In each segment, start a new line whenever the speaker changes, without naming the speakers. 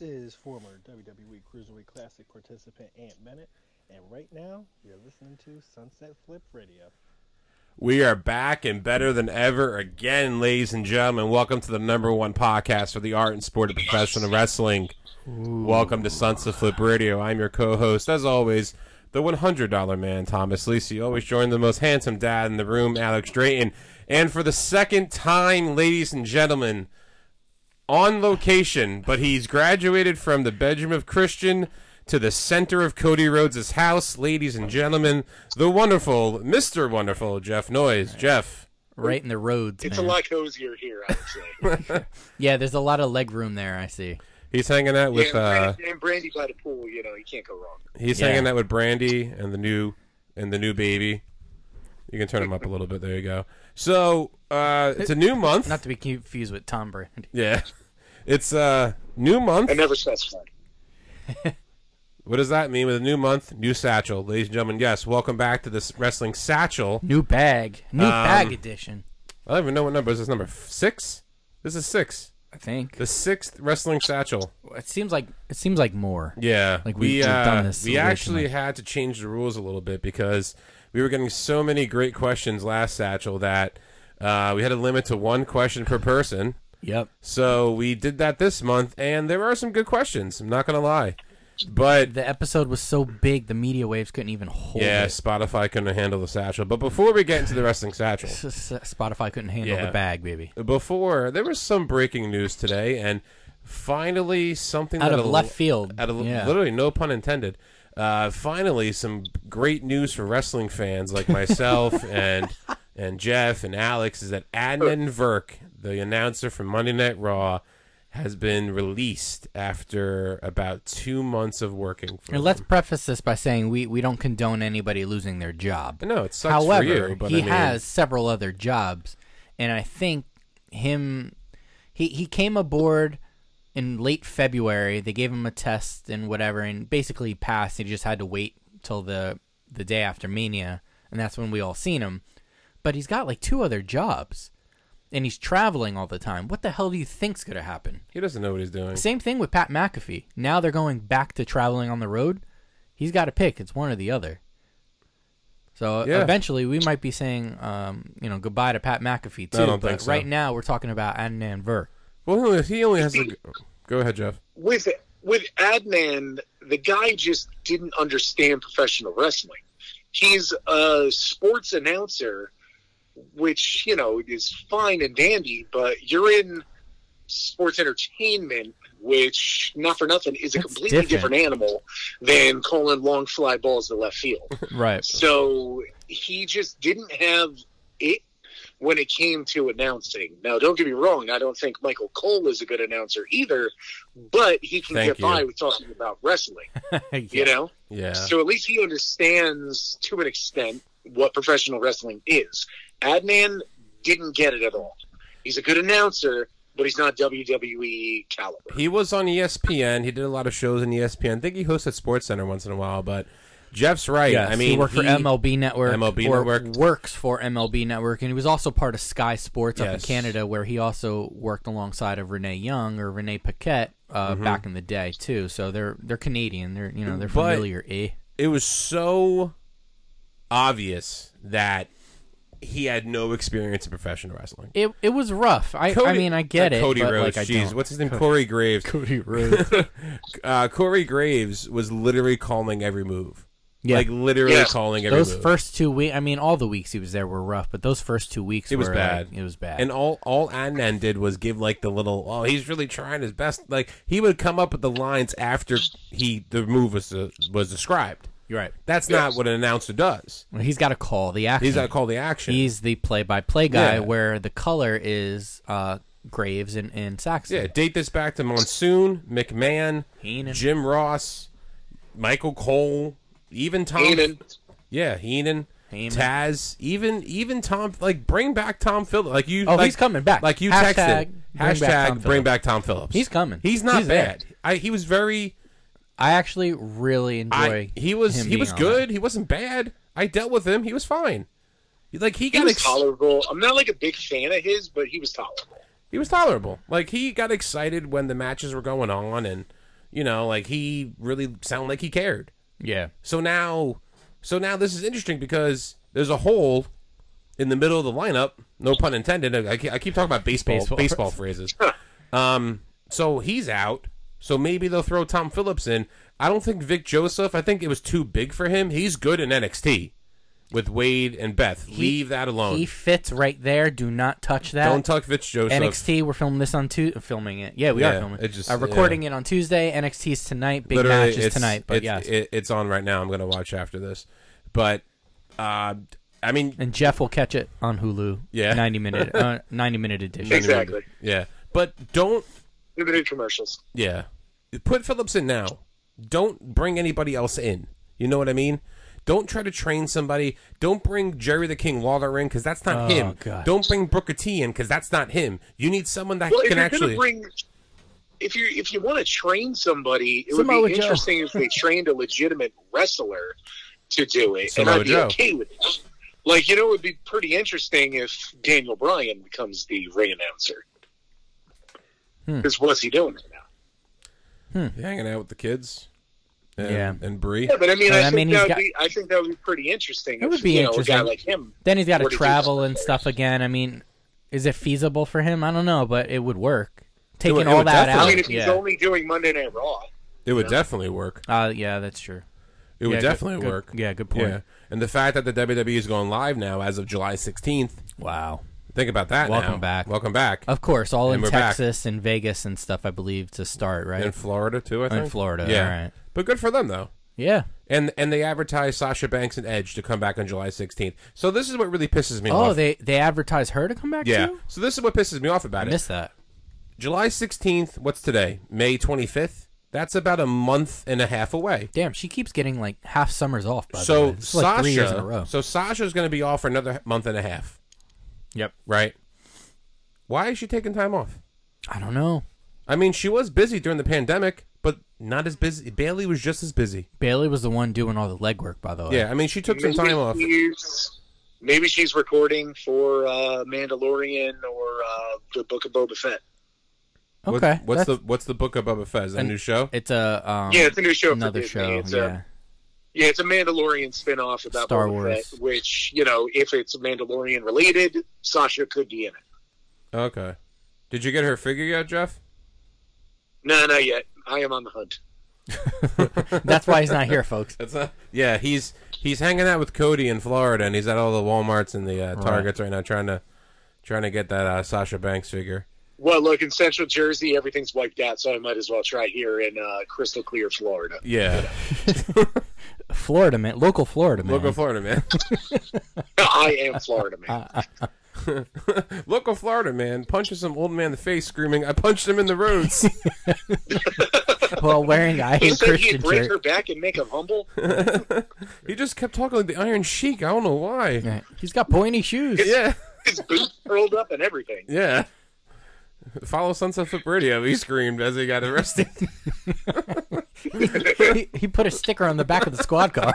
is former WWE Cruiserweight Classic participant Ant Bennett, and right now you're listening to Sunset Flip Radio.
We are back and better than ever again, ladies and gentlemen. Welcome to the number one podcast for the art and sport of professional wrestling. Welcome to Sunset Flip Radio. I'm your co-host, as always, the $100 man, Thomas Lisi. Always joined the most handsome dad in the room, Alex Drayton. And for the second time, ladies and gentlemen, on location, but he's graduated from the bedroom of Christian to the center of Cody Rhodes' house, ladies and gentlemen, the wonderful, Mr. Wonderful, Jeff Noyes. Jeff.
Right in the roads.
It's
man.
a lot cozier here, I would say.
Yeah, there's a lot of leg room there. I see.
He's hanging out with
yeah, and
uh
Brandy- and Brandy by the pool, you know, you can't go wrong.
he's
Yeah.
hanging out with Brandy and the new and the new baby. You can turn him up a little bit. There you go. So uh it's a new month.
Not to be confused with Tom Brady.
yeah. It's uh new month.
I never specified.
What does that mean? With a new month, new satchel, ladies and gentlemen. Yes, welcome back to this wrestling satchel.
New bag. New
Um,
bag edition.
I don't even know what number is this. Number f- six. This is six.
I think
The sixth wrestling satchel.
it seems like it seems like more.
Yeah,
Like,
we
we- we've
uh,
done this
we
way too
actually
much.
had to change the rules a little bit because we were getting so many great questions last satchel that uh, we had a limit to one question per person.
Yep.
So we did that this month, and there are some good questions. I'm not gonna lie, but
The episode was so big, the media waves couldn't even hold
yeah,
it.
Spotify couldn't handle the satchel. But before we get into the wrestling satchel,
S- s- Spotify couldn't handle
Yeah.
the bag, baby.
before there was some breaking news today, and finally something
Out
that
of
a-
left field.
out of
yeah.
literally no pun intended. Uh, finally, some great news for wrestling fans like myself and and Jeff and Alex is that Adnan Verk, the announcer from Monday Night Raw, has been released after about two months of working. For
And let's
him.
preface this by saying we, we don't condone anybody losing their job.
I know it sucks
However,
for you, but
he
I mean,
has several other jobs, and I think him he he came aboard in late February. They gave him a test and whatever, and basically he passed. He just had to wait till the the day after Mania, and that's when we all seen him. But he's got like two other jobs, and he's traveling all the time. What the hell do you think's gonna happen?
he doesn't know what he's doing.
Same thing with Pat McAfee. Now they're going back to traveling on the road. He's got to pick. It's one or the other. So uh,
Yeah.
eventually, we might be saying, um, you know, goodbye to Pat McAfee too.
I don't
but
think so.
right now, we're talking about Adnan Ver.
Well, he only- he only has. To, go ahead, Jeff.
With with Adnan, the guy just didn't understand professional wrestling. He's a sports announcer, which, you know, is fine and dandy, but you're in sports entertainment, which not for nothing is a
That's
completely
different.
different animal than calling long fly balls to left field.
Right.
So he just didn't have it when it came to announcing. Now, don't get me wrong, I don't think Michael Cole is a good announcer either, but he can
Thank
get by
you.
with talking about wrestling, you
yeah.
know?
Yeah.
So at least he understands to an extent what professional wrestling is. Adnan didn't get it at all. He's a good announcer, but he's not WWE caliber.
He was on E ESPN. He did a lot of shows E on ESPN. I think he hosted Sports Center once in a while, but Jeff's right. I mean,
he worked for
he-
MLB Network.
MLB
or
Network.
works for MLB Network, and he was also part of Sky Sports up in
Yes.
Canada, where he also worked alongside of Renee Young or Renee Paquette uh,
Mm-hmm.
back in the day too. So they're they're Canadian. They're you know they're
But-
familiar. Eh?
It was so obvious that he had no experience in professional wrestling.
It it was rough. I I
Cody-
mean I
not
get it,
Uh, Cody
but
Rhodes.
like I
jeez,
don't.
what's his name? Corey Graves.
Cody Rhodes?
Uh, Corey Graves was literally calling every move.
yeah,
Like literally
Yeah.
calling every
those
move.
first two weeks. I mean, all the weeks he was there were rough, but those first two weeks
It was
were, like,
bad.
it was bad.
And all all Adnan did was give like the little oh he's really trying his best like he would come up with the lines after he the move was uh, was described.
You're right.
That's not what an announcer does.
Well, he's got to call the action.
He's got to call the action.
He's the play-by-play guy,
Yeah.
where the color is uh, Graves and and Saxon.
yeah, date this back to Monsoon, McMahon,
Heenan.
Jim Ross, Michael Cole, even Tom.
Heenan.
Yeah, Heenan,
Heyman.
Taz, even even Tom. Like bring back Tom Phillips. Like you.
Oh,
like-
he's coming back.
Like you
Hashtag
texted.
bring back
Hashtag
Tom
bring
Phillips.
back Tom Phillips.
He's coming.
He's not
He's there.
bad. I, he was very.
I actually really enjoy.
I, he was
him
he
being
was
on
good. He wasn't bad. I dealt with him. He was fine. Like he
He
got
was
ex-
tolerable. I'm not like a big fan of his, but he was tolerable.
he was tolerable. Like he got excited when the matches were going on, and you know, like he really sounded like he cared.
Yeah.
So now, so now this is interesting because there's a hole in the middle of the lineup. No pun intended. I, I keep- I keep talking about baseball
Baseball.
baseball, phrases. Um, so he's out. So maybe they'll throw Tom Phillips in. I don't think Vic Joseph. I think it was too big for him. He's good in NXT with Wade and Beth. Leave that alone.
He fits right there. Do not touch that.
don't touch Vic Joseph.
NXT, we're filming this on Tuesday. Filming it. Yeah, we are
Yeah,
filming
it just-
Uh, recording it on Tuesday. NXT's tonight. Big
Literally,
matches
it's-
tonight. But
it's,
yes.
it- it's on right now. I'm gonna watch after this. But uh, I mean,
and Jeff will catch it on Hulu.
Yeah.
90 minute uh, 90 minute edition.
Exactly.
yeah. But don't
Limited commercials.
Yeah. Put Phillips in now. Don't bring anybody else in. You know what I mean? Don't try to train somebody. Don't bring Jerry the King Lawler in because that's not
Oh,
him.
God.
Don't bring Booker T in because that's not him. You need someone that
Well, if
can
you're
actually.
gonna bring, if you if you want to train somebody, it
Samoa
would be
Joe.
interesting if they trained a legitimate wrestler to do it,
Samoa
and I'd be
Joe.
okay with that. Like you know, it would be pretty interesting if Daniel Bryan becomes the ring announcer.
Hmm.
Because what's he doing right now?
hanging out with the kids. And,
Yeah.
And Bree.
Yeah, but I mean,
But
I,
I
think
mean, he's
that would
got-
be I think that would be pretty interesting.
It
if,
would be
you know,
interesting.
a guy like him.
Then he's got to
Where did you
travel
go?
and stuff again. I mean, is it feasible for him? I don't know, but it would work. Taking
would- it
all
would
that
definitely-
I
out.
mean, if he's
yeah.
only doing Monday Night Raw,
It would definitely work.
uh, yeah, that's true.
It would
Yeah, good-
definitely
good-
work.
yeah, good point.
Yeah. And the fact that the WWE is going live now as of July 16th.
Wow.
Think about that
Welcome
now.
back.
Welcome back.
Of course, all
And
in
we're back.
Texas and Vegas and stuff, I believe, to start, right?
In Florida, too, I think.
Florida,
Yeah.
alright.
But good for them, though.
yeah.
And and they advertised Sasha Banks and Edge to come back on July 16th. So this is what really pisses me off.
Oh, they they advertise her to come back
yeah.
too?
So this is what pisses me off about
I
it.
missed that.
July 16th, what's today? May 25th. That's about a month and a half away.
Damn, she keeps getting like half summers off by the way.
So
This is,
Sasha,
like three years in a row.
so Sasha's going to be off for another month and a half,
yep.
right? Why is she taking time off?
I don't know.
I mean, she was busy during the pandemic, but not as busy. Bailey was just as busy.
Bailey was the one doing all the legwork, by the way.
Yeah, I mean, she took some
maybe
time off.
she's- Maybe she's recording for uh, Mandalorian or uh, the Book of Boba Fett.
What-
Okay.
what's
that's-
the What's the book of Boba Fett? Is that a
And-
new show?
It's a um,
Yeah, it's a new show for
Another
Disney.
show.
It's a-
yeah.
Yeah, it's a Mandalorian spin-off about
Star
Boba
Wars.
Fett, which you know, if it's Mandalorian related, Sasha could be in it.
Okay. Did you get her figure yet, Jeff?
No, not yet. I am on the hunt.
That's why he's not here, folks.
That's not. Yeah, he's he's hanging out with Cody in Florida, and he's at all the WalMarts and the uh, Targets right now, trying to trying to get that uh, Sasha Banks figure.
Well, look in Central Jersey, everything's wiped out, so I might as well try here in uh, crystal clear Florida.
Yeah,
Florida man, local Florida man.
local Florida man,
I am Florida man.
local Florida man punches some old man in the face, screaming, "I punched him in the roots."
Well, wearing I
He
hate
said he'd
Christian
break
shirt.
her back and make him humble.
he just kept talking like the Iron Sheik. I don't know why.
Yeah. He's got pointy shoes.
Yeah,
His boots curled up and everything.
yeah. Follow Sunset Flip Radio. He screamed as he got arrested.
he, he put a sticker on the back of the squad car.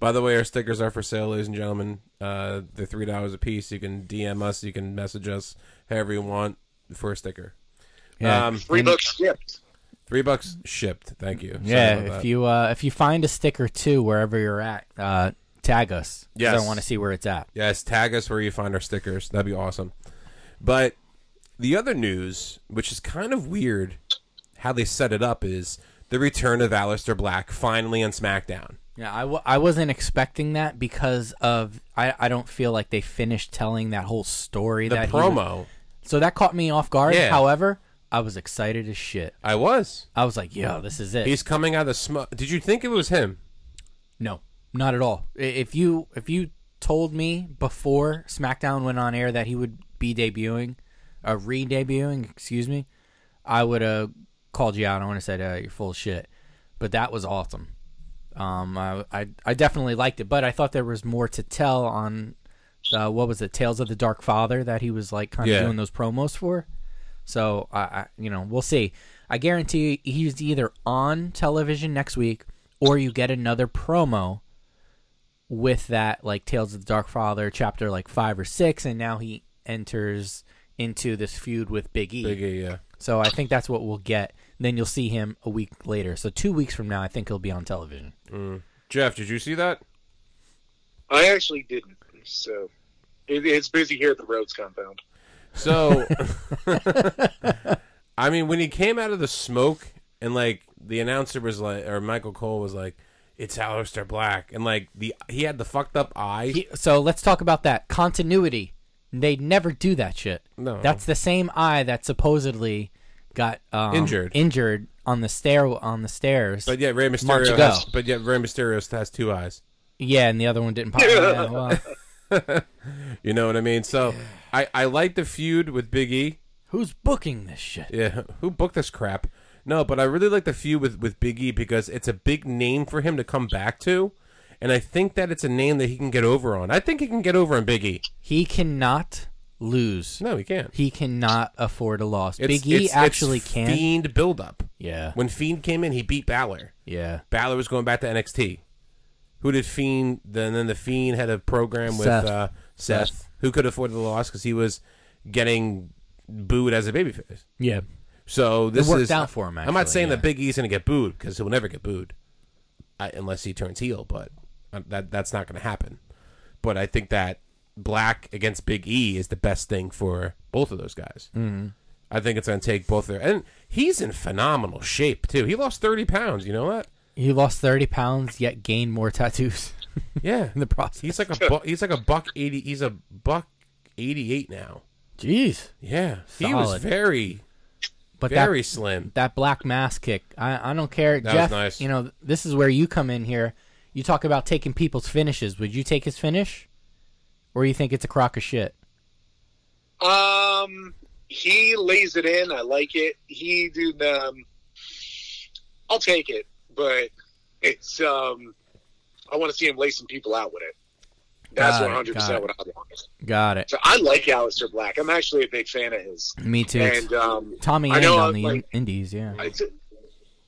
By the way, our stickers are for sale, ladies and gentlemen. Uh, they're three dollars a piece. You can DM us, you can message us, however you want for a sticker.
Yeah.
Um,
Three bucks shipped.
three bucks shipped. Thank you. Sorry
yeah.
about
If
that.
you uh, if you find a sticker too wherever you're at, uh, tag us. 'cause
Yes.
I want to see where it's at.
yes, tag us where you find our stickers. That'd be awesome. But the other news, which is kind of weird, how they set it up is the return of Aleister Black finally on SmackDown.
Yeah, I, w- I wasn't expecting that because of I, I don't feel like they finished telling that whole story.
The
that he was-
promo,
so that caught me off guard.
Yeah.
However, I was excited as shit.
I was.
I was like, "Yo, this is it."
He's coming out of the smoke. Did you think it was him?
No, not at all. I- If you if you told me before SmackDown went on air that he would be debuting, uh, re-debuting, excuse me, I would have called you out. I want to say uh, you're full of shit, but that was awesome. Um, I, I I definitely liked it, but I thought there was more to tell on uh, what was it, Tales of the Dark Father, that he was like kind of
Yeah.
doing those promos for. So I, I, you know, we'll see. I guarantee he's either on television next week or you get another promo with that like Tales of the Dark Father chapter like 5 or 6 and now he enters into this feud with Big E.
Big E, yeah.
So I think that's what we'll get. Then you'll see him a week later. So two weeks from now, I think he'll be on television.
Jeff, did you see that?
I actually didn't. So it, it's busy here at the Rhodes compound.
So, I mean, when he came out of the smoke and like the announcer was like, or Michael Cole was like, "It's Aleister Black," and like the he had the fucked up eye.
He- so let's talk about that continuity. They never do that shit.
No.
that's the same eye that supposedly got um,
Injured.
injured on the stair on the stairs.
but yet Rey
Months
Mysterio,
ago.
has, but yet Rey Mysterio has two eyes.
yeah, and the other one didn't pop. Yeah, well,
You know what I mean? So, I I like the feud with Big E.
who's booking this shit?
Yeah, who booked this crap? No, but I really like the feud with with Big E because it's a big name for him to come back to, and I think that it's a name that he can get over on. I think he can get over on Big E.
He cannot lose.
No, he can't.
He cannot afford a loss.
It's-
Big E
it's-
actually
it's
can.
Fiend buildup.
Yeah,
When Fiend came in, he beat Balor.
yeah.
Balor was going back to NXT. Who did Fiend? Then then the Fiend had a program with
Seth.
Uh, Seth, who could afford the loss because he was getting booed as a babyface.
Yeah.
So this
worked
is,
out for him,
I'm not
actually,
saying
yeah.
that Big E's going to get booed because he'll never get booed, I, unless he turns heel. But uh, that that's not going to happen. But I think that Black against Big E is the best thing for both of those guys. Mm-hmm. I think it's going to take both their and he's in phenomenal shape too. He lost 30 pounds. You know that?
He lost 30 pounds yet gained more tattoos
Yeah.
in the process.
he's like a bu- he's like a buck 80. He's a buck 88 now.
Jeez.
Yeah. He was
Solid.
very
But
very
that
slim.
that black mass kick, I I don't care,
That was
Jeff.
nice.
You know, this is where you come in here. You talk about taking people's finishes. Would you take his finish? Or you think it's a crock of shit?
Um, he lays it in. I like it. He did. Um, I'll take it, but it's. Um, I want to see him lacing people out with it. That's
Got it,
one hundred
got
percent
it.
what I want.
Got it.
So I like Aleister Black. I'm actually a big fan of his.
Me too. It's
And um,
Tommy
I
End
know,
on the
like-
in- indies, yeah.
I, t-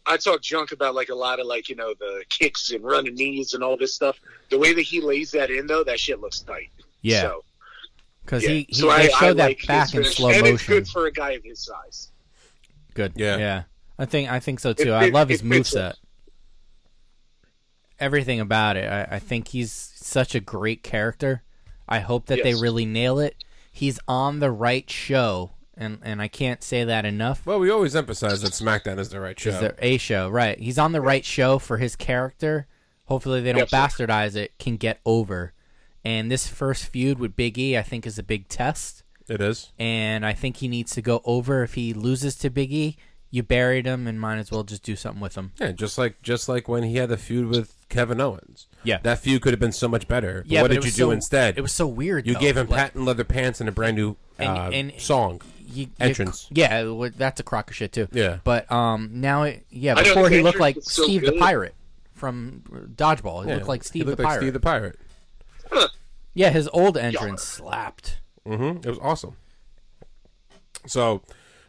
I talk junk about like a lot of like you know the kicks and running knees and all this stuff. The way that he lays that in though, that shit looks tight.
Yeah.
So,
Because
yeah.
he, he
so
they
I,
show
I
that
like his
back in
finish.
slow
and it's
motion.
good for a guy of his size.
Good.
Yeah.
Yeah. I think I think so too.
It-
I
it-
love his
it fits
moveset. Everything about it. I, I think he's such a great character. I hope that they
Yes.
really nail it. He's on the right show and, and I can't say that enough.
Well, we always emphasize that SmackDown is the right show.
Is there a show, right. He's on the right show for his character. Hopefully they don't
Yes.
bastardize it, can get over. And this first feud with Big E I think is a big test.
it is.
and I think he needs to go over. If he loses to Big E, you buried him and might as well just do something with him.
Yeah, just like just like when he had the feud with Kevin Owens.
Yeah.
that feud could have been so much better. But what
but it
did you
was
do
so-
instead?
It was so weird.
you
though.
gave him
Like,
patent leather pants and a brand new uh,
And- and-
song.
you- you-
entrance.
Yeah, it wa- that's a crock of shit too.
Yeah.
but um, now it, yeah,
I know,
before
the
he looked
entrance
like
was so
Steve the
good.
Pirate from Dodgeball. He
Yeah,
looked like Steve
he looked
the
like
Pirate.
Steve the Pirate.
yeah, his old entrance slapped.
hmm It was awesome. So,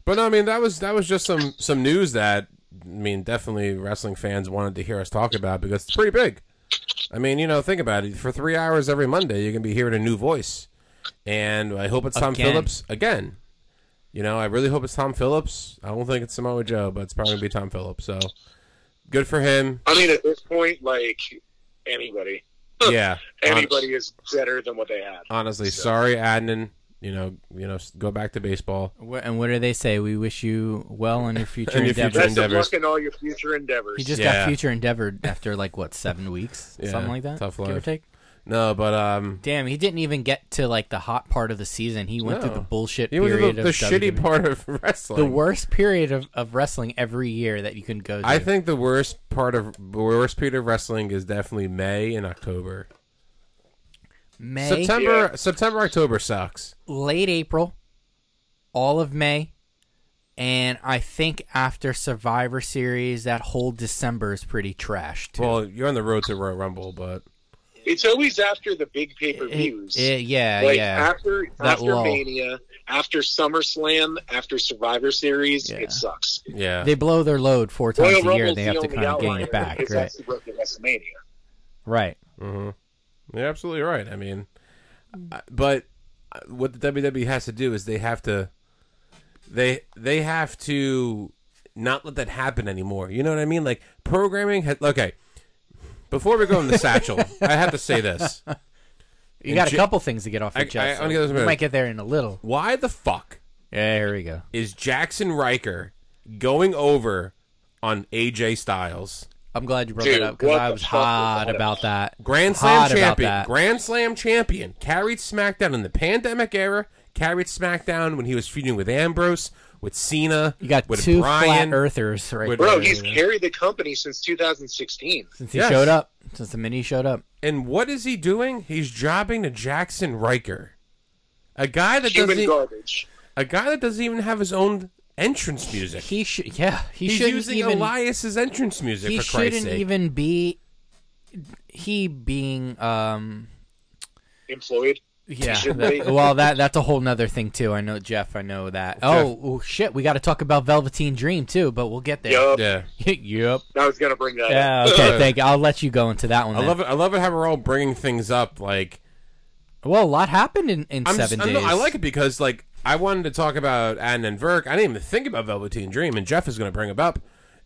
but no, I mean that was that was just some some news that I mean definitely wrestling fans wanted to hear us talk about because it's pretty big. I mean, you know, think about it. For three hours every Monday, you're gonna be hearing a new voice, and I hope it's Tom
Again.
Phillips again. You know, I really hope it's Tom Phillips. I don't think it's Samoa Joe, but it's probably gonna be Tom Phillips. So, good for him.
I mean, at this point, like anybody,
Yeah,
anybody is better than what they had.
Honestly, sorry, Adnan. You know, you know, s- go back to baseball.
Wh- And what do they say? We wish you well in your future
In your
endeavors.
future-
Best of
endeavors.
luck in all your future endeavors.
He just
Yeah.
got future endeavored after like what seven weeks,
Yeah,
something like that.
tough
Give or
life.
take.
No, but um,
Damn, he didn't even get to like the hot part of the season. He went
No.
through the bullshit
It was the,
period
the
of
shitty
WWE.
part of wrestling.
the worst period of, of wrestling every year that you can go to.
I think the worst part of worst period of wrestling is definitely May and October.
May,
September, September, October sucks.
late April, all of May, and I think after Survivor Series, that whole December is pretty trash too.
Well, you're on the road to Royal Rumble, but
it's always after the big pay per
It-
views.
it- yeah,
like
yeah.
after
That
after
lull.
Mania, after SummerSlam, after Survivor Series,
Yeah.
it sucks.
yeah,
They blow their load four times a year.
Rumble's
They
the
have to
only
kind of gain
outlier
it back,
because
right?
that's the road to WrestleMania.
Right.
hmm You're absolutely right. I mean, I- but uh, what the WWE has to do is they have to they they have to not let that happen anymore. You know what I mean? Like programming. Ha- okay, before we go in the satchel, I have to say this.
You got
J-
a couple things to get off
I- I-
your
I'm
chest. so
gonna get this
we
minute.
might get there in a little.
Why the fuck
Yeah, here we go.
is Jackson Riker going over on AJ Styles?
I'm glad you brought
Dude,
that up because
what
I
the
was
fuck was
hot
that
about that.
Grand Slam
Hot about
champion.
that.
Grand Slam champion. Carried SmackDown in the pandemic era. Carried SmackDown when he was feuding with Ambrose, with Cena,
You got
with
two
Bryan.
flat earthers right
Would-
there.
Bro, he's carried the company since 2016.
since he
Yes.
showed up, since the minute he showed up.
And what is he doing? He's jobbing to Jackson Riker. A guy that
Human
doesn't e-
garbage.
a guy that doesn't even have his own entrance music.
He should, yeah, he
He's
shouldn't
using
even.
Elias's entrance music
he
for Christ's
shouldn't
sake.
even be. He being, um,
Employed.
yeah.
shouldn't
that-
be.
well, that that's a whole nother thing too. I know Jeff. I know that. Oh, oh shit, we got to talk about Velveteen Dream too, but we'll get there.
Yup.
yeah.
yep.
I was going to bring that up.
Yeah. Okay. Thank you. I'll let you go into that one.
I love it. I love it how we're all bringing things up. Like
Well, a lot happened in, in
I'm,
7
I,
days.
I like it because like I wanted to talk about Adnan Verk. I didn't even think about Velveteen Dream, and Jeff is going to bring him up.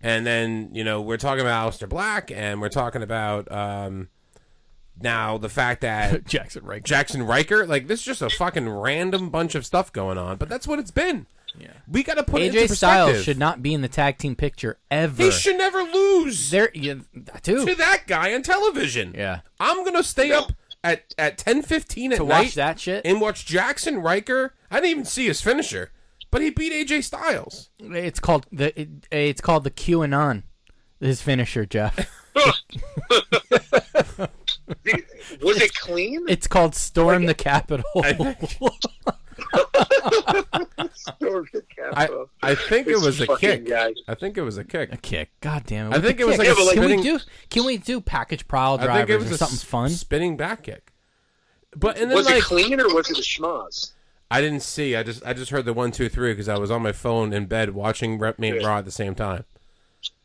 And then you know we're talking about Aleister Black, and we're talking about um, now the fact that
Jackson Riker.
Jackson Riker. Like this is just a fucking random bunch of stuff going on, but that's what it's been. Yeah, we got to put it into
AJ
perspective.
Styles should not be in the tag team picture ever.
He should never lose
There, yeah,
to
too.
that guy on television.
Yeah.
I'm gonna stay up at at ten fifteen at
To
night
watch that shit.
and watch Jackson Riker. I didn't even see his finisher, but he beat AJ Styles.
It's called the it, it's called the QAnon. His finisher, Jeff.
Was it clean?
It's called Storm the Capitol.
Or-
I I think it
This
was a
fucking
kick.
guy.
I think it was a kick.
Kick. God damn it.
I
with
think
the
it was
kick.
like a
can
spinning-
we do can we do package prowl
I think
drivers
it was
or
a
something
s-
fun?
spinning back kick. But and then
was
like
it clean or was it a schmoz?
I didn't see. I just I just heard the one two three because I was on my phone in bed watching Rep Main
Yeah.
Raw at the same time.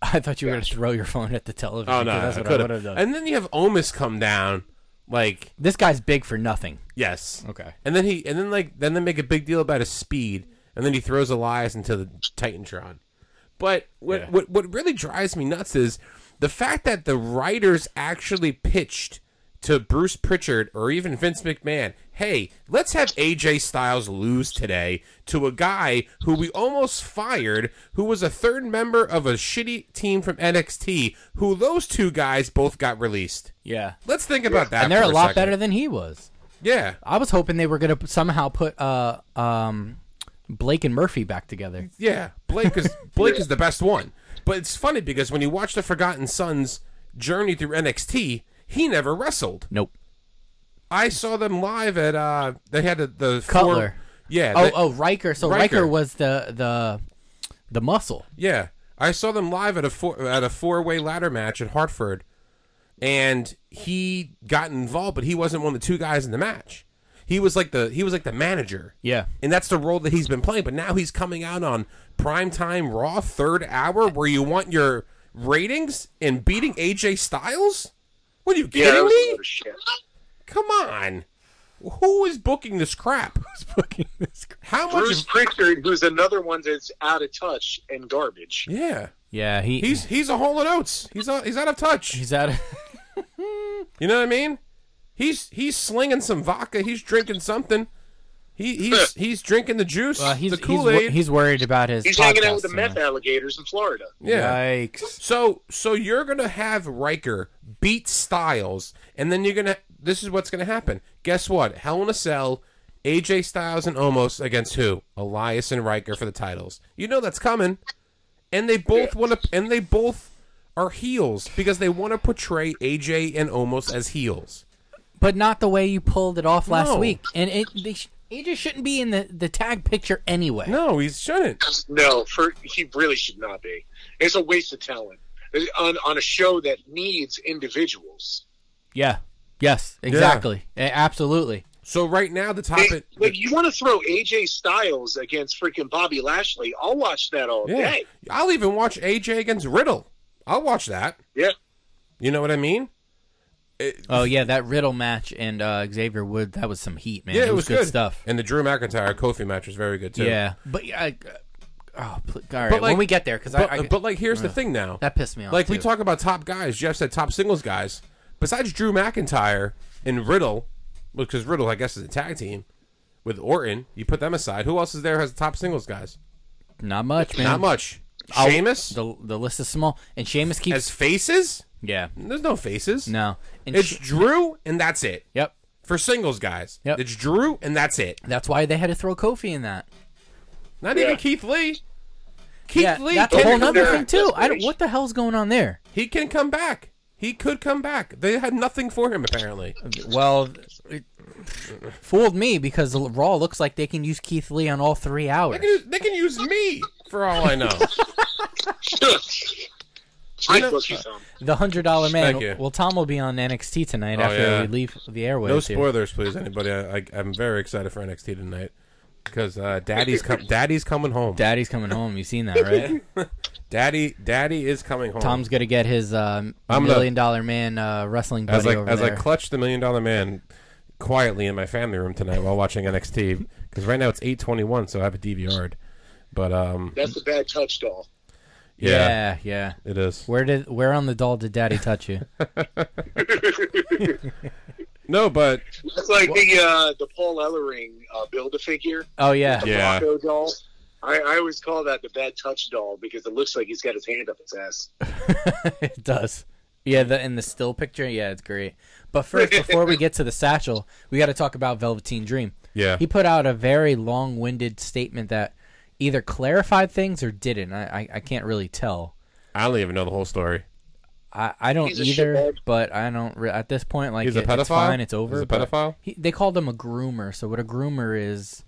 I thought you were gonna throw your phone at the television.
Oh no,
'cause that's
I
what
could
would've
have.
done.
And then you have Omis come down, like
This guy's big for nothing.
yes,
Okay.
And then he, and then like, then they make a big deal about his speed, and then he throws Elias into the Titantron. But what
Yeah.
what what really drives me nuts is the fact that the writers actually pitched to Bruce Pritchard or even Vince McMahon, hey, let's have AJ Styles lose today to a guy who we almost fired, who was a third member of a shitty team from NXT, who those two guys both got released.
Yeah.
Let's think about that.
And they're
for
a lot
second.
better than he was.
Yeah.
I was hoping they were gonna p- somehow put uh um Blake and Murphy back together.
Yeah, Blake is Blake is the best one. But it's funny because when you watch the Forgotten Sons journey through NXT, he never wrestled.
Nope.
I saw them live at uh they had the, the four-
Cutler.
yeah.
Oh,
they-
oh, Riker. So
Riker.
Riker, was the the the muscle.
Yeah, I saw them live at a four at a four way ladder match at Hartford, and he got involved, but he wasn't one of the two guys in the match. He was like the he was like the manager.
Yeah.
and that's the role that he's been playing. But now he's coming out on primetime Raw third hour, where you want your ratings and beating AJ Styles. What are you
Yeah, that
kidding
was a
me?
load of shit.
Come on, who is booking this crap? How much?
Bruce
Of,
Pritchard, who's another one that's out of touch and garbage.
yeah,
Yeah, he
he's he's a hole in oats. He's a, he's out of touch.
he's out. Of,
You know what I mean? He's he's slinging some vodka. He's drinking something. He he's he's drinking the juice,
well, he's
the
he's,
Kool
wor-
Aid.
he's worried about his.
He's hanging out with
podcast
the meth
tonight.
alligators in Florida.
yeah.
Yikes!
So so you're gonna have Riker beat Styles, and then you're gonna. This is what's gonna happen. Guess what? Hell in a Cell, AJ Styles and Omos against who? Elias and Riker for the titles. You know that's coming, and they both want to. And they both are heels because they want to portray AJ and Omos as heels.
But not the way you pulled it off last
No.
week. And it they sh- AJ shouldn't be in the the tag picture anyway.
No, he shouldn't.
No, for he really should not be. It's a waste of talent on on a show that needs individuals.
Yeah. Yes. Exactly. A- absolutely.
So right now the top.
Hey, like you want to throw AJ Styles against freaking Bobby Lashley? I'll watch that all
Yeah.
day.
I'll even watch AJ against Riddle. I'll watch that.
Yeah,
You know what I mean?
Oh yeah, that Riddle match and uh, Xavier Wood. That was some heat, man.
Yeah,
it was, good stuff.
And the Drew McIntyre Kofi match was very good too.
Yeah, but I, Oh, pl- all right. when
like-
we get there, because I,
But, uh,
I
but like, here's the thing now.
that pissed me off.
Like we
too.
talk about top guys, Jeff said top singles guys. Besides Drew McIntyre and Riddle, because Riddle, I guess, is a tag team with Orton. You put them aside. Who else is there as top singles guys?
not much, man.
Not much. Sheamus
The the list is small, and Sheamus keeps.
as faces.
yeah.
There's no faces.
No. And
it's
She-
Drew and that's it
yep.
for singles guys.
Yep.
It's Drew and that's it.
That's why they had to throw Kofi in that.
Not
Yeah.
even Keith Lee. Keith
yeah,
Lee.
that's a
can
whole
come
other
back.
thing too. I don't. What the hell's going on there?
He can come back. He could come back. They had nothing for him apparently.
Well, it fooled me because Raw looks like they can use Keith Lee on all three hours.
They can, they can use me for all I know.
I bless you, Tom.
The hundred dollar man.
Thank you.
Well, Tom will be on NXT tonight
Oh,
after
yeah.
we leave the airwaves.
no
here.
spoilers, please, anybody. I, I, I'm very excited for NXT tonight because uh, Daddy's com- Daddy's coming home.
Daddy's coming home. You've seen that, right?
Daddy Daddy is coming home.
Tom's gonna get his uh,
I'm gonna-
million dollar man uh, wrestling buddy
as I
over
as I
there.
clutch the million dollar man quietly in my family room tonight while watching NXT because right now it's 8:21, so I have a DVR'd. But um,
That's a bad touch doll.
yeah,
yeah, yeah.
it is.
Where did where on the doll did Daddy touch you?
No, but
That's like the uh, the Paul Ellering uh, build a figure.
Oh yeah.
Yeah.
Rocco doll. I, I always call that the bad touch doll because it looks like he's got his hand up his ass.
It does. Yeah, the in the still picture, yeah, it's great. But first, before we get to the satchel, we got to talk about Velveteen Dream.
Yeah.
he put out a very long-winded statement that either clarified things or didn't. I I, I can't really tell.
I don't even know the whole story.
I, I don't
He's a
either,
shitbag.
but I don't re- at this point like
He's a
it-
pedophile?
It's fine, it's over.
He's a
but
pedophile?
He, they called him a groomer. So what a groomer is,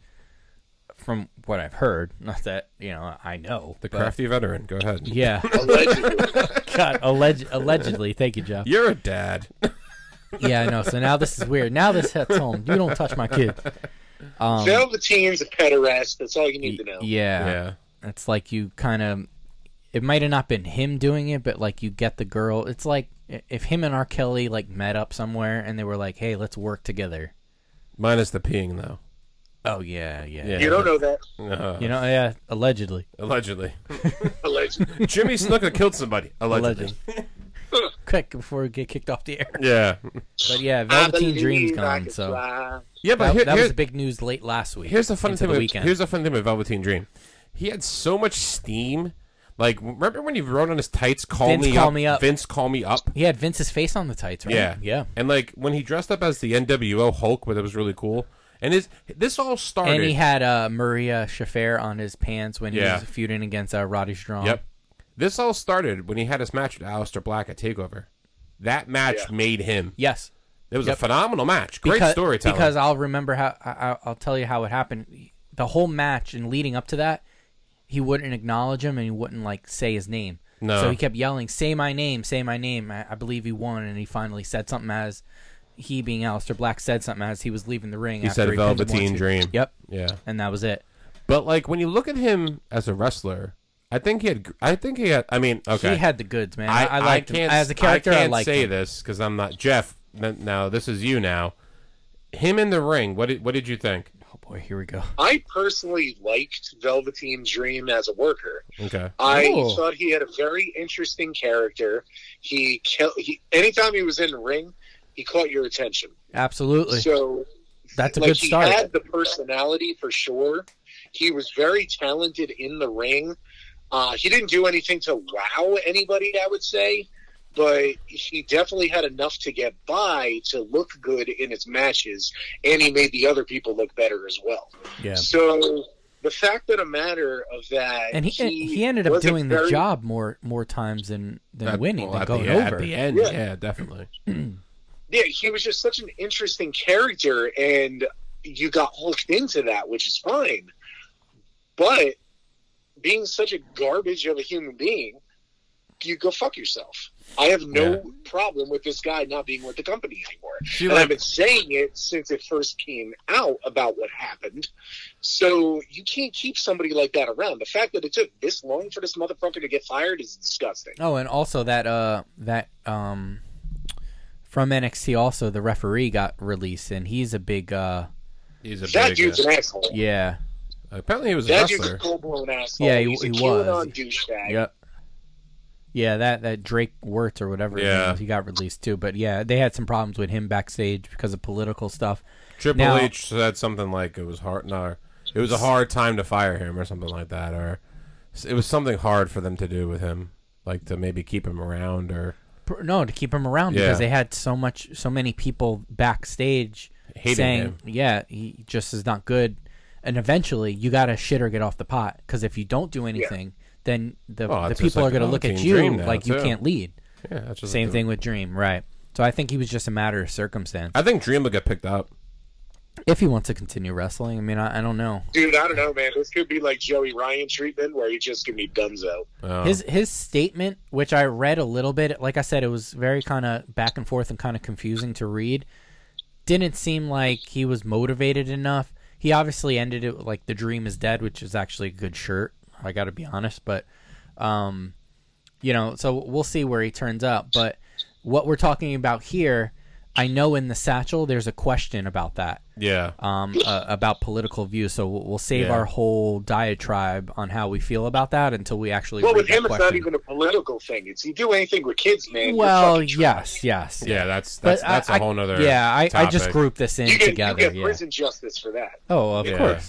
from what I've heard, not that you know I know
The
but-
crafty veteran. Go ahead.
Yeah,
Allegedly.
God, alleg- allegedly. Thank you, Jeff.
You're a dad.
Yeah, I know. So now this is weird. Now this hits home. You don't touch my kid. Um,
Velveteen's a pederast. That's all you need to know.
yeah,
yeah.
it's like you kind of. It might have not been him doing it, but like you get the girl. It's like i- if him and R. Kelly like met up somewhere and they were like, "Hey, let's work together."
Minus the peeing though.
Oh yeah, yeah.
Yeah.
You don't know that
Uh,
You know, yeah. Allegedly,
allegedly.
allegedly.
Jimmy Snuka killed somebody. Allegedly.
allegedly. Quick before we get kicked off the air.
Yeah.
But yeah,
I
Velveteen Dream's
believe I
gone.
can
So that,
fly.
Yeah, but here-
that
here-
was big news late last week.
here's the fun
into
thing.
the
with,
weekend.
Here's the fun thing with Velveteen Dream. He had so much steam. Like, remember when he wrote on his tights, "Call
Vince,
me
call
up,
me up.
Vince, call me up."
he had Vince's face on the tights, right?
Yeah,
yeah.
And like when he dressed up as the NWO Hulk, but it was really cool. And his this all started.
And he had uh, Maria Schaffer on his pants when
Yeah.
he was feuding against uh, Roddy Strong.
Yep. This all started when he had his match with Aleister Black at Takeover. That match
Yeah.
made him.
Yes.
It was
Yep.
a phenomenal match. Great
because,
storytelling.
Because I'll remember how I, I- I'll tell you how it happened. The whole match and leading up to that, he wouldn't acknowledge him and he wouldn't like say his name.
No.
So he kept yelling, "Say my name, say my name." I, I believe he won, and he finally said something as he being Aleister Black said something as he was leaving the ring.
he
after
said
he pinned him
Velveteen
once.
Dream.
Yep.
Yeah.
And that was it.
But like when you look at him as a wrestler, I think he had. I think he had. I mean, okay.
He had the goods, man. I,
I,
I liked
can't,
him as a character.
I
I,
can't
liked
say
him.
this because I'm not Jeff. n- Now this is you. Now him in the ring. What did what did you think?
Oh boy, here we go.
I personally liked Velveteen Dream as a worker.
Okay.
I
Oh.
thought he had a very interesting character. He, kill, he anytime he was in the ring, he caught your attention.
Absolutely.
So
That's a
like
good
he
start.
had the personality for sure. He was very talented in the ring. Uh, he didn't do anything to wow anybody, I would say, but he definitely had enough to get by to look good in his matches, and he made the other people look better as well.
yeah.
So the fact of the matter of that,
And he, he, ended up
was a
doing the
very-
job more more times than than
At-
winning
well,
than
at
going
the,
over.
At the end,
Yeah.
yeah, definitely.
Yeah, he was just such an interesting character, and you got hooked into that, which is fine. But being such a garbage of a human being, you go fuck yourself. I have no
Yeah.
problem with this guy not being with the company anymore.
She
and I've
like
been saying it since it first came out about what happened. So you can't keep somebody like that around. The fact that it took this long for this motherfucker to get fired is disgusting.
Oh, and also that uh that um from NXT also the referee got released and he's a big uh
he's a
that
big,
dude's
uh,
an asshole.
yeah
Apparently, he was a
That dude's a
wrestler.
full blown asshole.
Yeah, he-
He's a
he
QAnon
was.
douchebag.
Yep. Yeah, that, that Drake Wirtz or whatever his name
Yeah.
was, he got released too. But yeah, they had some problems with him backstage because of political stuff.
Triple
Now-
H said something like it was hard. No, it was a hard time to fire him or something like that, or it was something hard for them to do with him, like to maybe keep him around or
Pr- No, to keep him around
Yeah.
because they had so much, so many people backstage
Hated
saying,
him.
"Yeah, he just is not good." And eventually, you gotta shit or get off the pot because if you don't do anything, then the,
Well,
the
it's Oh, just
people
like
are gonna
an
look at
Velveteen
you
Dream now,
like you
too.
can't lead.
yeah. That's just
Same
the-
thing with Dream, right? So I think he was just a matter of circumstance.
I think Dream will get picked up.
If he wants to continue wrestling, I mean, I, I don't know.
Dude, I don't know, man. This could be like Joey Ryan treatment where he just can be dunzo.
Oh.
His his statement, which I read a little bit, like I said, it was very kind of back and forth and kind of confusing to read. Didn't seem like he was motivated enough. He obviously ended it with, like the dream is dead, which is actually a good shirt. I got to be honest, but um, you know, so we'll see where he turns up. But what we're talking about here, I know in the satchel there's a question about that
yeah,
um, uh, about political views. So we'll, we'll save
Yeah.
our whole diatribe on how we feel about that until we actually.
Well,
read
with
that
him, it's not
question.
even a political thing. It's you do anything with kids, man. you're
Well,
fucking
yes,
trash.
yes,
yeah. That's
But
that's that's a
I-
whole nother.
Yeah, I, I just
topic.
grouped this in
You get,
together.
you get
yeah.
prison justice for that.
Oh, of
Yeah.
course.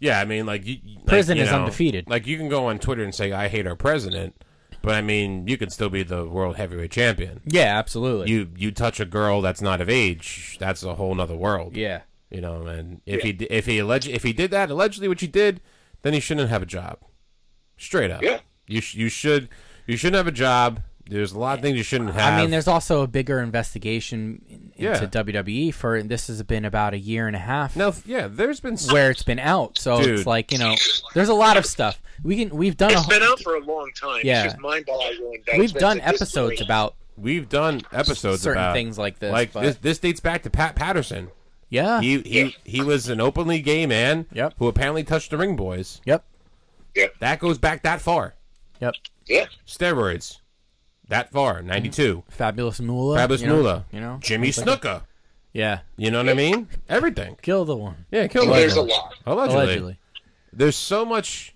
Yeah, I mean, like you, you- like,
Prison
you
is
know,
undefeated.
Like you can go on Twitter and say I hate our president, but I mean, you can still be the world heavyweight champion.
Yeah, absolutely.
You you touch a girl that's not of age, that's a whole nother world.
yeah.
you know. And if he d- if he alleged if he did that allegedly, which he did, then he shouldn't have a job. Straight up.
Yeah.
You sh- you should you shouldn't have a job. There's a lot of things you shouldn't have.
I mean, there's also a bigger investigation in,
Yeah.
into WWE for, and this has been about a year and a half
no yeah. There's been s-
where it's been out. So
Dude.
it's like you know, there's a lot of stuff we can. We've done.
It's
a,
been out for a long time.
Yeah.
It's just mind-boggling. that it's
we've
been
done
at this
episodes
point.
about
we've done episodes
certain
about
things like this.
like
but- Ah.
this, this dates back to Pat Patterson.
yeah.
He he he was an openly gay man.
Yep.
Who apparently touched the ring boys.
yep.
That goes back that far.
Yep.
Yeah.
Steroids. That far. Ninety two.
Fabulous Moolah.
Fabulous
Mm. you know,
Moolah.
You know.
Jimmy
things like that.
Snuka.
yeah.
You know what I mean? Everything.
Kill the one.
Yeah, kill
There's a
Allegedly.
lot.
Allegedly.
Allegedly.
There's so much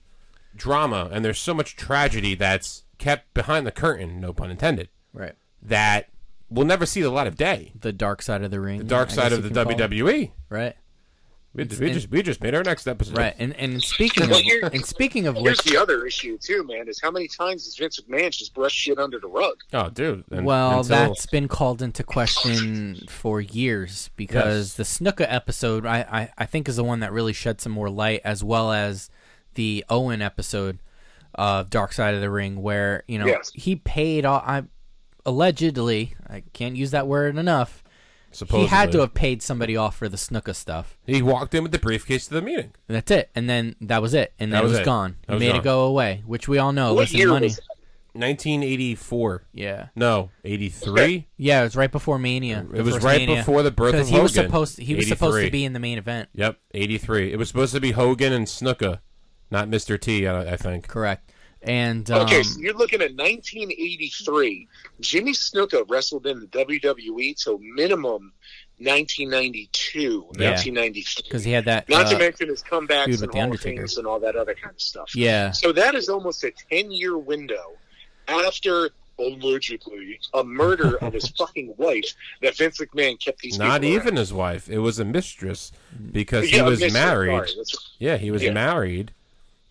drama and there's so much tragedy that's kept behind the curtain, no pun intended,
Right.
that we'll never see the light of day.
The dark side of the ring. The
Dark side of the E. WWE.
Right.
We, we just we just made our next episode.
Right. And and speaking of
Well, here-
and speaking of
Here's
which,
the other issue too, man. Is how many times has Vince McMahon just brushed shit under the rug?
Oh, dude. and-
well,
until-
that's been called into question for years because the Snuka episode, I, I I think, is the one that really shed some more light, as well as the Owen episode of Dark Side of the Ring, where you know
Yes.
he paid all. I allegedly, I can't use that word enough.
supposedly.
He had to have paid somebody off for the Snuka stuff.
He walked in with the briefcase to the meeting.
And that's it. And then that was it. And
That
then
was
it was
it.
gone.
That
He
was
made
gone.
it go away, which we all know.
What
listen,
year
money.
was that?
1984.
Yeah.
No, 83.
Yeah, it was right before Mania.
It was right before the birth of
Because he was
Hogan,
supposed he was supposed
83.
to be in the main event.
Yep, 83. It was supposed to be Hogan and Snuka, not Mr. T, I, I think.
Correct. And um,
Okay, so you're looking at 1983. Jimmy Snuka wrestled in the WWE till minimum 1992,
Yeah.
1993.
cuz he had that
Not to
uh,
mention his
feud
comebacks
with
and
The
Hall of
Undertaker.
Fames and all that other kind of stuff.
yeah.
So that is almost a 10 year window after, allegedly, a murder of his fucking wife that Vince McMahon kept these
Not
people
even
around.
his wife. It was a mistress because
Yeah,
he was
Mr.
married.
Sorry, that's-
Yeah, he was
Yeah.
married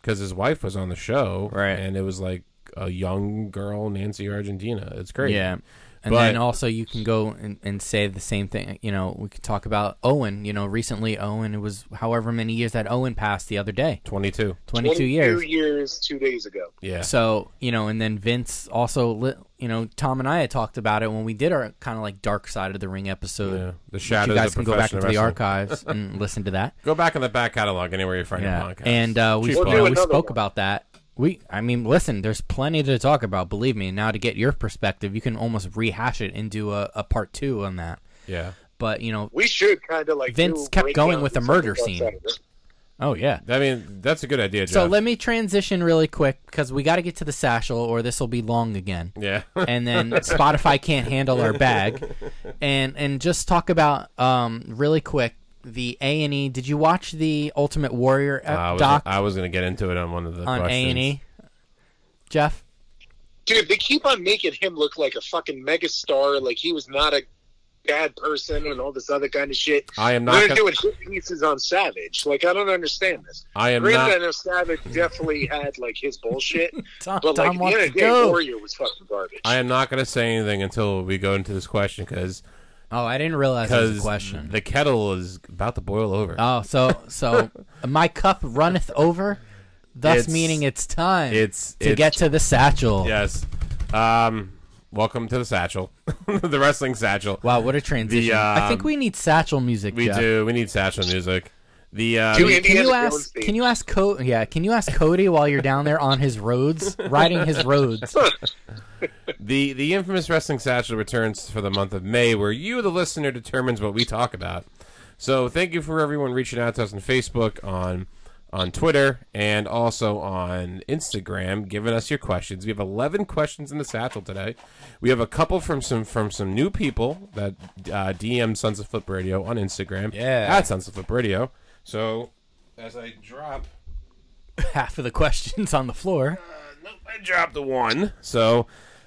because his wife was on the show.
Right.
And it was like a young girl, Nancy Argentina. It's great.
Yeah. And
But-
then also you can go and, and say the same thing. You know, we could talk about Owen. You know, recently Owen, it was however many years that Owen passed the other day,
22.
22, years.
years, two days ago.
Yeah.
So you know, and then Vince also, lit, you know, Tom and I had talked about it when we did our kind of like Dark Side of the Ring episode.
yeah. The
Which
shadows
you guys
of
can go back
professional
into the
wrestling.
archives and listen to that.
Go back in the back catalog anywhere you find
Yeah,
your podcast.
and uh, we
Cheap
you
plug.
know, we
another
spoke
one.
about that. We, I mean, listen, there's plenty to talk about. Believe me. Now to get your perspective, you can almost rehash it and do a, a part two on that.
yeah.
But you know,
We should kind of like.
Vince
do
kept
breakdowns
going with the
and
murder
stuff
scene.
outside of it.
oh yeah.
I mean, that's a good idea, Jeff.
So let me transition really quick because we got to get to the satchel, or this will be long again.
yeah.
and then Spotify can't handle our bag. And and just talk about um really quick the A and E. Did you watch the Ultimate Warrior ep-
I was,
doc
I was going to get into it on one of the
on A
questions.
and E? Jeff,
Dude, they keep on making him look like a fucking megastar, like he was not a bad person and all this other kind of shit.
I am not.
They're
Gonna,
doing hit pieces on Savage. Like I don't understand this.
I am
Granted, I
not.
know Savage definitely had like his bullshit,
Tom,
but like
Tom
at the
wants
end
to
of the day,
go.
Warrior was fucking garbage.
I am not going to say anything until we go into this question because
Oh, I didn't realize that was a question.
the kettle is about to boil over.
Oh, so so my cup runneth over, thus
It's-
meaning it's time
it's
to
it's,
get to the satchel.
yes. Um, welcome to the satchel, the wrestling satchel.
Wow, what a transition!
The,
I think
um,
we need satchel music.
We
Jeff.
do. We need satchel music. The uh,
Do
the-
it.
Can
Indiana
you
Jones
ask?
theme.
Can you ask? Co- yeah, can you ask Cody while you're down there on his roads, riding his roads?
The the infamous wrestling satchel returns for the month of May, where you, the listener, determines what we talk about. So thank you for everyone reaching out to us on Facebook, on on Twitter, and also on Instagram, giving us your questions. We have eleven questions in the satchel today. We have a couple from some from some new people that uh, DM Sons of Flip Radio on Instagram.
Yeah.
at Sons of Flip Radio. So as I drop
Half of the questions on the floor.
Nope, I dropped the one. So,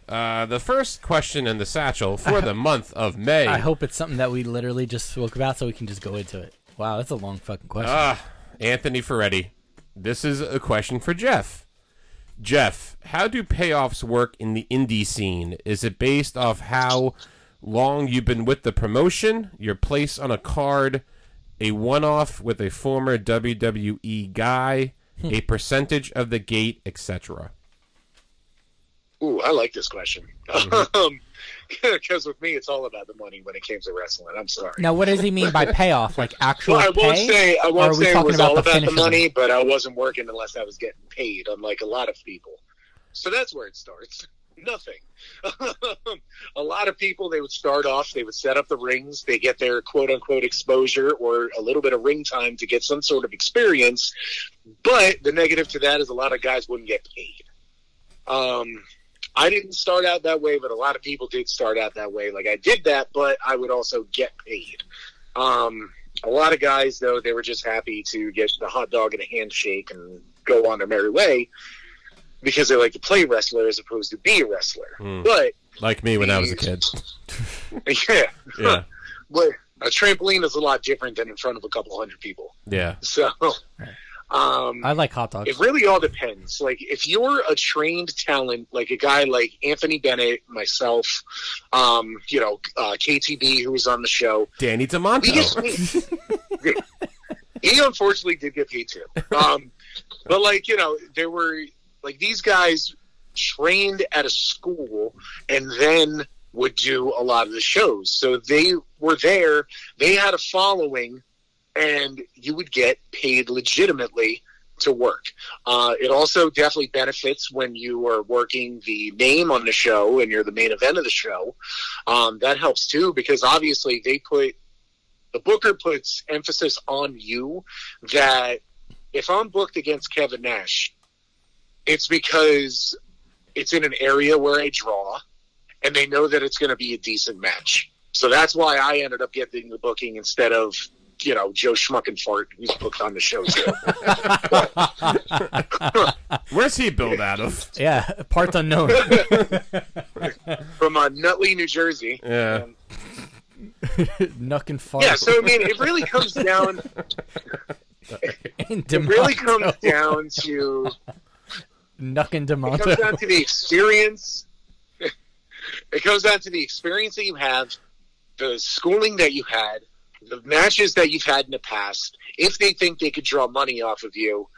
uh, the first question in the satchel for the month of May.
I hope it's something that we literally just spoke about, so we can just go into it. Wow, that's a long fucking question.
Ah, Anthony Ferretti. This is a question for Jeff. Jeff, how do payoffs work in the indie scene? Is it based off how long you've been with the promotion, your place on a card, a one off with a former WWE guy,
Hmm.
a percentage of the gate, etc.?
Ooh, I like this question.
Mm-hmm.
Because with me, it's all about the money when it comes to wrestling. I'm sorry.
now, what does he mean by payoff? Like actual
well, I
pay?
won't say I
Or are
won't
we
say it
talking
was
about
all
the
about
finish
the
of the-
money, but I wasn't working unless I was getting paid, unlike a lot of people. So that's where it starts. Nothing. a lot of people they would start off, they would set up the rings, they get their quote unquote exposure or a little bit of ring time to get some sort of experience. But the negative to that is a lot of guys wouldn't get paid. Um I didn't start out that way, but a lot of people did start out that way. Like I did that, but I would also get paid. Um, a lot of guys, though, they were just happy to get the hot dog and a handshake and go on their merry way because they like to play wrestler as opposed to be a wrestler.
Hmm.
But
Like me when I was a kid.
yeah,
Yeah.
but a trampoline is a lot different than in front of a couple hundred people.
Yeah.
So, um,
I like hot dogs.
It really all depends. Like if you're a trained talent, like a guy like Anthony Bennett, myself, um, you know, uh, KTB, who was on the show,
Danny
he
DeMonto.
gets paid. he unfortunately did get paid too. Um, but like you know, there were like these guys trained at a school and then would do a lot of the shows. So they were there. They had a following, and you would get paid legitimately to work. Uh, it also definitely benefits when you are working the name on the show and you're the main event of the show. Um, that helps too because obviously they put the booker puts emphasis on you that if I'm booked against Kevin Nash, it's because it's in an area where I draw and they know that it's going to be a decent match. So that's why I ended up getting the booking instead of, you know, Joe Schmuckenfart, who's booked on the show too.
Where's he built out of?
Yeah, parts unknown.
from uh, Nutley, New Jersey.
Yeah.
Nuck and fart.
Yeah, so I mean, it really comes down.
and
It really
Demonto.
comes down to
Nuck and
it comes
Demonto.
down to the experience. it comes down to the experience that you have, the schooling that you had, the matches that you've had in the past. If they think they could draw money off of you,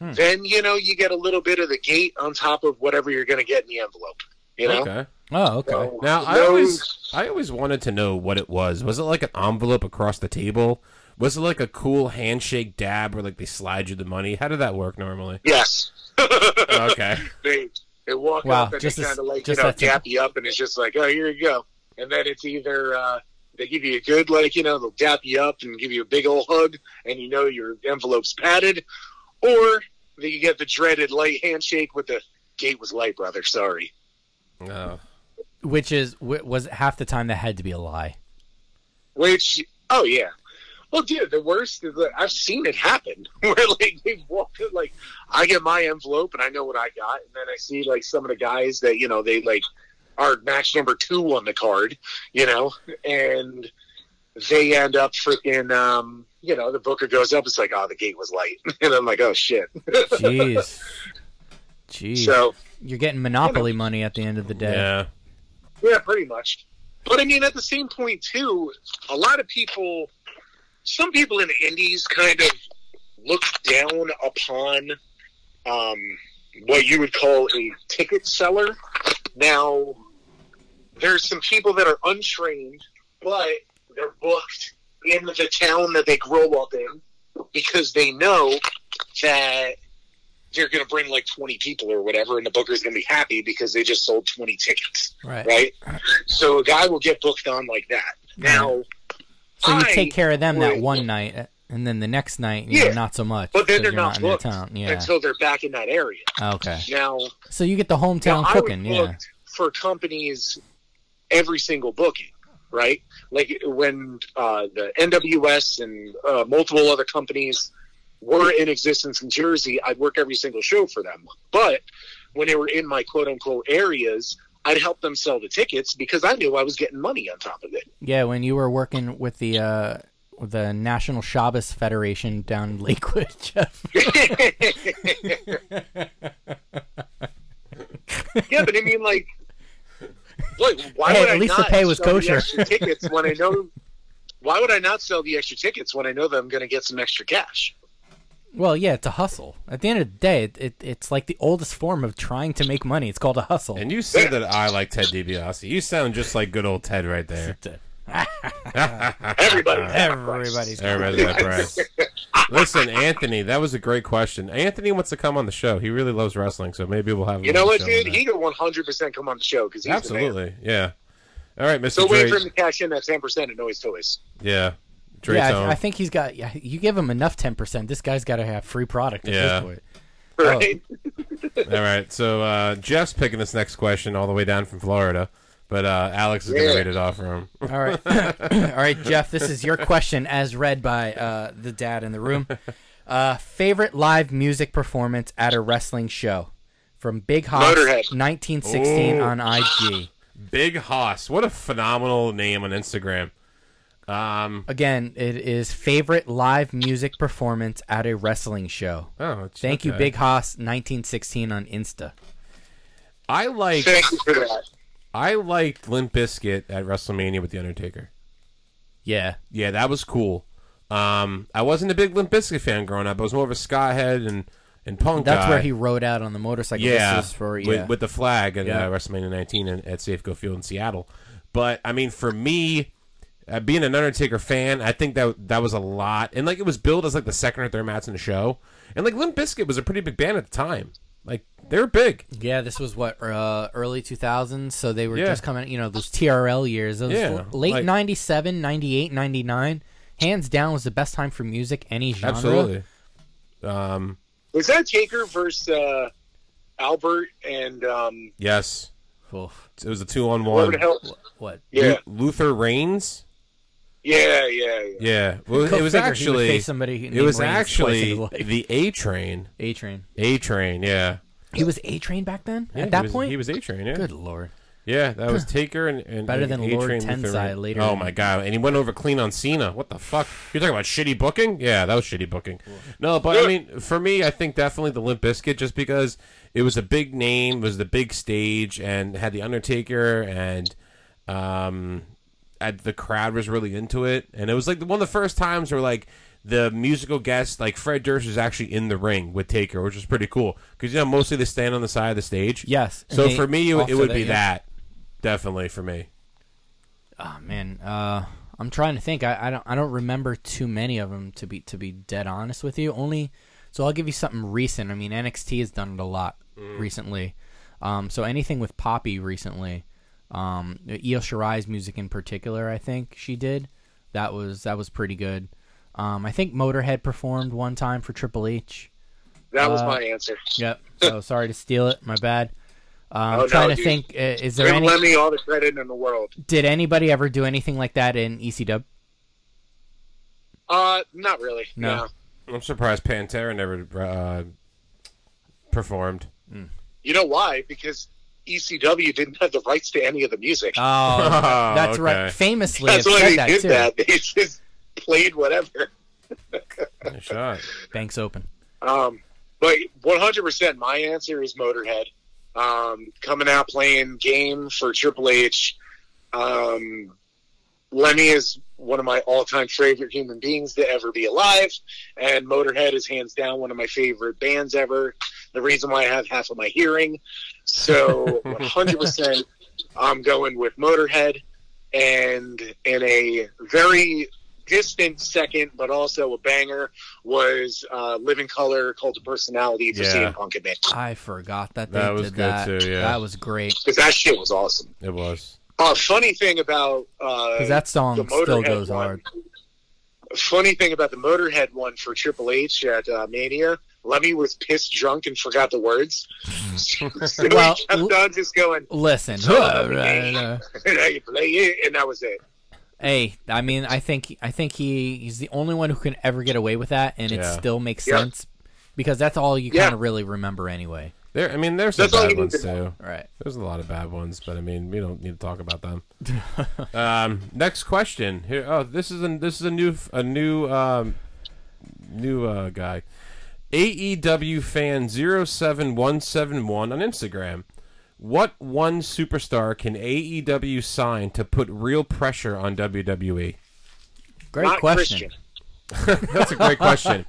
Hmm.
then you know you get a little bit of the gate on top of whatever you're going to get in the envelope. You know.
Okay.
Oh, okay.
So,
Now I
no-
always I always wanted to know what it was. Was it like an envelope across the table? Was it like a cool handshake dab where like they slide you the money? How did that work normally?
yes.
Okay.
they they walk
Wow,
up and
just
they
as-
kind of like you
just
know
that
dap you up, and it's just like, oh, here you go. And then it's either uh, they give you a good like you know they'll dap you up and give you a big old hug, and you know your envelope's padded, or they you get the dreaded light handshake with the gate was light, brother. Sorry.
Oh.
Which is wh- was half the time that had to be a lie.
Which oh yeah, Well, dude, the worst is that I've seen it happen where like they walk like I get my envelope and I know what I got, and then I see like some of the guys that you know they like are match number two on the card, you know, and they end up freaking um, you know the booker goes up, it's like oh the gate was light, and I'm like oh shit,
Jeez. Jeez.
so
You're getting monopoly money at the end of the day.
Yeah.
Yeah, pretty much. But I mean, at the same point too, a lot of people, some people in the indies kind of look down upon um, what you would call a ticket seller. Now, there's some people that are untrained, but they're booked in the town that they grow up in because they know that they're going to bring like 20 people or whatever, and the booker's going to be happy because they just sold 20 tickets
Right.
right? So a guy will get booked on like that. Now,
So you
I
take care of them that
would-
one night, uh, and then the next night, you know,
Yeah.
not so much.
but then
'cause
they're
you're
not,
in their
booked
town. Yeah.
until they're back in that area.
okay.
Now,
So you get the hometown
now I was
cooking. Yeah.
booked for companies every single booking, right? Like when uh, the NWS and uh, multiple other companies were in existence in Jersey, I'd work every single show for them. But when they were in my quote unquote areas, I'd help them sell the tickets because I knew I was getting money on top of it.
Yeah. When you were working with the uh, with the National Shabbos Federation down in Lakewood, Jeff.
Yeah, but I mean, like, look, why
Hey,
would
at
I
least the
not
pay was
sell the
kosher.
extra tickets when I know? Why would I not sell the extra tickets when I know that I'm going to get some extra cash?
Well, yeah, it's a hustle. At the end of the day, it, it, it's like the oldest form of trying to make money. It's called a hustle.
And you said that I like Ted DiBiase. You sound just like good old Ted right there.
Everybody,
Everybody's
Everybody's like, right. Listen, Anthony, that was a great question. Anthony wants to come on the show. He really loves wrestling, so maybe we'll have him
You
on
know
the
what,
show
dude?
one
He
day.
could 100 percent come on the show because he's The man.
Absolutely, yeah. All right, Mr.
So wait for him
Drake.
to cash in that 10 percent at Noise Toys.
Yeah, Drake's
yeah, I,
on.
I think he's got. Yeah, you give him enough ten percent. This guy's got to have free product at
Yeah.
this point. Oh,
Right?
All right, so uh, Jeff's picking this next question all the way down from Florida, but uh, Alex is going
Yeah.
to read it off for him.
All right, all right, Jeff. This is your question as read by uh, the dad in the room. Uh, favorite live music performance at a wrestling show from Big Hoss,
Motorhead.
1916
Ooh.
on IG.
Big Hoss, what a phenomenal name on Instagram. Um,
Again, it is favorite live music performance at a wrestling show.
oh, it's-
Thank you,
okay.
Big Hoss, 1916 on Insta.
I like
Thank you for that.
I liked Limp Bizkit at WrestleMania with the Undertaker.
Yeah,
Yeah, that was cool. Um, I wasn't a big Limp Bizkit fan growing up. I was more of a ska head and and punk.
that's
guy.
where he rode out on the motorcycle.
yeah,
This is for, yeah.
With, with the flag at
Yeah.
uh, WrestleMania 19 in, at Safeco Field in Seattle. But I mean, for me, uh, being an Undertaker fan, I think that that was a lot, and like it was billed as like the second or third match in the show, and like Limp Bizkit was a pretty big band at the time. Like they were big.
yeah, this was what uh, early 2000s, so they were
Yeah.
just coming. You know, those TRL years. Those
Yeah,
l- late
like-
97, 98, 99. Hands down was the best time for music, any genre.
Absolutely. Um.
Was that Taker versus uh, Albert and um,
Yes.
Oof.
It was a two on
whoever the
one.
hell?
What?
Yeah,
Luther Reigns.
yeah, yeah, yeah.
Yeah. Well,
Go
it was
figure, he would
actually.
face somebody.
it was actually the A Train.
A Train.
A Train. Yeah.
He was A Train back then.
Yeah,
At
he
that
was-
point,
he was A Train. Yeah.
Good lord.
Yeah, that was Taker and, and
Better than
A-
Lord
A-Train with the
Tensai
ring.
later
Oh
in-
my god! And he went over clean on Cena. What the fuck? You're talking about shitty booking? Yeah, that was shitty booking. No, but I mean, for me, I think definitely the Limp Biscuit, just because it was a big name, it was the big stage, and had the Undertaker, and um, I, the crowd was really into it, and it was like one of the first times where like. The musical guest, like Fred Durst, was actually in the ring with Taker, which was pretty cool because you know mostly they stand on the side of the stage.
Yes, and
So
they-
for me, it,
also
it would
that,
be
yeah.
that definitely for me.
Oh man, uh, I'm trying to think. I, I don't I don't remember too many of them to be to be dead honest with you. Only so I'll give you something recent. I mean NXT has done it a lot
Mm.
recently. Um, so anything with Poppy recently, um, Io Shirai's music in particular, I think she did. That was that was pretty good. Um, I think Motorhead performed one time for Triple H.
That was
Uh,
my answer.
Yep. So sorry to steal it. My bad. Um, I'm
Oh, no,
trying to
dude.
think. Uh, is there
Don't
any?
let me all the credit in the world.
E Did anybody ever do anything like that in ECW?
Uh, not really.
No.
no.
I'm surprised Pantera never uh, performed.
You know why? Because ECW didn't have the rights to any of the music.
Oh,
Oh,
that's
okay.
right. Famously,
That's
have
why
said
they
that
did
too.
that. They just played whatever.
Nice shot.
Banks open.
Um, but 100%, my answer is Motorhead. Um, coming out playing game for Triple H. Um, Lemmy is one of my all time favorite human beings to ever be alive. And Motorhead is hands down one of my favorite bands ever. The reason why I have half of my hearing. So 100%, I'm going with Motorhead. And in a very distant second, but also a banger, was uh, Living Color, Cult of Personality for
Yeah.
CM Punk and Mankind.
I forgot that they
That was
did
good
that.
too, yeah.
That was great.
Because that shit was awesome.
It was.
Uh, funny thing about uh,
Because that
the
song still
Motorhead
goes
one.
hard.
Funny thing about the Motorhead one for Triple H at uh, Mania, Lemmy was pissed drunk and forgot the words. so he
Well,
kept on just going,
Listen.
and I play it, and that was it.
Hey, I mean, I think I think he he's the only one who can ever get away with that, and it
Yeah.
still makes
Yeah.
sense because that's all you
Yeah.
kind of really remember anyway.
There. I mean, there's some
That's all you
bad
need
ones
to
too.
Right.
There's a lot of bad ones, but I mean, we don't need to talk about them. um, next question. Here. Oh, this is a this is a new a new um, new uh, guy. AEW fan 07171 on Instagram. What one superstar can AEW sign to put real pressure on WWE?
Great
Not
question.
Christian.
That's a great question.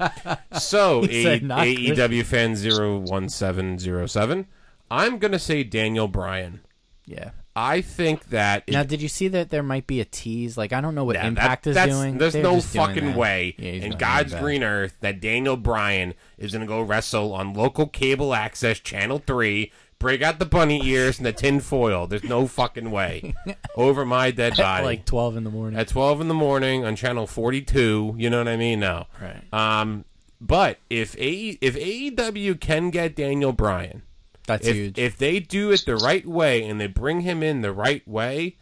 So,
He
a-
said not
AEW fan 01707, I'm going to say Daniel Bryan.
Yeah.
I think that it-
Now, did you see that there might be a tease? Like, I don't know what
Yeah, that-
Impact is
that's-
doing.
There's
They're
no
just doing
fucking
that.
way
Yeah, he's
in
not
God's
doing that.
green earth that Daniel Bryan is going to go wrestle on local cable access channel 3, break out the bunny ears and the tin foil. There's no fucking way. Over my dead body.
Like twelve in the morning.
at 12 in the morning on channel 42, you know what I mean? No.
Right.
Um but if AE, if AEW can get Daniel Bryan,
That's
if,
huge.
if they do it the right way and they bring him in the right way,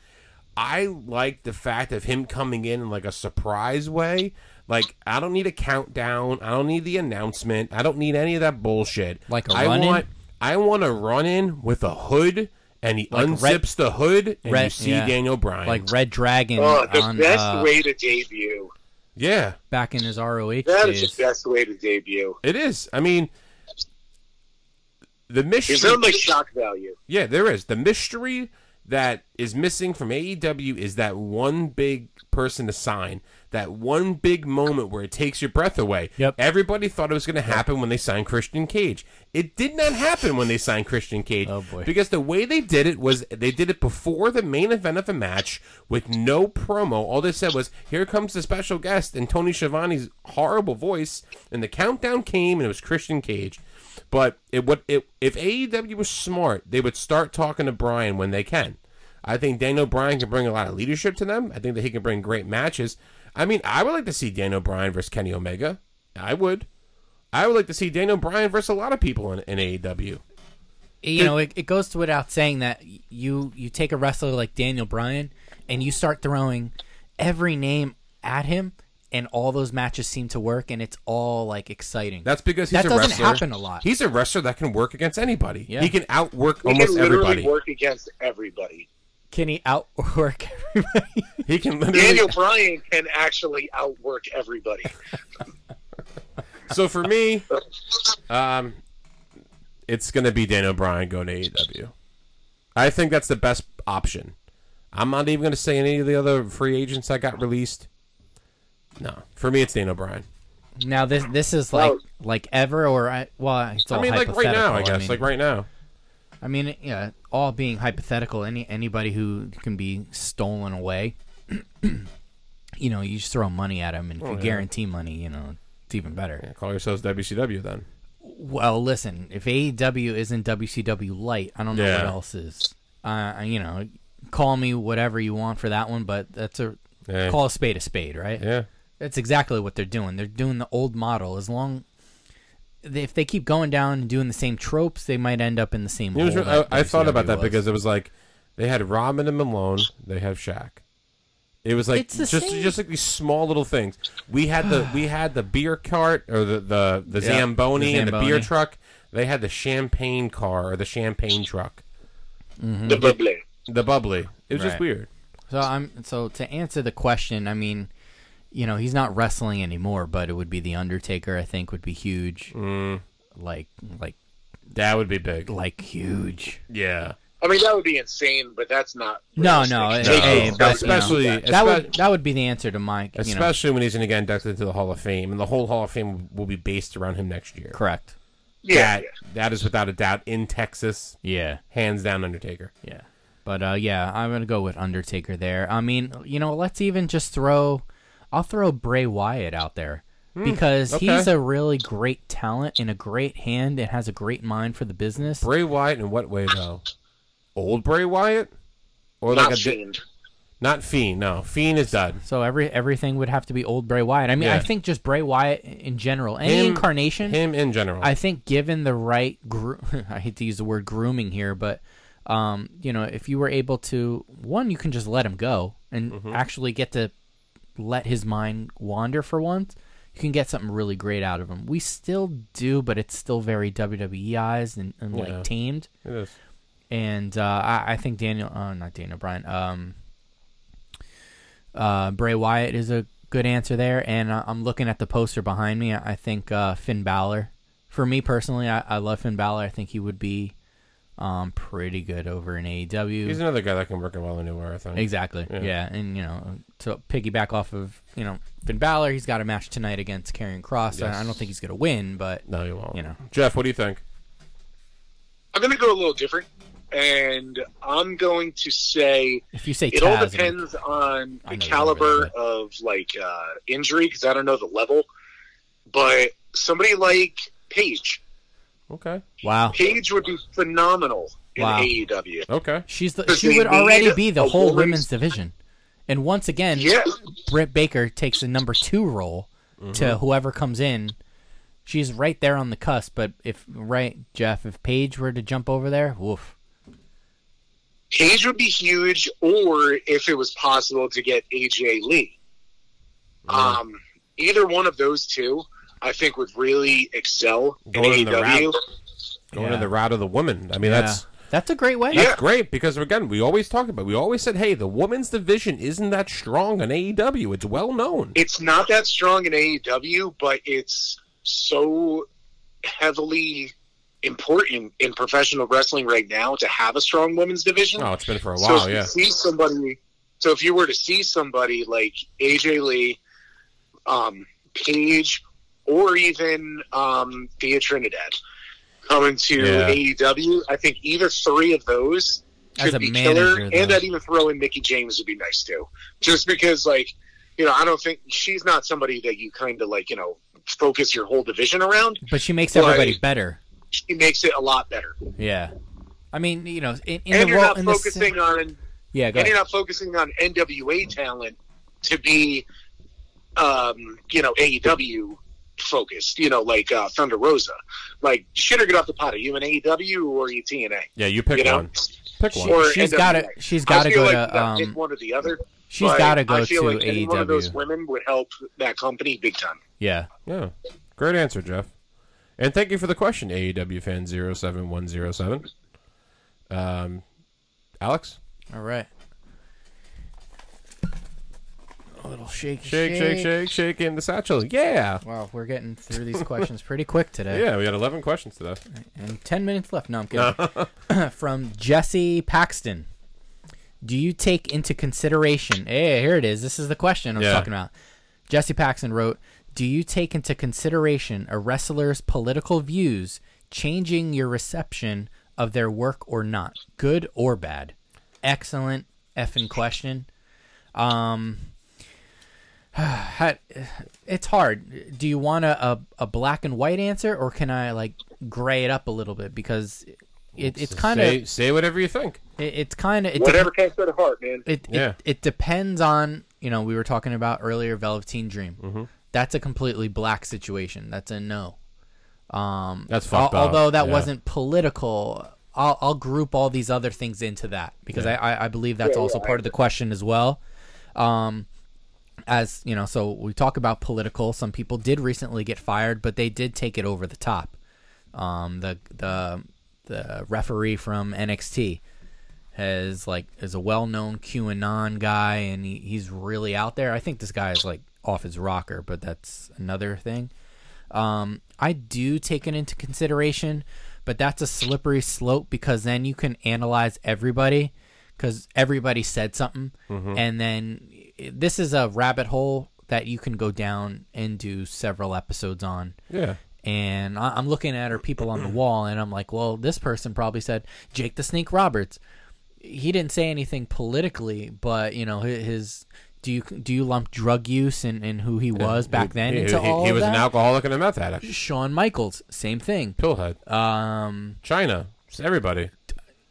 I like the fact of him coming in in like a surprise way. Like I don't need a countdown. I don't need the announcement. I don't need any of that bullshit.
Like a
I
run-in?
want I want to run in with a hood and he
Like
unzips
Red-
the hood and you
Red-
see
yeah.
Daniel Bryan.
like Red Dragon
Oh, the
on
best
uh,
way to debut.
yeah,
back in his ROH
That is
days.
the best way to debut.
it is. I mean the mission
There's no like shock value.
Yeah, there is. The mystery that is missing from AEW is that one big person to sign, that one big moment where it takes your breath away.
Yep.
Everybody thought it was going to happen when they signed Christian Cage. It did not happen when they signed Christian Cage.
Oh, boy.
Because the way they did it was they did it before the main event of a match with no promo. All they said was, "Here comes the special guest," and Tony Schiavone's horrible voice, and the countdown came, and it was Christian Cage. But it would it, if AEW was smart, they would start talking to Brian when they can. I think Daniel Bryan can bring a lot of leadership to them. I think that he can bring great matches. I mean, I would like to see Daniel Bryan versus Kenny Omega. I would. I would like to see Daniel Bryan versus a E lot of people in, in AEW.
you know, it, it goes to without saying that you you take a wrestler like Daniel Bryan and you start throwing every name at him, and all those matches seem to work, and it's all like exciting.
That's because he's
That
a
doesn't
wrestler.
happen a lot.
He's a wrestler that can work against anybody.
Yeah.
He can outwork
He
almost
can literally
everybody.
work against everybody.
Can he outwork everybody?
He can literally.
Daniel Bryan can actually outwork everybody.
So for me, um, it's gonna be Daniel Bryan going to AEW. I think that's the best option. I'm not even gonna say any of the other free agents that got released. No, for me, it's Daniel Bryan.
now this this is like
Well-
like ever or I, well, it's all
I mean, like right
hypothetical.
now, I guess,
mean,
like right now.
I mean, yeah, all being hypothetical. Any anybody who can be stolen away, you know, you just throw money at him, and if you
Oh, yeah.
guarantee money, you know, it's even better.
Yeah, call yourselves WCW then.
Well, listen, if AEW isn't WCW light, I don't know what
Yeah.
else is. Uh, you know, call me whatever you want for that one, but that's a
Yeah.
call a spade a spade, right?
Eh. Yeah,
That's exactly what they're doing. They're doing the old model. As long if they keep going down and doing the same tropes, they might end up in the same.
it was.
hole
I,
that
I thought about
WCW
that
was.
because it was like they had Robin and Malone, they have Shaq. It was like
It's the
just
same.
just like these small little things. We had the we had the beer cart or the the, the, Zamboni
the
and the beer
Zamboni.
truck. They had the champagne car or the champagne truck.
The bubbly.
The bubbly. It was just
Right.
weird.
So I'm so to answer the question, I mean, you know, he's not wrestling anymore, but it would be the Undertaker. I think would be huge, like like
That would be big.
like huge.
Yeah.
I mean, that would be insane, but that's not.
No,
realistic.
no,
Take
hey,
it
but, you
down.
know,
Oh, especially
That would
espe-
that would be the answer to my you know,
especially when he's going to get inducted into the Hall of Fame, and the whole Hall of Fame will be based around him next year.
correct.
yeah,
That that is without a doubt in Texas,
Yeah,
hands down Undertaker.
yeah. But uh, yeah, I'm gonna go with Undertaker there. I mean, you know, let's even just throw, I'll throw Bray Wyatt out there because
okay.
he's a really great talent and a great hand and has a great mind for the business.
Bray Wyatt in what way though? Old Bray Wyatt, or
not
like a di-
fiend.
not Fiend? No, Fiend is done.
So every everything would have to be old Bray Wyatt. I mean, I
Yeah.
think just Bray Wyatt in general, any
Him-
incarnation.
Him in general.
I think given the right gro- I hate to use the word grooming here, but um, you know, if you were able to one, you can just let him go and
Mm-hmm.
actually get to let his mind wander for once. You can get something really great out of him. We still do, but it's still very WWEized and, and
Yeah.
like tamed.
It is.
And uh, I, I think Daniel, uh, not Daniel Bryan, um, uh, Bray Wyatt is a good answer there. And I, I'm looking at the poster behind me. I, I think uh, Finn Balor. For me personally, I, I love Finn Balor. I think he would be um, pretty good over in AEW.
He's another guy that can work in well anywhere. I think.
exactly. Yeah. And, you know, to piggyback off of, you know, Finn Balor, he's got a match tonight against Karrion Cross. I, I don't think he's going to win, but
No, you won't.
You know.
Jeff, what do you think?
I'm going to go a little different, and I'm going to say
if you say
it
Taz,
all
it'll-
depends on
I
the
know you're
caliber
gonna
of like uh, injury because I don't know the level, but somebody like Paige,
Okay.
Wow.
Paige would be phenomenal in E
Wow.
AEW.
Okay.
She's the,
Does
she
he
would
need
already be the
a
whole
woman's-
women's division. And once again,
Yeah,
Britt Baker takes a number two role to whoever comes in. She's right there on the cusp, but if right, Jeff, if Paige were to jump over there, woof.
Paige would be huge, or if it was possible to get AJ Lee.
Uh-huh.
Um, either one of those two, I think, would really excel
Going
in E
the
AEW.
route. Going
Yeah.
to the route of the woman. I mean, that's
Yeah. that's a great way.
that's
Yeah.
great because again, we always talked about. We always said, hey, the women's division isn't that strong in AEW. It's well known.
It's not that strong in AEW, but it's so heavily important in professional wrestling right now to have a strong women's division.
Oh, it's been for a
so
while.
if you
yeah.
see somebody, so if you were to see somebody like AJ Lee, um, Paige, or even um, Thea Trinidad coming to
Yeah.
AEW, I think either three of those
As
could
a
be
manager,
killer,
though.
and I'd even throw in Mickey James would be nice too, just because like you know I don't think she's not somebody that you kind of like you know focus your whole division around.
But she makes
Right.
everybody better.
She makes it a lot better,
Yeah. I mean, you know, in, in
and
the
you're
role,
not
in the si-
focusing on
yeah, go
and
ahead.
you're not focusing on NWA talent to be, um, you know, AEW focused. You know, like uh, Thunder Rosa. Like, shit or get off the pot. Are you an AEW or are you TNA?
Yeah, you pick
you know,
one. Pick one.
Or
she's
NWA.
gotta- she's
I
gotta
feel
go
like
to,
you gotta
um,
pick one or the other.
She's
but
got to go
I
to E
feel like any one of those
AEW.
women would help that company big time.
Yeah.
Yeah. Great answer, Jeff. And thank you for the question, E AEW fan 07107. Um, Alex?
All right. A little shake,
Shake, shake, shake, shake in the satchel. Yeah.
Wow, we're getting through these questions pretty quick today.
Yeah, we had 11 questions today.
And 10 minutes left. No, I'm kidding. From Jesse Paxton. Do you take into consideration? Hey, here it is. This is the question I'm
Yeah.
talking about. Jesse Paxton wrote Do you take into consideration a wrestler's political views changing your reception of their work or not? Good or bad? Excellent effing question. Um, had- it's hard. Do you want a, a, a black and white answer, or can I like gray it up a little bit because it, it's kind of
Say,
it,
say whatever you think.
it's kind of it, dep-
Whatever came to the heart, man.
it, it
Yeah.
it depends on you know we were talking about earlier Velveteen Dream.
Mm-hmm.
That's a completely black situation. That's a no.
That's
Al-
fucked up.
although that
Yeah.
wasn't political I'll, I'll group all these other things into that because I, I, I believe that's
Yeah,
also
yeah, I
part of the question as well Um, as you know, so we talk about political. Some people did recently get fired, but they did take it over the top. Um, the the the referee from NXT has like is a well known QAnon guy, and he, he's really out there. I think this guy is like off his rocker, but that's another thing. Um, I do take it into consideration, but that's a slippery slope because then you can analyze everybody because everybody said something,
Mm-hmm.
and then this is a rabbit hole that you can go down and do several episodes on
Yeah.
and I, I'm looking at her people on the wall, and I'm like, well, this person probably said Jake the Snake Roberts. He didn't say anything politically, but you know hi- his. Do you do you lump drug use and, and who he was back then
He,
into
he-
all
he
of
was
that?
an alcoholic and a meth addict.
Shawn Michaels, same thing.
Pillhead.
Um,
China. Just everybody.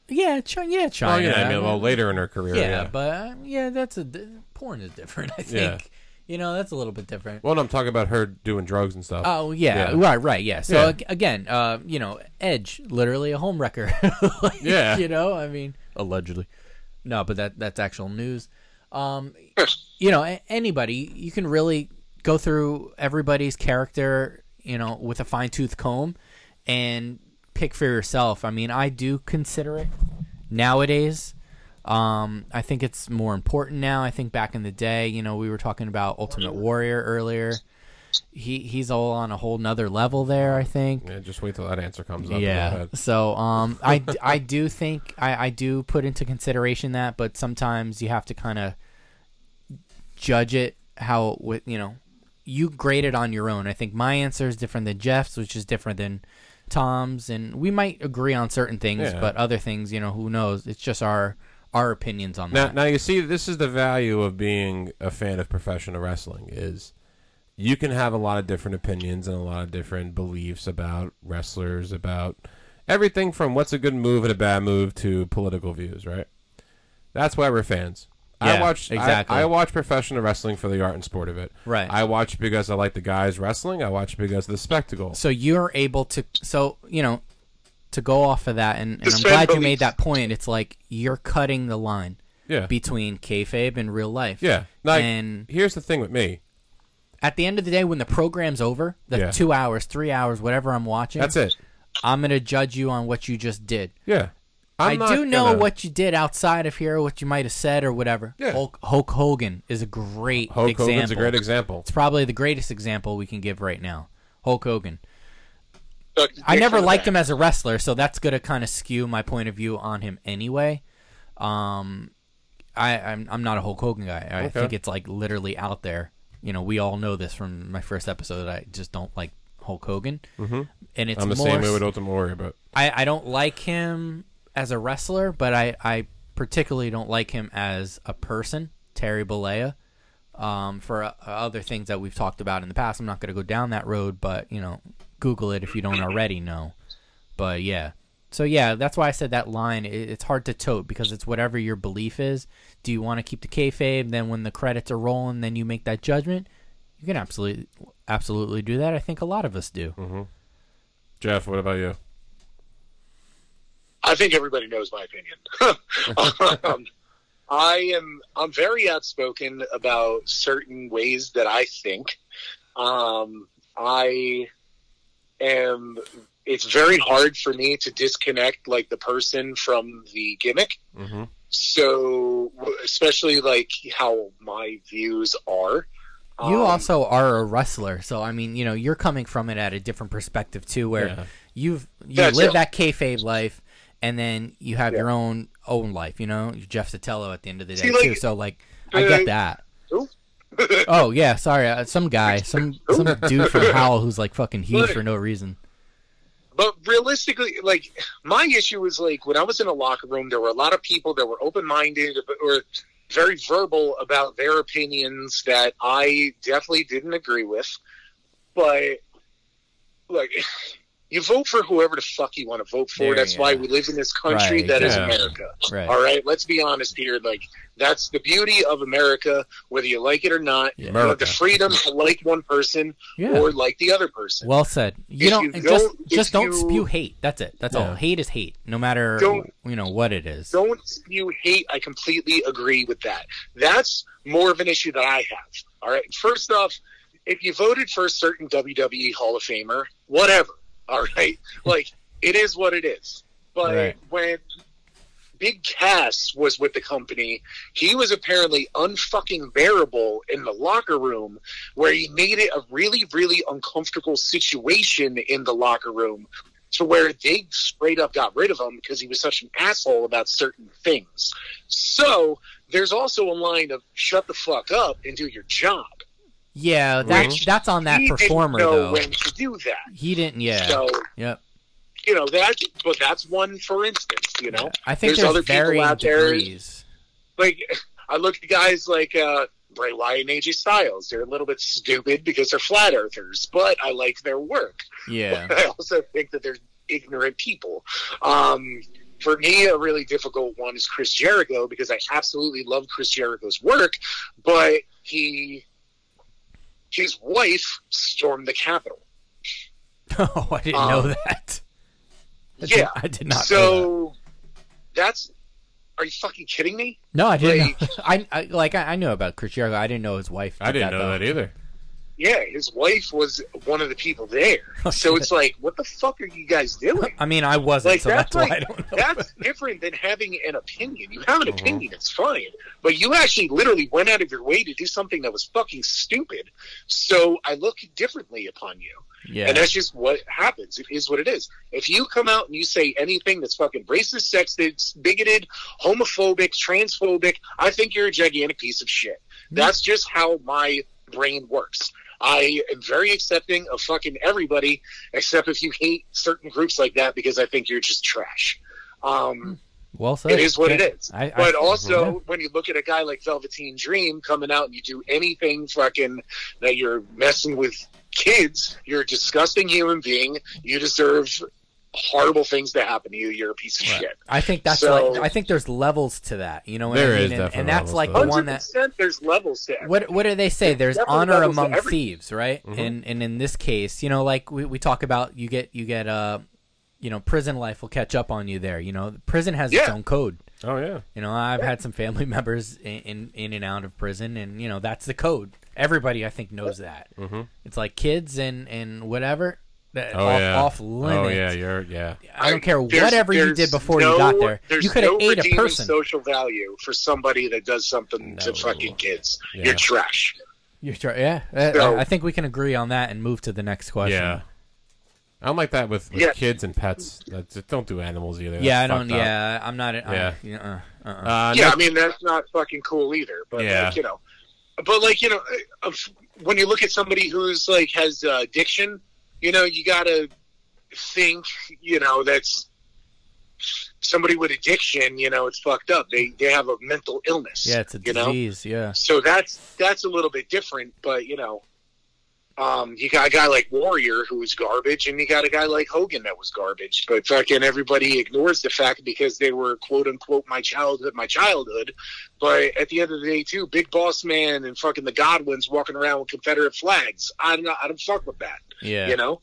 yeah, Ch- yeah, China.
Oh, yeah. I mean, well, later in her career.
yeah,
Yeah.
but uh, yeah, that's a di- porn is different. I think
Yeah.
you know that's a little bit different.
well, no, I'm talking about her doing drugs and stuff.
Oh yeah,
Yeah.
right, right, yeah. So
Yeah.
ag- again, uh, you know, Edge, literally a home wrecker. Like,
Yeah.
you know, I mean, allegedly. No, but that that's actual news. Um, you know, a- anybody you can really go through everybody's character, you know, with a fine tooth comb, and pick for yourself. I mean, I do consider it nowadays. Um, I think it's more important now. I think back in the day, you know, we were talking about Ultimate Warrior earlier. He he's all on a whole nother level there. I think.
Yeah, just wait till that answer comes up. Go
Yeah.
ahead.
So um, I, d- I do think I, I do put into consideration that, but sometimes you have to kind of judge it how it with you know you grade it on your own. I think my answer is different than Jeff's, which is different than Tom's, and we might agree on certain things,
Yeah.
but other things, you know, who knows? It's just our our opinions on
Now,
that.
now you see, this is the value of being a fan of professional wrestling is you can have a lot of different opinions and a lot of different beliefs about wrestlers, about everything from what's a good move and a bad move to political views, right? That's why we're fans. I
Yeah,
watch I-
exactly.
I, watch professional wrestling for the art and sport of it.
Right.
I watch because I like the guys wrestling. I watch because of the spectacle.
so you're able to so you know to go off of that, and, and I'm
Defend
glad you
beliefs.
made that point. It's like you're cutting the line.
yeah.
between kayfabe and real life.
yeah. Like,
and
here's the thing with me.
at the end of the day, when the program's over, the
Yeah.
two hours, three hours, whatever I'm watching,
That's it.
I'm gonna judge you on what you just did.
Yeah. I'm
i
not
do know
gonna-
what you did outside of here, what you might have said or whatever.
Yeah.
Hulk, Hulk Hogan is a great
Hulk
example.
Hogan's a great example.
it's probably the greatest example we can give right now. Hulk Hogan.
Suck
I
dick
never
from the
liked
back.
him as a wrestler, so that's gonna kind of skew my point of view on him anyway. Um, I I'm, I'm not a Hulk Hogan guy. I
Okay.
think it's like literally out there. You know, we all know this from my first episode. I just don't like Hulk Hogan, mm-hmm. and it's
I'm the
more.
same way with Ultimate Warrior, but
I I don't like him as a wrestler, but I I particularly don't like him as a person, Terry Bollea. Um, for uh, other things that we've talked about in the past, I'm not going to go down that road, but you know, Google it if you don't already know. But yeah. So yeah, that's why I said that line. i it's hard to tote because it's whatever your belief is. Do you want to keep the kayfabe? Then when the credits are rolling, then you make that judgment. You can absolutely, absolutely do that. I think a lot of us do.
Jeff, what about you?
I think everybody knows my opinion. um, I am I'm very outspoken about certain ways that I think. Um, I am. It's very hard for me to disconnect like the person from the gimmick.
Mm-hmm.
So especially like how my views are.
You
Um,
also are a wrestler, so I mean, you know, you're coming from it at a different perspective too, where
Yeah.
you've you
That's
live
it.
that kayfabe life, and then you have
Yeah.
your own own life. You know, You're Jeff Sotelo at the end of the day
See, like-
too.
uh,
So like, I get that.
Who?
oh yeah, sorry, uh, some guy, some some dude from Howell who's like fucking huge
Look.
for no reason.
But realistically, like my issue was like when I was in a locker room, there were a lot of people that were open minded or very verbal about their opinions that I definitely didn't agree with. But like You vote for whoever the fuck you want to vote for.
There
that's
you
why
go.
we live in this country
Right,
that is
yeah.
America.
Right.
All right, let's be honest here. Like that's the beauty of America, whether you like it or not.
Yeah.
You have
America.
the freedom to like one person
Yeah.
or like the other person.
Well said. You
If
don't
you
and just
don't- if
just don't
you-
spew hate. That's it. That's all.
Yeah.
Hate is hate, no matter
Don't-
you know what it is.
Don't spew hate. I completely agree with that. That's more of an issue that I have. All right. First off, if you voted for a certain WWE Hall of Famer, whatever. All right. Like it is what it is. But
Right.
when Big Cass was with the company, he was apparently unfucking bearable in the locker room where he made it a really, really uncomfortable situation in the locker room to where they straight up got rid of him because he was such an asshole about certain things. So there's also a line of shut the fuck up and do your job.
Yeah, that
Which
that's on that
he
performer
didn't know
though.
when to do that.
He didn't. Yeah.
So
yep.
you know that, but that's one for instance. You know,
I think
There's
there's,
other people
varying
out there-
degrees.
like I look at guys like uh, Bray Wyatt and AJ Styles. They're a little bit stupid because they're flat earthers, but I like their work.
Yeah.
I also think that they're ignorant people. Um, for me, a really difficult one is Chris Jericho because I absolutely love Chris Jericho's work, but he his wife stormed the Capitol.
oh, I didn't
Um,
know that. I did-
yeah,
I did not. know that.
so that's are you fucking kidding me?
no, I didn't.
like-
know. I, I like I, I knew about Chris Jericho. I didn't know his wife.
I
did
didn't know
though.
that either.
Yeah, his wife was one of the people there. so it's like, what the fuck are you guys doing?
I mean, I wasn't,
Like
so
that's
that's,
like
why I don't know. Uh-huh.
that's different than having an opinion. You have an opinion, it's fine, but you actually literally went out of your way to do something that was fucking stupid. So I look differently upon you,
yeah.
and that's just what happens. It is what it is. If you come out and you say anything that's fucking racist, sexist, bigoted, homophobic, transphobic, I think you're a gigantic piece of shit. That's just how my brain works. I am very accepting of fucking everybody, except if you hate certain groups like that because I think you're just trash. Um,
well said.
it is what
Yeah.
it is.
I- I-
but also,
yeah.
when you look at a guy like Velveteen Dream coming out and you do anything fucking that you're messing with kids, you're a disgusting human being. You deserve horrible things to happen to you. You're a piece of
Right.
shit.
I think that's
So-
like I think there's levels to that. You know what
There
I mean?
is
and,
definitely
and that's
levels
like
to
the
that.
one
100%
that
there's levels to everything.
what what do they say? There's
Definitely
honor
levels to
among
everything.
thieves, right?
Mm-hmm.
And and in this case, you know, like we, we talk about, you get you get uh, you know, prison life will catch up on you there. You know, prison has its
Yeah.
own code.
Oh yeah.
You know, I've had some family members in, in in and out of prison, and you know that's the code. Everybody, I think, knows that. Mm-hmm. It's like kids and and whatever that
Oh
off,
yeah.
off limits.
Oh yeah. You're yeah.
I don't care
There's-
whatever you
there's
did before
no-
you got there.
there's
You could have
no
ate a
redeeming
person.
Social value for somebody that does something
No.
to fucking kids.
Yeah.
You're trash.
You're try- yeah, I-
So-
I, I think we can agree on that and move to the next question.
Yeah. I'm like that with, with
Yeah.
kids and pets. That's, don't do animals either.
Yeah, I
That's
don't.
fucked up.
Yeah, I'm not. Yeah. Uh, uh, uh,
Uh,
yeah,
Nick-
I mean that's not fucking cool either. But
Yeah.
like, you know, but like you know, uh, f- when you look at somebody who's like has uh, addiction, you know, you gotta think, you know, that's somebody with addiction. You know, it's fucked up. They they have a mental illness.
yeah, it's a
you know?
disease. Yeah.
So that's that's a little bit different, but you know, um, you got a guy like Warrior who was garbage, and you got a guy like Hogan that was garbage. But fucking everybody ignores the fact because they were quote unquote my childhood, my childhood. But at the end of the day, too, Big Boss Man and fucking the Godwins walking around with Confederate flags. I don't I don't fuck with that.
Yeah.
You know.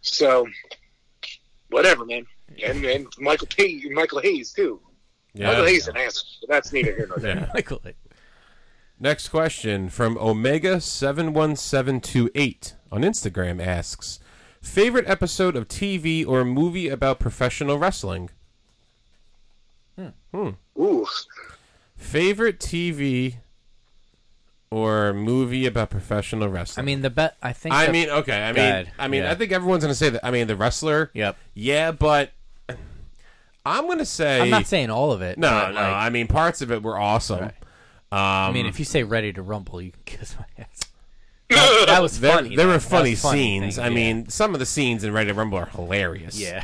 So, whatever, man. And, and Michael P, Michael Hayes too.
yeah.
Michael Hayes is an asshole. But that's neither here nor there.
Yeah.
Michael,
Next question from Omega seven one seven two eight on Instagram asks: Favorite episode of TV or movie about professional wrestling?
Ooh.
Favorite TV or movie about professional
I
wrestling?
mean, the bet. I think.
I
the-
mean, okay. I mean,
God,
I mean,
yeah.
I think everyone's gonna say that. I mean, the wrestler.
Yep.
Yeah, but I'm gonna say
I'm not saying all of it.
no,
but,
no.
like,
I mean, parts of it were awesome.
I
Um,
mean, if you say "ready to rumble," you can kiss my ass. That, that was
there,
funny.
there
though.
were
That was
funny,
things,
scenes. I
yeah.
mean, some of the scenes in Ready to Rumble are hilarious.
Yeah.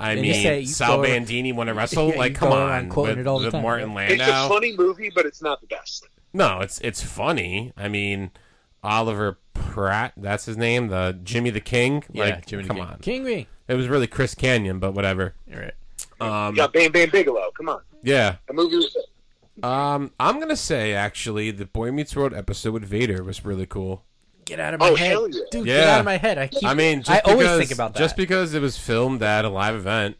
I
And you
mean,
say- you
Sal
go-
Bandini want to wrestle?
Yeah,
like,
you
come
go around
on,
quoting
with,
it all the
with
time,
Martin
It's a
Landau.
funny movie, but it's not the best.
No, it's it's funny. I mean, Oliver Pratt. That's his name. The Jimmy the King.
Yeah,
like,
Jimmy the
come
King.
on.
King me.
It was really Chris Canyon, but whatever.
All right.
Um,
You got Bam Bam Bigelow. Come on,
yeah.
the movie was
Um, I'm gonna say actually, the Boy Meets World episode with Vader was really cool.
Get out of my
Oh,
head,
hell yeah.
dude. Get
Yeah.
out of my head. I keep.
I mean, just
I
because,
always think about that.
Just because it was filmed at a live event,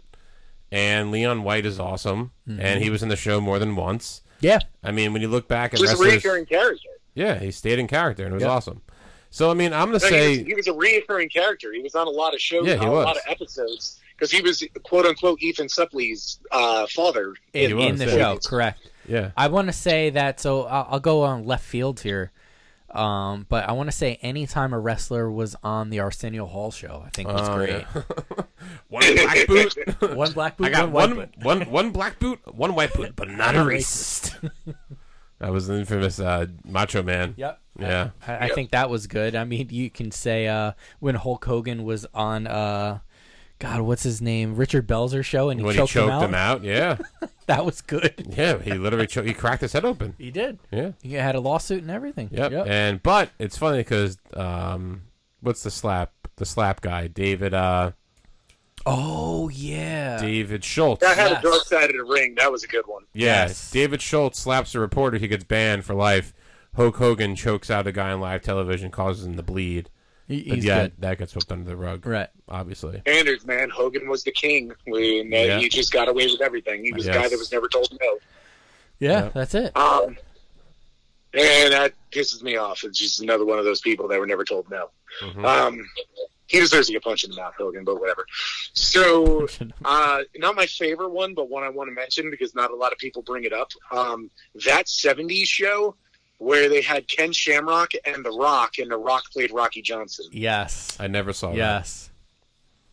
and Leon White is awesome,
Mm-hmm.
and he was in the show more than once.
yeah.
I mean, when you look back at
just a
wrestlers-
reoccurring character.
yeah, he stayed in character and it was
Yep.
awesome. So I mean, I'm gonna
No, he, was,
say
he was a reoccurring character. He was on a lot of shows,
Yeah,
on
he
a
was.
lot of episodes, because he was quote unquote Ethan Suplee's uh, father.
In,
was,
in the
yeah.
show, correct.
yeah,
I want to say that. So I'll, I'll go on left field here. Um, but I want to say anytime a wrestler was on the Arsenio Hall show, I think was
Oh,
great.
yeah. one black boot.
One black boot,
I got
one white
one,
boot.
one- one black boot, one white boot, but not a racist. that was the infamous uh, Macho Man.
Yep.
Yeah.
I, I think that was good. I mean, you can say uh, when Hulk Hogan was on, uh, God, what's his name, Richard Belzer show, and he,
When
choked,
he choked
him out.
him out, yeah,
That was good.
yeah, he literally cho- he cracked his head open.
He did.
Yeah.
He had a lawsuit and everything.
Yep. And but it's funny because um, what's the slap? The slap guy, David. Uh,
Oh yeah.
David Schultz.
That had
Yes.
a dark side of the ring. That was a good one.
Yeah,
Yes.
David Schultz slaps a reporter. He gets banned for life. Hulk Hogan chokes out a guy on live television, causes him to bleed.
He-
But
he's
yeah,
good.
that gets swept under the rug.
Right.
Obviously.
Standards, man. Hogan was the king. When uh,
Yeah.
he just got away with everything. He was
Yes.
the guy that was never told no.
Yeah,
Yeah.
that's it.
Um, and that pisses me off. It's just another one of those people that were never told no.
Mhm.
Mm-hmm.
Um, he deserves to get punched in the mouth, Hogan, but whatever. So, uh, not my favorite one, but one I want to mention because not a lot of people bring it up. Um, that 70s show where they had Ken Shamrock and The Rock, and The Rock played Rocky Johnson.
Yes.
I never saw
Yes.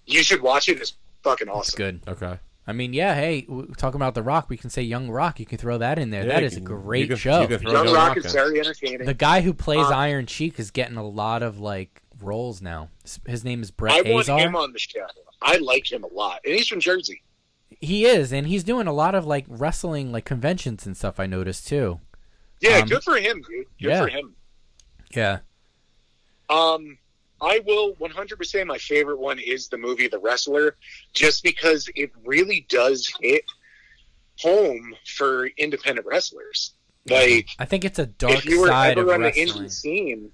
You should watch it. It's fucking
It's
awesome.
good.
that. Okay.
I mean, yeah. Hey, w- talking about the Rock, we can say Young Rock. You can throw that in there.
Yeah,
that
you
is a
can-
great
you can-
show.
you can throw
Young
Young
Rock
Rock
is
in.
very entertaining.
the guy who plays
Um,
Iron Sheik is getting a lot of like roles now. S- His name is
I
Brett
want
Azar.
him on the show. I like him a lot. And he's from Jersey.
he is, and he's doing a lot of like wrestling like conventions and stuff. I noticed too.
Yeah,
Um,
good for him, dude. Good
yeah.
for him.
Yeah.
Um, I will 100% my favorite one is the movie The Wrestler, just because it really does hit home for independent wrestlers. Like,
I think it's a dark
if you were
side of
ever on the
wrestling.
indie scene,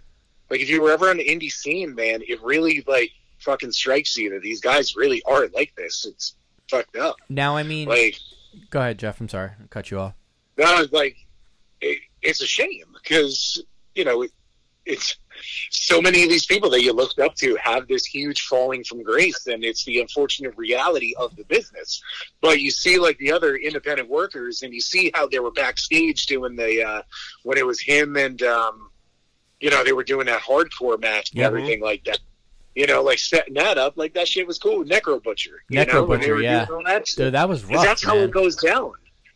like, if you were ever on the indie scene, man, it really, like, fucking strikes you that these guys really are like this. It's fucked up.
Now, I mean,
Like,
go ahead, Jeff. I'm sorry, I cut you off.
that was like, it, it's a shame because, you know, it, it's so many of these people that you looked up to have this huge falling from grace, and it's the unfortunate reality of the business. But you see, like the other independent workers, and you see how they were backstage doing the uh, when it was him and um, you know they were doing that hardcore match and
Yeah.
everything like that. You know, like setting that up, like that shit was cool. Necro Butcher, you
Necro
know, when they
Butcher,
were
yeah.
doing all that shit.
Dude, that was
'Cause
rough.
that's how
man.
it goes down.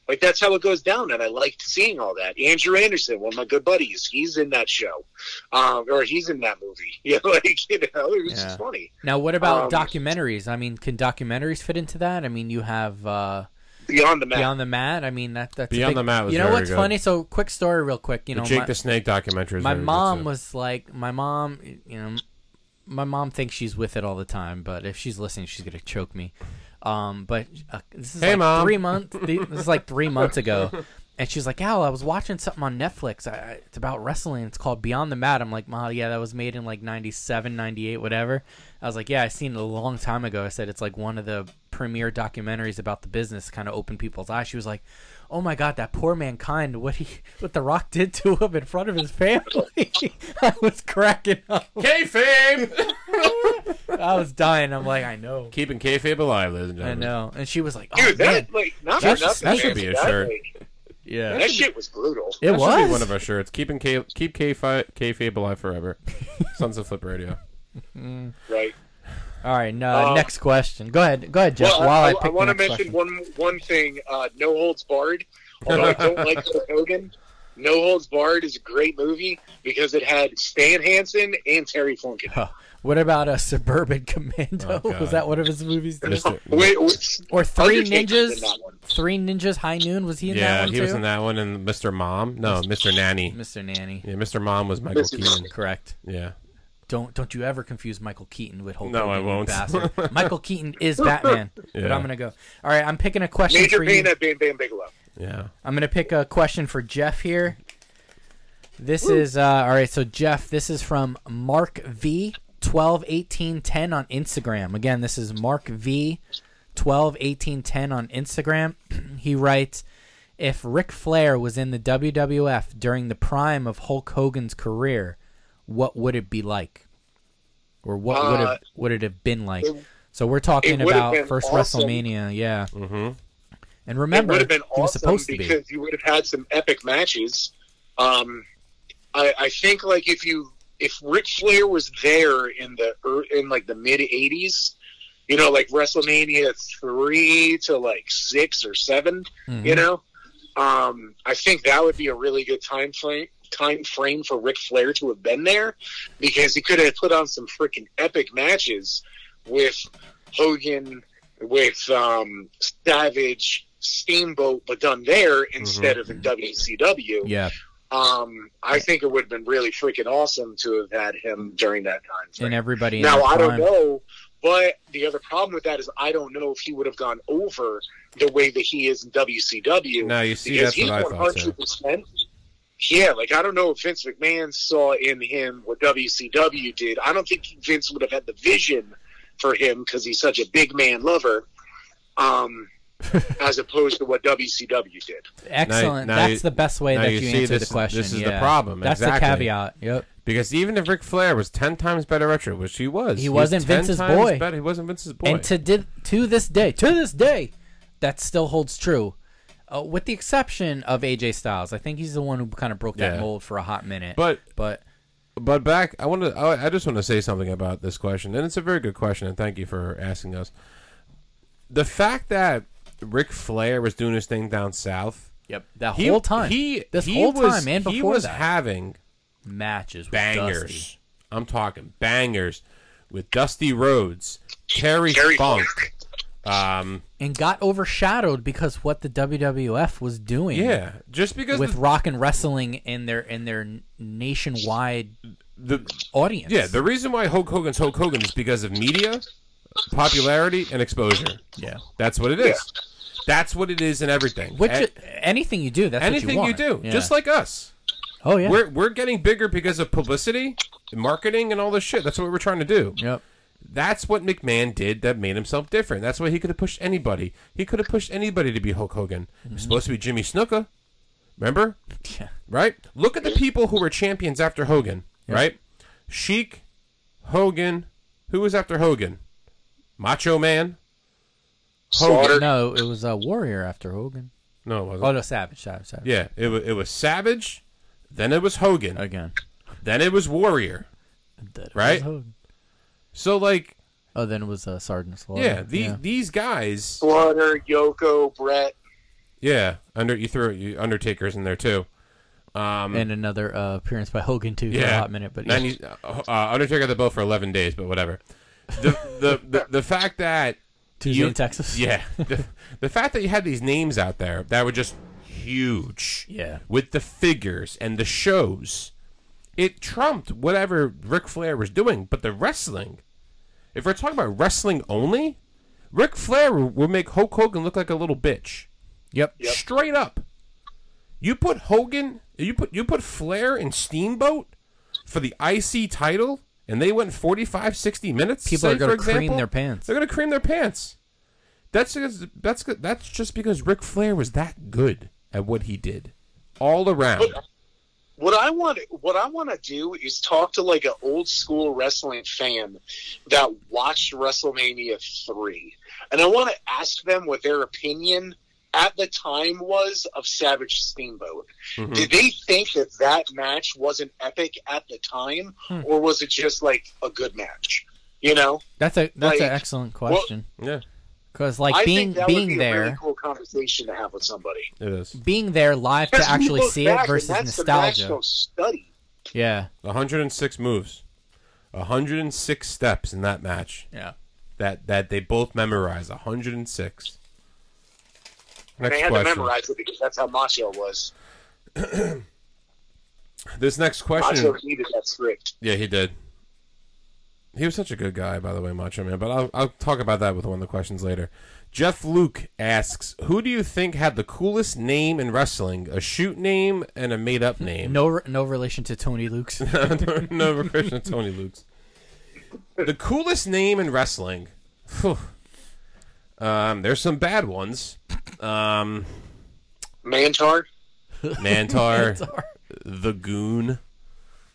Like that's how it goes down, and I liked seeing all that. Andrew Anderson, one of my good buddies, he's in that show, um, or he's in that movie. Yeah, like you know, it was
Yeah.
just funny.
Now, what about
Um,
documentaries? I mean, can documentaries fit into that? I mean, you have uh,
Beyond the map,
Beyond the Mat. I mean, that that's a
Beyond
big-
the Mat was
you know
very
what's
good.
funny? So, quick story, real quick. You
the
know,
Jake
Oh, my,
the Snake documentary. is
my
very good,
mom
too.
was like, my mom, you know, my mom thinks she's with it all the time, but if she's listening, she's gonna choke me. Um, but uh, this is
Hey,
like
Mom.
three months. This is like three months ago, and she's like, "Al, I was watching something on Netflix. I, I- it's about wrestling. It's called Beyond the Mat." I'm like, "Ma, yeah, that was made in like '97, '98, whatever." I was like, "Yeah, I seen it a long time ago." I said, "It's like one of the premier documentaries about the business. Kind of opened people's eyes." She was like, "Oh my God, that poor mankind! What he, what The Rock did to him in front of his family." I was cracking up.
kayfabe.
I was dying. I'm like, I know.
Keeping kayfabe alive, ladies and
I
gentlemen.
know. And she was like, oh,
dude.
man.
That like not
That's-
for nothing.
that should
man,
be a
that,
shirt.
like,
Yeah.
that shit was brutal.
It
That
was.
should be one of our shirts. Keeping K- keep kayfabe, kayfabe alive forever. Sons of Flip Radio.
Right.
All right. No,
Uh,
Um,
next question. Go ahead. Go ahead, Jeff.
well,
while I,
I,
pick
I, want to
the next
mention
question.
one one thing. Uh, no holds barred. Although I don't like Hulk Hogan, No Holds Barred is a great movie because it had Stan Hansen and Terry Flunken.
Huh. What about a Suburban Commando?
Oh, God.
was that one of his movies? too?
Mr.
Wait, wait,
Or Three
Undertaker's
Ninjas?
in that one.
Three Ninjas High Noon? Was he in that
yeah,
one
he
too?
was in that one. And Mr. Mom, no, Mr. Nanny.
Mr. Nanny.
Yeah, Mr. Mom was Michael
Mr.
Keaton.
Correct.
Yeah,
Don't don't you ever confuse Michael Keaton with Hulk
No,
Hogan,
I
you
won't.
bastard. Michael Keaton is Batman. But
Yeah.
I'm gonna go. All right, I'm picking a question
Major
for you.
Pain at Bam Bam Bigelow.
yeah.
I'm gonna pick a question for Jeff here. This is uh, all right. So Jeff, this is from Mark V twelve eighteen ten on Instagram. Again, this is Mark V twelve eighteen ten on Instagram. he writes, "If Ric Flair was in the WWF during the prime of Hulk Hogan's career, what would it be like, or what would
Uh,
it would it have been like?"
it-
So we're talking
it would have
about
been
first
awesome.
WrestleMania, yeah.
Mm-hmm.
And
It
remember,
would have been
he was
awesome
supposed to be.
because you would have had some epic matches. Um, I, I think like if you if Ric Flair was there in the er- in like the mid '80s, you know, like WrestleMania three to like six or 7
Mhm.
you know, um, I think that would be a really good time frame time frame for Ric Flair to have been there because he could have put on some freaking epic matches with Hogan, with um, Savage, Steamboat, but done there instead of in WCW.
Yeah,
Um, I think it would have been really freaking awesome to have had him during that time frame.
and everybody. in
Now
their
I don't
prime.
know, but the other problem with that is I don't know if he would have gone over the way that he is in WCW.
No, you see,
because
that's what I thought
he's
too.
100%. Yeah, like I don't know if Vince McMahon saw in him what WCW did. I don't think Vince would have had the vision for him because he's such a big man lover, um, as opposed to what WCW did.
Excellent.
now
That's
you-
the best way
now
that
you
you,
see
answer
this-
the question.
this is the
yeah.
problem,
That's
exactly.
the caveat. Yep.
Because even if Ric Flair was ten times better at which he was,
He
was
wasn't
10
Vince's
times
boy.
Better. He wasn't Vince's boy.
And to did to this day, to this day, that still holds true. Uh, with the exception of AJ Styles, I think he's the one who kind of broke that
Yeah.
mold for a hot minute.
But-
but
But back, I want to. I I just want to say something about this question, and it's a very good question, and thank you for asking us. The fact that Ric Flair was doing his thing down south
yep, that
he-
whole time,
he
this
he
whole
was-
time, and
he
before
was
that,
having
matches were
bangers.
dusty.
I'm talking bangers with Dusty Rhodes, Terry,
Terry
Funk.
Funk.
Um,
and got overshadowed because what the WWF was doing.
yeah, just because
With
the,
rock and wrestling and their and their nationwide
the
audience.
yeah the reason why Hulk Hogan's Hulk Hogan is because of media, popularity, and exposure.
yeah.
That's what it is. That's what it is in everything.
Which
A-
anything you do, that's
anything you,
what you,
do,
want.
just like us.
oh yeah,
We're we're getting bigger because of publicity, marketing, and all this shit. That's what we're trying to do.
yep,
That's what McMahon did that made himself different. That's why he could have pushed anybody. He could have pushed anybody to be Hulk Hogan. It was supposed to be Jimmy Snuka. Remember?
yeah,
Right? Look at the people who were champions after Hogan, right? Sheik, Hogan, who was after Hogan? Macho Man?
Slaughter.
No, it was a Warrior after Hogan.
No, it wasn't.
Oh no, Savage, Savage, Savage.
Yeah, it, wa it was Savage, then it was Hogan,
Again,
then it was Warrior.
That was
Right?
Hogan.
So like,
Oh, then it was uh, Sergeant Slaughter.
yeah, the, these guys,
Slaughter, Yoko, Brett.
yeah, under you threw you Undertaker's in there too. Um,
and another uh, appearance by Hogan too for a
yeah,
hot minute, but yeah.
90 uh, uh, Undertaker got the belt for eleven days, but whatever. The the the, the fact that
Tuesday
you-
in Texas.
yeah, the, the fact that you had these names out there that were just huge,
Yeah.
with the figures and the shows, it trumped whatever Ric Flair was doing. But the wrestling, if we're talking about wrestling only, Ric Flair w- would make Hulk Hogan look like a little bitch.
Yep.
Straight up. You put Hogan, you put you put Flair in Steamboat for the IC title, and they went 45, 60 minutes.
People are
say,
gonna
for example,
cream their pants.
They're gonna cream their pants. That's because, that's good- that's just because Ric Flair was that good at what he did, all around.
what I want what I want to do is talk to like an old school wrestling fan that watched WrestleMania 3 and I want to ask them what their opinion at the time was of Savage Steamboat.
Mm-hmm.
Mhm.
Did they think that that match wasn't epic at the time
Hmm.
or was it just like a good match? You know?
That's a that's an
Like,
excellent question.
Yeah,
Because like
I
being
think that would
being
be a
there,
really cool conversation to have with somebody.
It is
being there live to
Because we
actually
look
see
back
it
and
versus
that's The
nostalgia.
national study.
Yeah,
106 moves, 106 steps in that match.
yeah.
That that they both memorized 106.
And they
Next
had to
question.
memorize it because that's how Macho was.
This next question
Macho needed that script.
Yeah, he did. He was such a good guy, by the way, Macho Man. But I'll, I'll talk about that with one of the questions later. Jeff Luke asks, "Who do you think had the coolest name in wrestling? A shoot name and a made-up name?"
No, re- no relation to Tony Luke's.
no version of Tony Luke's. The coolest name in wrestling. Phew. Um, there's some bad ones. Um,
Mantar.
Mantar, the Goon,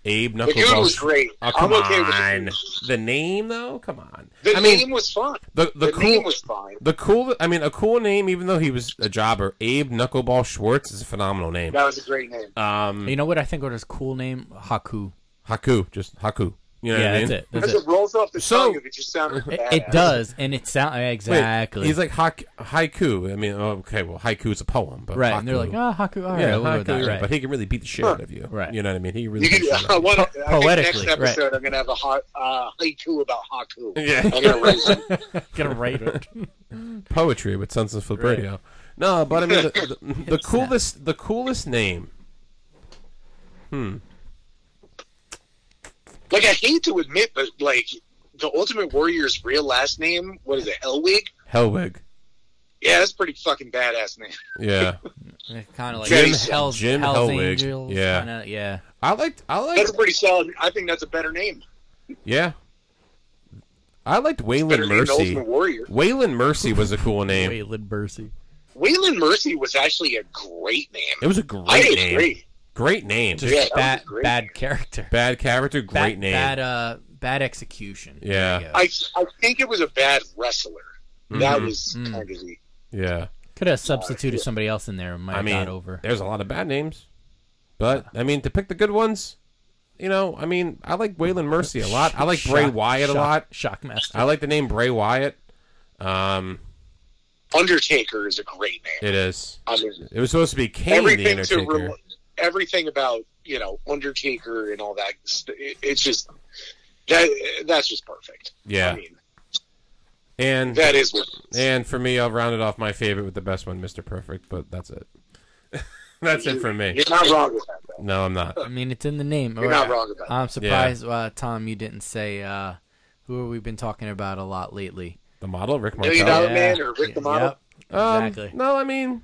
Abe
The
Knuckles.
dude was great.
Oh, come
I'm okay
on.
with
the name though, come on.
the The
I mean,
name was fun.
the the,
The,
cool
name was fine.
the cool. I mean, a cool name, even though he was a jobber. Abe Knuckleball Schwartz is a phenomenal name.
That was a great name.
Um,
you know what I think was his cool name? Haku.
Haku, just Haku. You know
Yeah,
what I mean?
that's it. That's
Because
it.
it rolls off the
So-
tongue if it just sounded
It,
badass.
it does, and it sounds
Wait,
exactly.
he's like hak- haiku. I mean, oh, okay, well, haiku is a poem, but
right,
Haku,
and they're like, oh, Haku. All right,
yeah,
we'll go with
haiku,
that. Right.
but he can really beat the shit out of you.
Right.
You know what I mean? He can really.
You
beat the
can,
shit out of
I want to, I think next
Poetically, right.
episode I'm going to have a hot, uh, haiku about Haku.
Yeah.
I'm going to raise it.
Get him right.
poetry with Sons of Flip
Right.
Radio. No, but I mean the, the, the coolest the coolest name.
Like, I hate to admit, but, like, the Ultimate Warrior's real last name, what is it, Elwig?
Hellwig.
Yeah, that's a pretty fucking badass name.
Yeah,
kind of like
Jim-
Hell's,
Jim
Hell's
Hellwig.
Angels.
Yeah.
Kinda, yeah.
I liked I
That's
liked
a pretty solid. I think that's a better name.
yeah. I liked
Better
Waylon
name than
Mercy.
Ultimate Warrior.
Waylon Mercy was a cool name.
Waylon Bursey.
Waylon Mercy was actually a great name.
It was a
I
great
agree.
name. Great name.
Just
Yeah, that was
bad,
great.
bad character.
Bad character,
Bad,
great name.
Bad, uh, bad execution. There
Yeah.
you go.
I, I think it was a bad wrestler. That
Mhm.
was
Mm.
kind of the.
yeah.
Could have substituted somebody else in there. and Might
I
have
mean,
got over.
there's a lot of bad names, but I mean, to pick the good ones, you know, I mean, I like Waylon Mercy a lot. I like Bray
Shock-
Wyatt a
shock-
lot.
Shockmaster.
I like the name Bray Wyatt. Um,
Undertaker is a great name.
it is.
I mean,
It was supposed to be Kane the
everything to
Undertaker.
rel everything about you know Undertaker and all that. st- it- It's just that that's just perfect.
yeah,
I mean,
and
that is what.
and for me, I'll round it off my favorite with the best one, Mister Perfect. But that's it. that's it for me.
You're not wrong with that. Though.
No, I'm not.
I mean, it's in the name.
You're
Or-
not wrong about that.
I'm surprised, uh, Tom, you didn't say uh, who have we been talking about a lot lately.
The model, Rick
Million
Martel.
Dollar Man or Rick the Model?
Yep,
Um,
exactly.
No, I mean,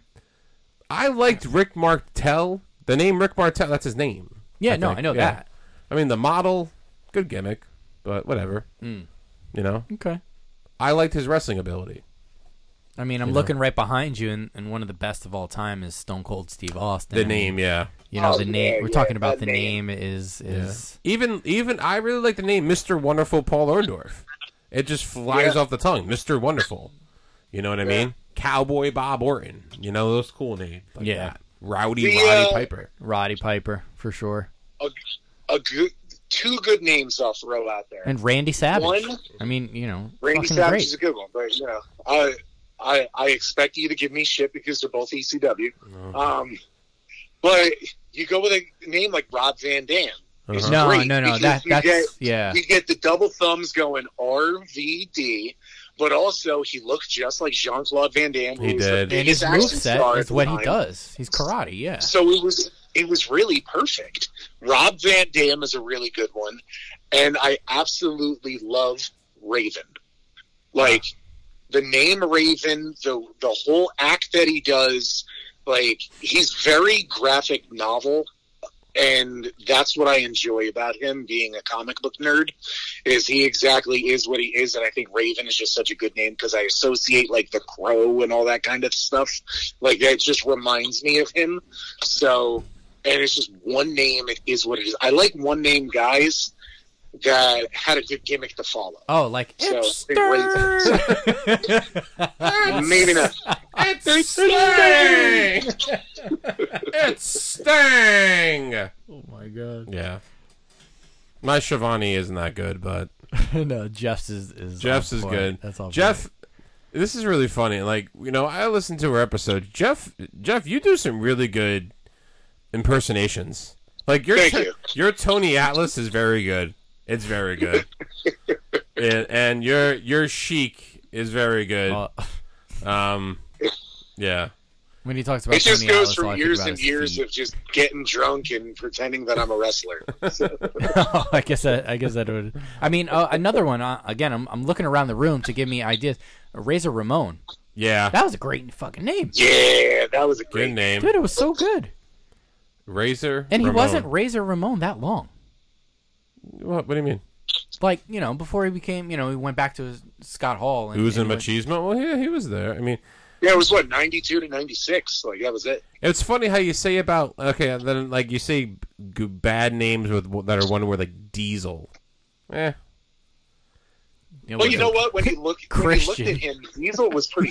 I liked Rick Martel. The name Rick Martel. That's his name.
yeah,
I
no,
think,
I know
yeah. I mean, the model, good gimmick, but whatever.
Hmm.
You know,
that. Okay.
I liked his wrestling ability.
I mean, I'm looking right behind you, and, and one of the best of all time is Stone Cold Steve Austin.
The
I mean,
name, yeah.
You know,
Oh,
the
yeah,
name. We're
yeah,
talking about
that
the name, is is
Even even I really like the name Mr. Wonderful Paul Orndorff. It just flies
Yeah.
off the tongue, Mr. Wonderful. You know what I mean? Cowboy Bob Orton. You know those cool names. Like
Yeah.
that. Rowdy
The,
Roddy
uh,
Piper.
Roddy Piper for sure,
A good, two good names I'll throw out there.
and Randy Savage.
One-
I mean, you know,
Randy
fucking
Savage
great.
is a good one, but you know, I, I I expect you to give me shit because they're both ECW.
Oh.
Um, but you go with a name like Rob Van Dam. He's
Uh-huh.
no,
great
no, no,
because
that
you
that's
get,
yeah,
you get the double thumbs going RVD, but also he looked just like Jean Claude Van Damme. who
He
was the
did.
and his
biggest action star
moveset
at
is
the
what he
time.
does. He's karate, yeah.
So it was it was really perfect. Rob Van Dam is a really good one, and I absolutely love Raven. Like the name Raven, the the whole act that he does, like he's very graphic novel, and that's what I enjoy about him being a comic book nerd. Is he exactly is what he is, and I think Raven is just such a good name because I associate like the Crow and all that kind of stuff. Like that just reminds me of him. So, and it's just one name. It is what it is. I like one name guys that had a good gimmick to follow.
Oh, like
So,
it's
big wave. Maybe not.
It's Sting! it's Sting!
Oh my god.
Yeah. My Shivani isn't that good, but
no, uh, Jeff's is, is
Jeff's
off
is
point.
good.
Oh, That's all.
Jeff This is really funny. Like you know, I listened to her episode. Jeff, Jeff, you do some really good impersonations. Like your
Thank
to-
you.
your Tony Atlas is very good. It's very good. and, and your your Chic is very good.
Uh,
Um, yeah.
when he talks about
It just
Tony
goes
Atlas, all I
from
think
years
about
and
is
years
feet.
of just getting drunk and pretending that I'm a wrestler.
oh, I guess that, I guess that would. I mean, uh, another one. Uh, again, I'm, I'm looking around the room to give me ideas. Razor Ramon.
Yeah.
That was a great fucking name,
yeah, that was a
Good
great name.
name.
dude. It was so good,
Razor.
and he
Ramon.
wasn't Razor Ramon that long.
What, what do you mean?
Like you know, before he became, you know, he went back to his Scott Hall. And,
He was in
and went-
Machismo? Well, yeah, he was there. I mean,
Yeah, it was what ninety two to ninety six. Like that was it.
It's funny how you say about okay, and then like you say g- bad names with that are one word like Diesel. Eh,
you know,
Well,
was
you
a-
know what? When you look, when you looked
Christian.
at him, Diesel was pretty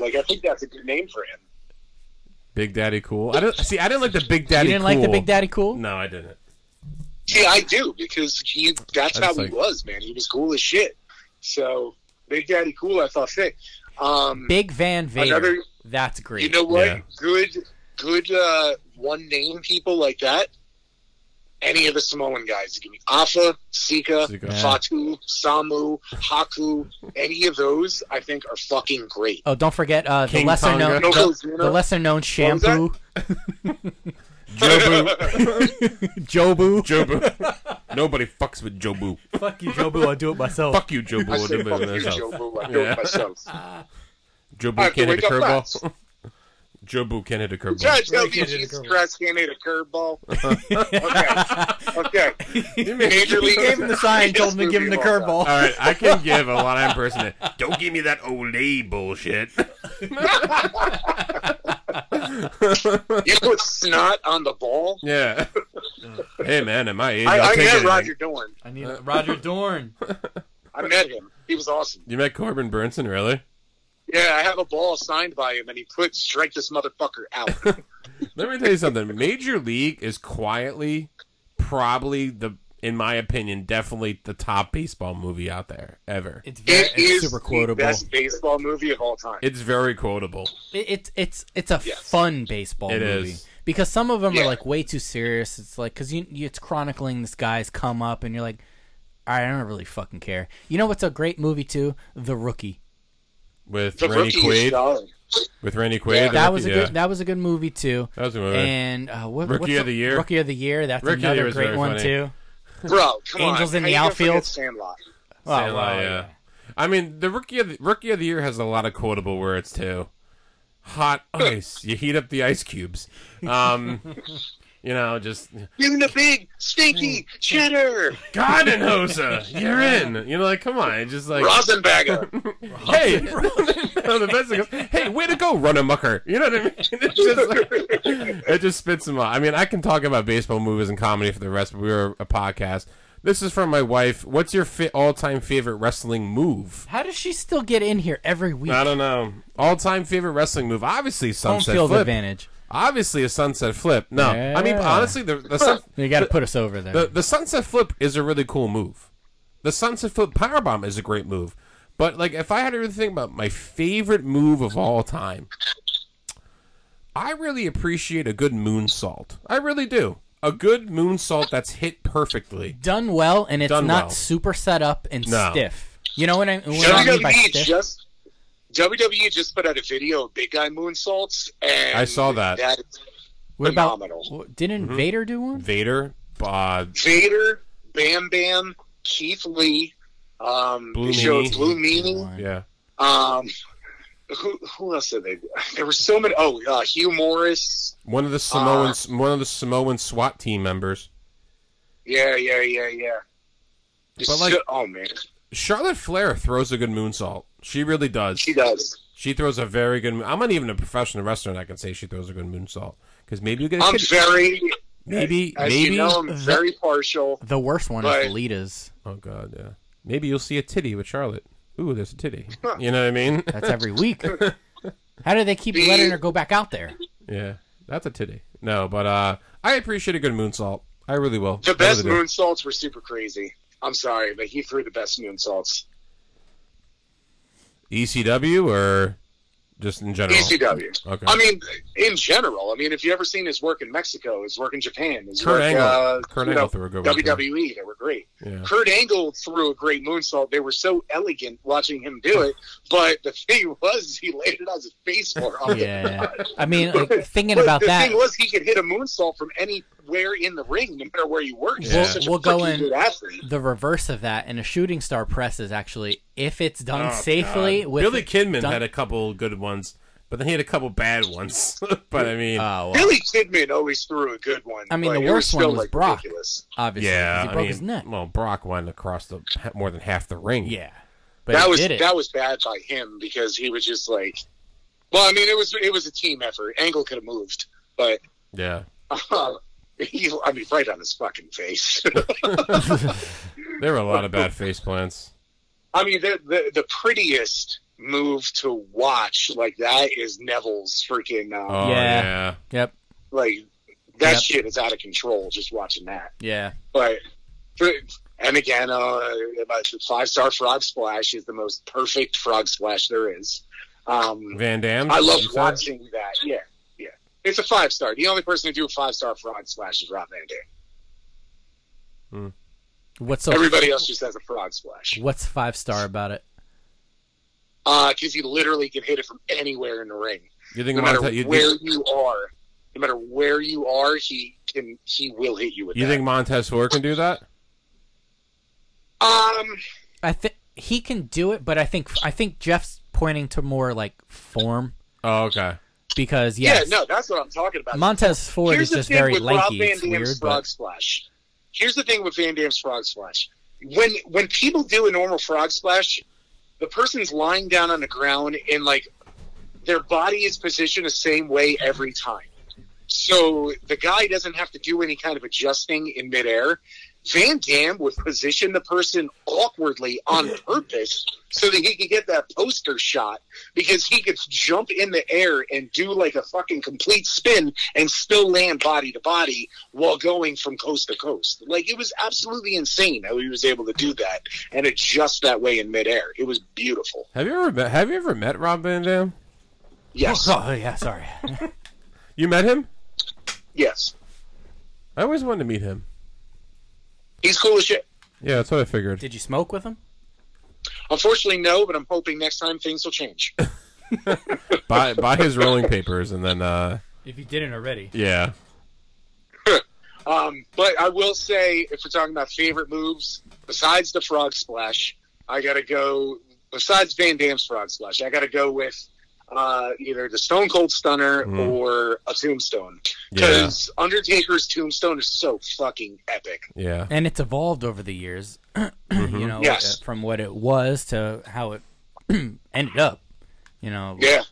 like I think that's a good name for him.
Big Daddy Cool. I don't see. I didn't like the Big Daddy.
You didn't
cool.
like the Big Daddy Cool?
No, I didn't.
See, I do because he that's
That's
how
like-
he was, man. He was cool as shit. So Big Daddy Cool, I thought fit. Um,
Big Van Vader.
Another-
That's great.
you know what?
Yeah.
Good, good uh, one name people like that. Any of the Samoan guys, give me Afa, Sika,
Sika.
Fatu, Samu, Haku. Any of those, I think, are fucking great.
oh, don't forget uh, the
King
lesser
Tonga.
known
No
the,
goes, you know?
the lesser known
was that?
shampoo
Jobu.
Jobu.
Jobu. Nobody fucks with Jobu.
Fuck you, Jobu. I'll do it myself.
Fuck you, Jobu.
I say fuck
Nobody
you,
knows how-
Joe Boo. I do
Yeah.
it myself. I
Jobu
have to
can't hit
wake
a
up
curveball. Jobu can't hit a curveball.
Judge, no, Jesus Christ, can't hit a curveball. okay, okay.
You made-
Major League.
Gave him the sign, told him to give him the curveball.
All right, I can give a lot of impersonate. Don't give me that Olay bullshit.
You put snot on the ball.
Yeah. hey man, at my age,
I,
I'll
I
take
met
anything.
Roger Dorn.
I need Roger Dorn.
I met him. He was awesome.
You met Corbin Burnson, really?
Yeah, I have a ball signed by him, and he put strike this motherfucker out.
Let me tell you something. Major League is quietly probably the in my opinion, definitely the top baseball movie out there ever.
It's very
it
it's
is
super
the
quotable.
best baseball movie of all time.
It's very quotable.
It, it's it's it's a
Yes.
fun baseball
It
movie
is.
because some of them are
Yeah.
like way too serious. It's like because you, you it's chronicling this guy's come up, and you're like, all right, I don't really fucking care. You know what's a great movie too? The Rookie.
With
the
Randy
rookie is
Quaid.
solid.
with Randy Quaid.
Yeah.
the
That
rookie,
was a
yeah.
good that was a good movie too.
That was a movie.
And uh, what,
Rookie
what's
of
a-
the Year.
Rookie of the Year. That's
Rookie of the
another
Year is
great
very
one
funny.
too.
Bro, come
Angels
on.
in the
How you gonna
outfield.
forget Sandlot.
Oh,
Sandlot,
wow,
yeah. I mean, the rookie of the, rookie of the year has a lot of quotable words too. Hot ice. you heat up the ice cubes. Um, you know, just
Give him the big stinky
Hmm.
cheddar
Gardenhose, you're in. You know, like come on, it's just like
Rosenbagger.
hey, no, the best thing is, hey, way to go, run a mucker. You know what I mean? It just, like, it just spits them out. I mean, I can talk about baseball movies and comedy for the rest, but we were a podcast. This is from my wife. What's your fi- all-time favorite wrestling move?
How does she still get in here every week?
I don't know. All-time favorite wrestling move? Obviously,
Home
sunset
field
flip.
advantage.
Obviously, a sunset flip. No, I mean
Yeah.
honestly, the the, sun,
You got to put us over there.
the the sunset flip is a really cool move. The sunset flip powerbomb is a great move. But like, if I had to really think about my favorite move of all time, I really appreciate a good moonsault. I really do. A good moonsault that's hit perfectly.
done well, and it's
Done
not
well.
super set up and
No.
stiff. You know what I, what I mean by
WWE
stiff?
E just WWE just put out a video of big guy moonsaults, and
I saw that.
That is
What about
phenomenal.
what- didn't
Mm-hmm.
Vader do one?
Vader, uh,
Vader, Bam Bam, Keith Lee. Um,
Blue
they showed
Meanie.
Blue Meanie.
yeah,
Um, who, who else did they? There were so many. Oh, uh, Hugh Morris.
one of the Samoan, one of the Samoan SWAT team members.
Yeah, yeah, yeah, yeah. Just
But, like-
so- oh man,
Charlotte Flair throws a good moonsault. She really does.
she does.
She throws a very good. I'm not even a professional wrestler, and I can say she throws a good moonsault because maybe you get a
I'm
kid-
very,
maybe
as
maybe.
you know, I'm very partial.
The worst one
Right.
is Lita's.
oh god, yeah. Maybe you'll see a titty with Charlotte. Ooh, there's a titty. You know what I mean?
That's every week. How do they keep letting her go back out there?
yeah, that's a titty. No, but uh, I appreciate a good moonsault. I really will.
The
I
best
really do.
moonsaults were super crazy. I'm sorry, but he threw the best moonsaults.
ECW E or just in general?
ECW.
Okay.
E I mean, in general, I mean, if you ever seen his work in Mexico, his work in Japan, his
Kurt
work,
Angle.
uh,
Kurt
you
Angle
know,
threw a good one, too.
WWE, they were great.
yeah.
Kurt Angle threw a great moonsault. They were so elegant watching him do it, but the thing was, he landed on his face for it.
Yeah. I mean, like, thinking
But
about
the
that,
thing was, he could hit a moonsault from anywhere in the ring, no matter where you were. He was
We'll-
such a
we'll go
freaking
in-
good athlete.
the reverse of that in a shooting star press is actually if it's done
Oh,
safely
God.
with
Billy Kidman
done-
had a couple good ones, but then he had a couple bad ones. but I mean,
Oh, well,
Billy Kidman always threw a good one.
I mean,
but
the
it was
worst one
still,
was
like,
Brock.
ridiculous.
obviously, 'cause
yeah,
he
I
broke
mean,
his neck.
well, Brock went across the more than half the ring.
yeah, but
that
he
was
did it.
that was bad by him because he was just like, well, I mean, it was it was a team effort. Angle could have moved, but
yeah.
uh, he, I mean, right on his fucking face.
There were a lot of bad face plants.
I mean, the, the the prettiest move to watch like that is Neville's freaking um,
Oh
Yeah.
yeah,
yep,
like that
Yep.
shit is out of control. Just watching that,
yeah.
but for, and again, uh, five star frog splash is the most perfect frog splash there is. Um,
Van Damme.
I love
you said?
watching that. Yeah, yeah. It's a five star. The only person to do a five star frog splash is Rob Van Dam.
What's so
Everybody else just has a frog splash
what's five star about it?
because he literally can hit it from anywhere in the ring,
You think
no matter
Monta- you,
where
think-
you are. No matter where you are, he can he will hit you with
you
that.
think Montez Ford can do that?
um,
I think he can do it, but I think I think Jeff's pointing to more like form
Oh okay.
because yes,
yeah, no, that's what I'm talking about.
Montez Ford
Here's
is
the
just
thing
very
with Rob
lanky.
Van
It's
Dam's
weird,
frog
but
splash. Here's the thing with Van Dam's frog splash. When when people do a normal frog splash, the person's lying down on the ground and like their body is positioned the same way every time. So the guy doesn't have to do any kind of adjusting in midair. Van Dam would position the person awkwardly on purpose so that he could get that poster shot because he could jump in the air and do like a fucking complete spin and still land body to body while going from coast to coast. Like it was absolutely insane how he was able to do that and adjust that way in midair. It was beautiful.
Have you ever met, have you ever met Rob Van Dam?
Yes.
oh yeah, sorry.
You met him?
Yes.
I always wanted to meet him.
He's cool as shit.
Yeah, that's what I figured.
Did you smoke with him?
Unfortunately, no, but I'm hoping next time things will change.
buy buy his rolling papers and then uh
If you didn't already,
yeah.
Um, but I will say, if we're talking about favorite moves, besides the frog splash, I got to go, besides Van Damme's frog splash, I got to go with uh, either the Stone Cold Stunner
Mm.
or a Tombstone.
Yeah.
Because Undertaker's Tombstone is so fucking epic.
Yeah.
and it's evolved over the years. You know,
Mm-hmm. Yes.
uh, from what it was to how it ended up. You know,
Yeah.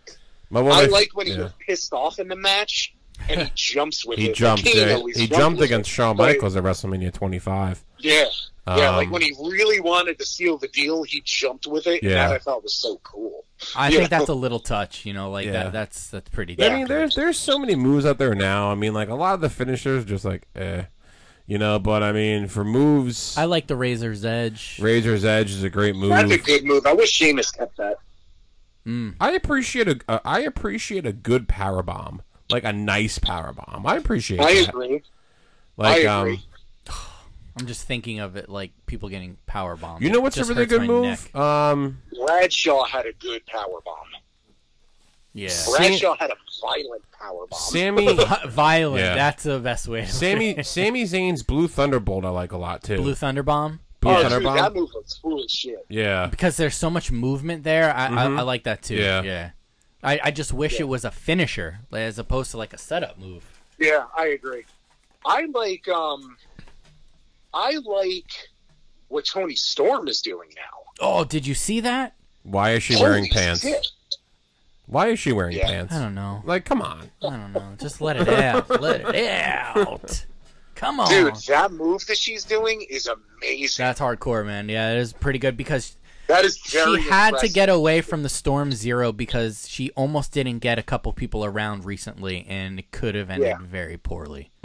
My one
I
of my-
like when he
yeah.
was pissed off in the match and he jumps with
He
it.
jumped.
Kane
yeah.
always
He
jumped
jumped
with it.
against Shawn
But-
Michaels at WrestleMania 25.
Yeah. Yeah, like
Um,
when he really wanted to seal the deal, he jumped with it, and
Yeah.
that I thought was so cool.
I
Yeah.
think that's a little touch. You know, like
Yeah.
that. That's that's pretty.
I
Damn.
mean, there's there's so many moves out there now. I mean, like a lot of the finishers just like, eh, you know. But I mean, for moves,
I like the Razor's Edge.
Razor's Edge is a great move.
That's a good move. I wish Sheamus kept that.
Mm.
I appreciate a uh, I appreciate a good power bomb, like a nice power bomb. I appreciate.
I
that.
agree.
Like,
I agree.
um,
I'm just thinking of it like people getting power bombed.
you know what's a
It just
really
hurts
good
my
move?
neck.
Um,
Bradshaw had a good power bomb.
Yeah.
Bradshaw had a violent power bomb.
Sammy,
Violent.
Yeah.
That's the best way. To
Sammy, Sammy Zayn's Blue Thunderbolt. I like a lot too.
Blue Thunder Bomb.
Blue
oh,
Thunder
dude, that
Bomb.
move was cool as shit.
Yeah,
Because there's so much movement there. I, I, I like that too.
Mm-hmm. Yeah.
I, I just wish it was a finisher like, as opposed to like a setup move.
Yeah, I agree. I like um, I like what Tony Storm is doing now.
Oh, did you see that?
Why is she wearing
Holy
pants?
shit.
Why is she wearing
Yeah.
pants?
I don't know.
Like, come on.
I don't know. Just let it out. let it out. Come on.
Dude, that move that she's doing is amazing.
That's hardcore, man. Yeah, it is pretty good because
that is
she
very
had to
impressive.
get away from the Storm Zero because she almost didn't get a couple people around recently, and it could have ended
Yeah.
very poorly.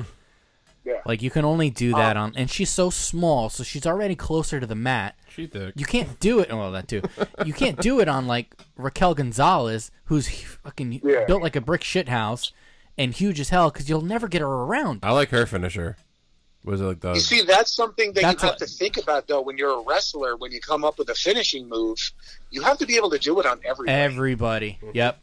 Yeah. Um,
Like you can only do that on, and she's so small, so she's already closer to the mat.
She thick.
You can't do it. Well, that too. You can't do it on like Raquel Gonzalez, who's hu- fucking hu-
Yeah.
built like a brick shit house and huge as hell, because you'll never get her around.
I like her finisher. Was it like the
You see, that's something that
That's
you have
what-
to think about, though, when you're a wrestler. When you come up with a finishing move, you have to be able to do it on everybody.
Everybody. Yep.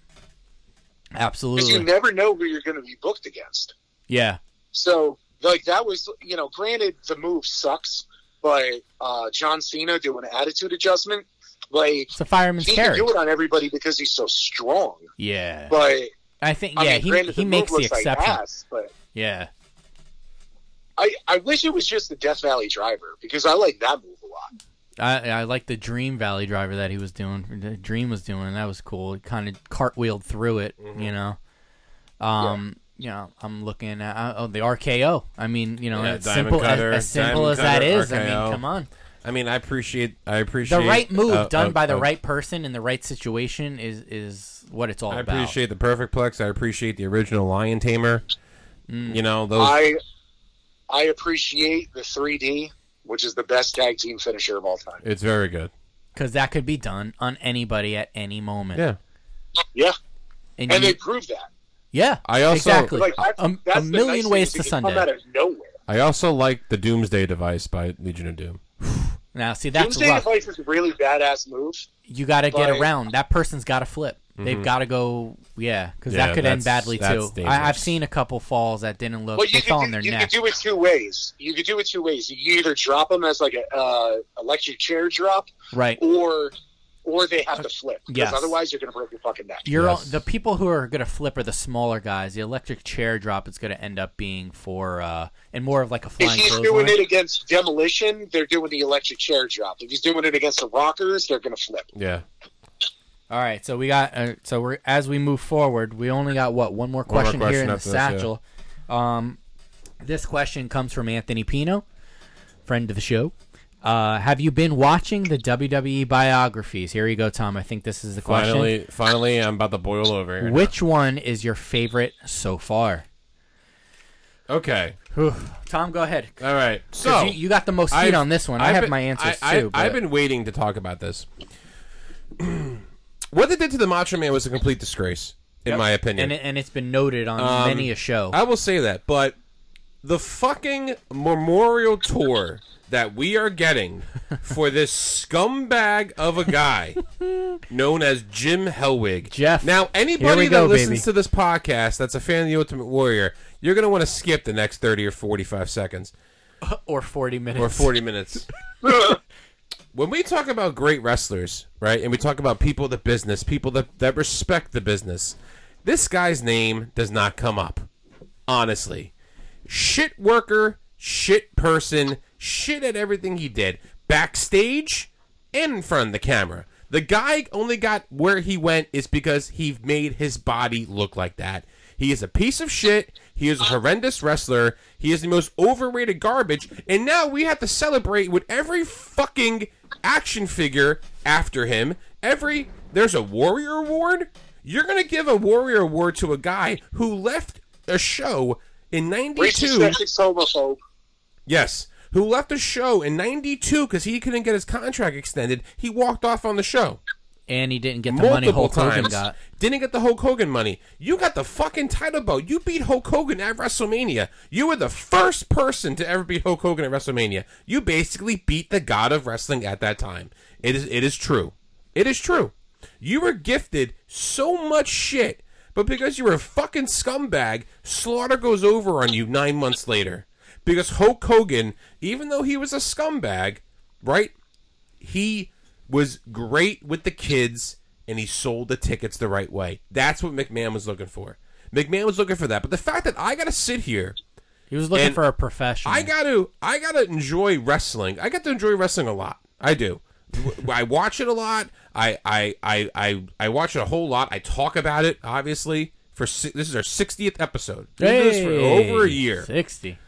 because you
Absolutely.
never know who you're going to be booked against.
Yeah.
So, like, that was, you know, granted, the move sucks, but uh, John Cena doing an attitude adjustment, like,
It's a fireman's
he can
carry.
do it on everybody because he's so strong.
Yeah.
But,
I think.
I
Yeah.
mean,
he
granted,
he
the
makes
move
the
looks
exception.
Like ass, but
yeah.
I, I wish it was just the Death Valley driver because I like that move a lot.
I, I like the Dream Valley driver that he was doing. The Dream was doing that was cool. It kind of cartwheeled through it,
Mm-hmm.
you know. Um, you know, I'm looking at uh, oh the RKO. I mean, you know,
Yeah,
as
diamond
simple
cutter,
as, as simple
diamond
as that
cutter,
is. I
RKO.
mean, come on,
I mean, I appreciate. I
the
appreciate
right move
uh,
done
uh,
by the
uh,
right person in the right situation is is what it's all
I
about.
appreciate the perfect plex. I appreciate the original lion tamer.
Mm.
You know
Oh.
those.
I I appreciate the 3D, which is the best tag team finisher of all time.
it's very good.
because that could be done on anybody at any moment.
Yeah.
Yeah,
and,
and
you-
they proved that.
yeah,
I also-
exactly
Like that's,
a,
that's
a
the nice
million
thing
ways
is
to
it can
Sunday.
Come out of nowhere.
I also like the Doomsday device by Legion of Doom.
Now, see, that's
Doomsday
rough.
Device is a really badass move.
you got to get
Like-
around. That person's got to flip. They've got to go, yeah, because
Mm-hmm. Yeah,
that could end
that's-
badly
that's
too. I, I've
dangerous.
seen a couple falls that didn't look.
Well,
they
you
fell on
could do,
their
you
neck.
could do it two ways. You could do it two ways. You either drop them as like a uh, electric chair drop,
right.
or or they have to flip because
Yes.
otherwise you're going to break your fucking neck.
You're
Yes.
all, the people who are going to flip are the smaller guys. The electric chair drop is going to end up being for uh and more of like a
If
flying
he's doing
clothesline.
it against demolition, they're doing the electric chair drop. If he's doing it against the rockers, they're going to flip.
Yeah.
All right, so we got uh, so we're as we move forward, we only got what one more
more
question, here
question
in the
after this, yeah.
satchel. Um, this question comes from Anthony Pino, friend of the show. Uh, have you been watching the WWE biographies? Here you go, Tom. I think this is the question.
Finally, finally, I'm about to boil over. Here.
Which one is your favorite so far?
Okay.
Tom, go ahead. 'Cause
All right. So
you, you got the most heat
I've-
on this one. I
I've
have
been-
my answers
I, I,
too.
I've
but-
been waiting to talk about this. what they did to the Macho Man was a complete disgrace, in my opinion.
and it, and it's been noted on
Um,
many a show.
I will say that, but the fucking memorial tour that we are getting for this scumbag of a guy known as Jim Hellwig.
Jeff,
Now,
here
anybody
we
that
go,
listens
baby.
to this podcast that's a fan of the Ultimate Warrior, you're going to want to skip the next 30 or 45 seconds
or forty minutes.
or 40 minutes. when we talk about great wrestlers, right, and we talk about people of the business, people that, that respect the business, this guy's name does not come up. Honestly. Shit worker, shit person, shit at everything he did, backstage and in front of the camera. The guy only got where he went is because he made his body look like that. He is a piece of shit. He is a horrendous wrestler. He is the most overrated garbage. And now we have to celebrate with every fucking action figure after him. Every there's a warrior award. You're gonna give a warrior award to a guy who left a show in
Racist,
'92.
sexist, homophobe.
Yes. Who left the show in 92 because he couldn't get his contract extended. He walked off on the show
and he didn't get the money
multiple
Hulk Hogan
times.
got.
Didn't get the Hulk Hogan money. You got the fucking title belt. You beat Hulk Hogan at WrestleMania. You were the first person to ever beat Hulk Hogan at WrestleMania. You basically beat the god of wrestling at that time. It is it is true. It is true. You were gifted so much shit, but because you were a fucking scumbag, slaughter goes over on you nine months later. Because Hulk Hogan, even though he was a scumbag, right? he was great with the kids and he sold the tickets the right way. That's what McMahon was looking for. McMahon was looking for that. But the fact that I got to sit here,
He was looking
And
for a professional.
I got to I got to enjoy wrestling. I got to enjoy wrestling a lot. I do. W- I watch it a lot. I I I I, I watch it a whole lot. I talk about it obviously. For si- this is our 60th episode. We did this for over a year.
Sixty.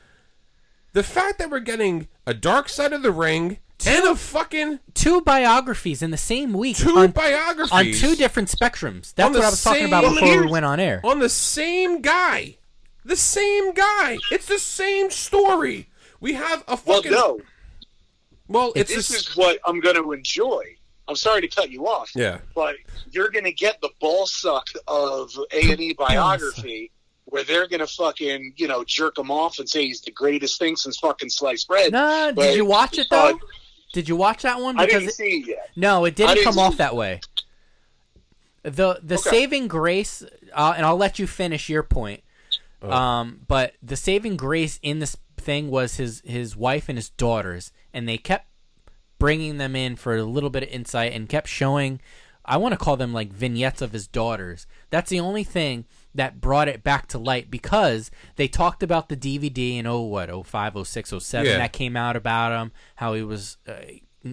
The fact that we're getting a dark side of the ring and a fucking
Two biographies in the same week
two
on,
biographies
on two different spectrums.
On
That's
the
what I was talking about
same-
before we went on air.
on the same guy. The same guy. It's the same story. We have a
Well,
fucking.
no,
Well, it's
this
the s-
is what I'm going to enjoy. I'm sorry to cut you off,
yeah.
but you're going to get the ball suck of A and E biography, where they're going to fucking you know jerk him off and say he's the greatest thing since fucking sliced bread.
No,
But,
did you watch it
uh,
though? Did you watch that one?
I
Because
didn't
it,
see it yet.
no, it
I
didn't
didn't
come
see-
off that way. The the
Okay.
saving grace, uh, and I'll let you finish your point. Um, but the saving grace in this thing was his his wife and his daughters, and they kept bringing them in for a little bit of insight and kept showing. I want to call them like vignettes of his daughters. That's the only thing that brought it back to light because they talked about the DVD in oh what oh five oh six oh seven
Yeah.
that came out about him how he was uh,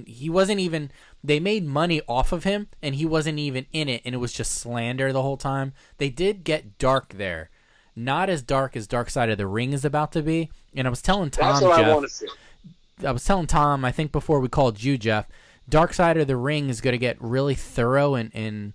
he wasn't even they made money off of him and he wasn't even in it and it was just slander the whole time. They did get dark there not as dark as Dark Side of the Ring is about to be. And I was telling Tom,
That's what
Jeff,
I want to see.
I was telling Tom, I think before we called you, Jeff, Dark Side of the Ring is going to get really thorough, and, and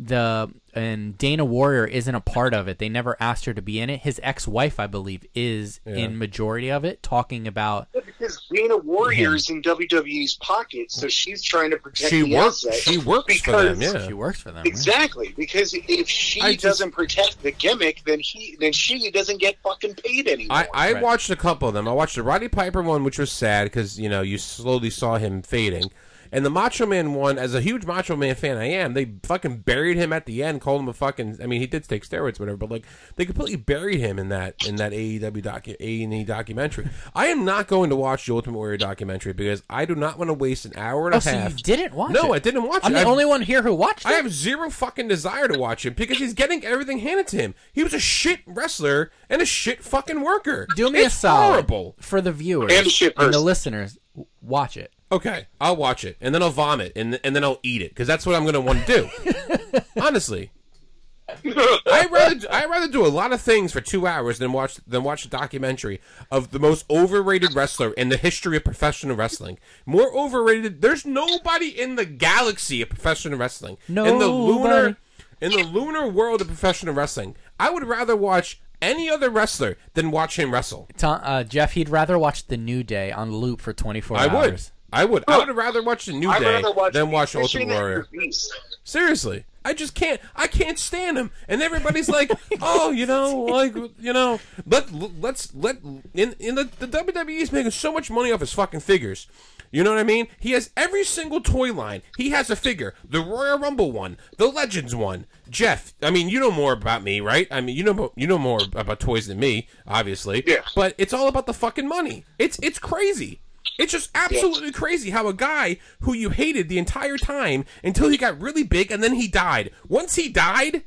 the and Dana Warrior isn't a part of it. They never asked her to be in it. His ex-wife, I believe, is in majority of it, talking about
Yeah, Because Dana Warrior's in WWE's pocket, so she's trying to protect
She
the
works.
asset.
She works for them.
because-
Yeah.
she works for them. right?
Exactly, because if she
I just-
doesn't protect the gimmick, then he then she doesn't get fucking paid anymore.
I, I
Right.
watched a couple of them. I watched the Roddy Piper one, which was sad because you know you slowly saw him fading, and the Macho Man one. As a huge Macho Man fan, I am. They fucking buried him at the end, called him a fucking. I mean, he did take steroids, whatever, but like they completely buried him in that in that AEW docu A and E documentary. I am not going to watch the Ultimate Warrior documentary because I do not want to waste an hour and
Oh,
a
so
half.
you didn't watch it?
no, I didn't watch
I'm
it.
the
I've-
only one here who watched it.
I have zero fucking desire to watch him because he's getting everything handed to him. He was a shit wrestler and a shit fucking worker.
Do me
it's
a solid
Horrible.
for the viewers
And a shit
and the
person.
listeners. w- Watch it.
Okay, I'll watch it and then I'll vomit and and then I'll eat it because that's what I'm gonna want to do. Honestly, I rather I rather do a lot of things for two hours than watch than watch a documentary of the most overrated wrestler in the history of professional wrestling. More overrated. There's nobody in the galaxy of professional wrestling. in the lunar
Nobody.
in the lunar world of professional wrestling. I would rather watch any other wrestler than watch him wrestle.
Tom, uh, Jeff, he'd rather watch The New Day on loop for 24
I
hours.
would. I would. I would rather watch the New
I'd
Day
rather watch
than watch
Christian
Ultimate
and
Warrior.
the Beast.
Seriously, I just can't. I can't stand him. And everybody's like, "Oh, you know, like, you know, let let's let in in the the WWE is making so much money off his fucking figures." You know what I mean? He has every single toy line. He has a figure. The Royal Rumble one, the Legends one. Jeff, I mean, you know more about me, right? I mean, you know mo- you know more about toys than me, obviously.
Yeah.
But it's all about the fucking money. It's it's crazy. It's just absolutely crazy how a guy who you hated the entire time until he got really big and then he died. Once he died,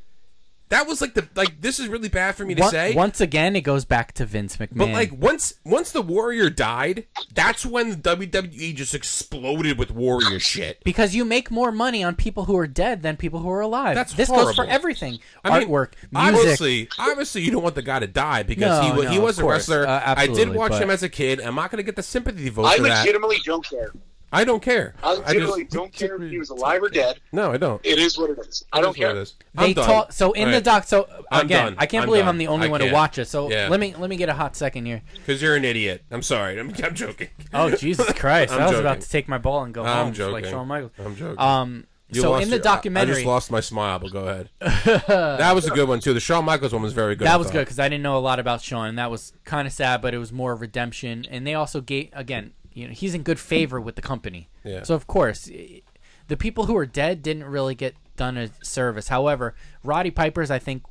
that was like the like this is really bad for me to
Once-
say.
Once again, it goes back to Vince McMahon.
but like once once the warrior died, that's when the WWE just exploded with warrior shit.
because you make more money on people who are dead than people who are alive.
That's
this goes for
horrible.
everything:
I mean,
artwork, music.
Obviously, obviously, you don't want the guy to die because
No,
he was
no,
he was a
of course.
wrestler.
Uh,
I did
absolutely,
watch
but-
him as a kid. I'm not going to get the sympathy vote
I
for that.
legitimately don't care.
I don't care.
I
just-
legitimately don't care if he was alive or dead.
no, I don't.
It is what it is. I don't
That's what it
care.
is. I'm
They
done.
talk so in
All
the
right.
doc. So
I'm
again,
done.
I can't
I'm
believe
done.
I'm the only
I
one
can't.
to watch it. So
Yeah.
let me let me get a hot second here.
Because you're an idiot. I'm sorry. I'm, I'm joking.
Oh Jesus Christ!
I'm
I was
joking.
about to take my ball and go
I'm
home, just like
joking.
Shawn Michaels.
I'm joking.
Um,
You
so
lost
in the
your- I- I,
documentary,
just lost my smile, but go ahead. that was a good one, too. The Shawn Michaels one was very good. I
that was
thought.
good because I didn't know a lot about Sean, and that was kind of sad, but it was more redemption. And they also gave again, you know, he's in good favor with the company.
Yeah.
So of course, i- the people who are dead didn't really get done a service. However, Roddy Piper's I think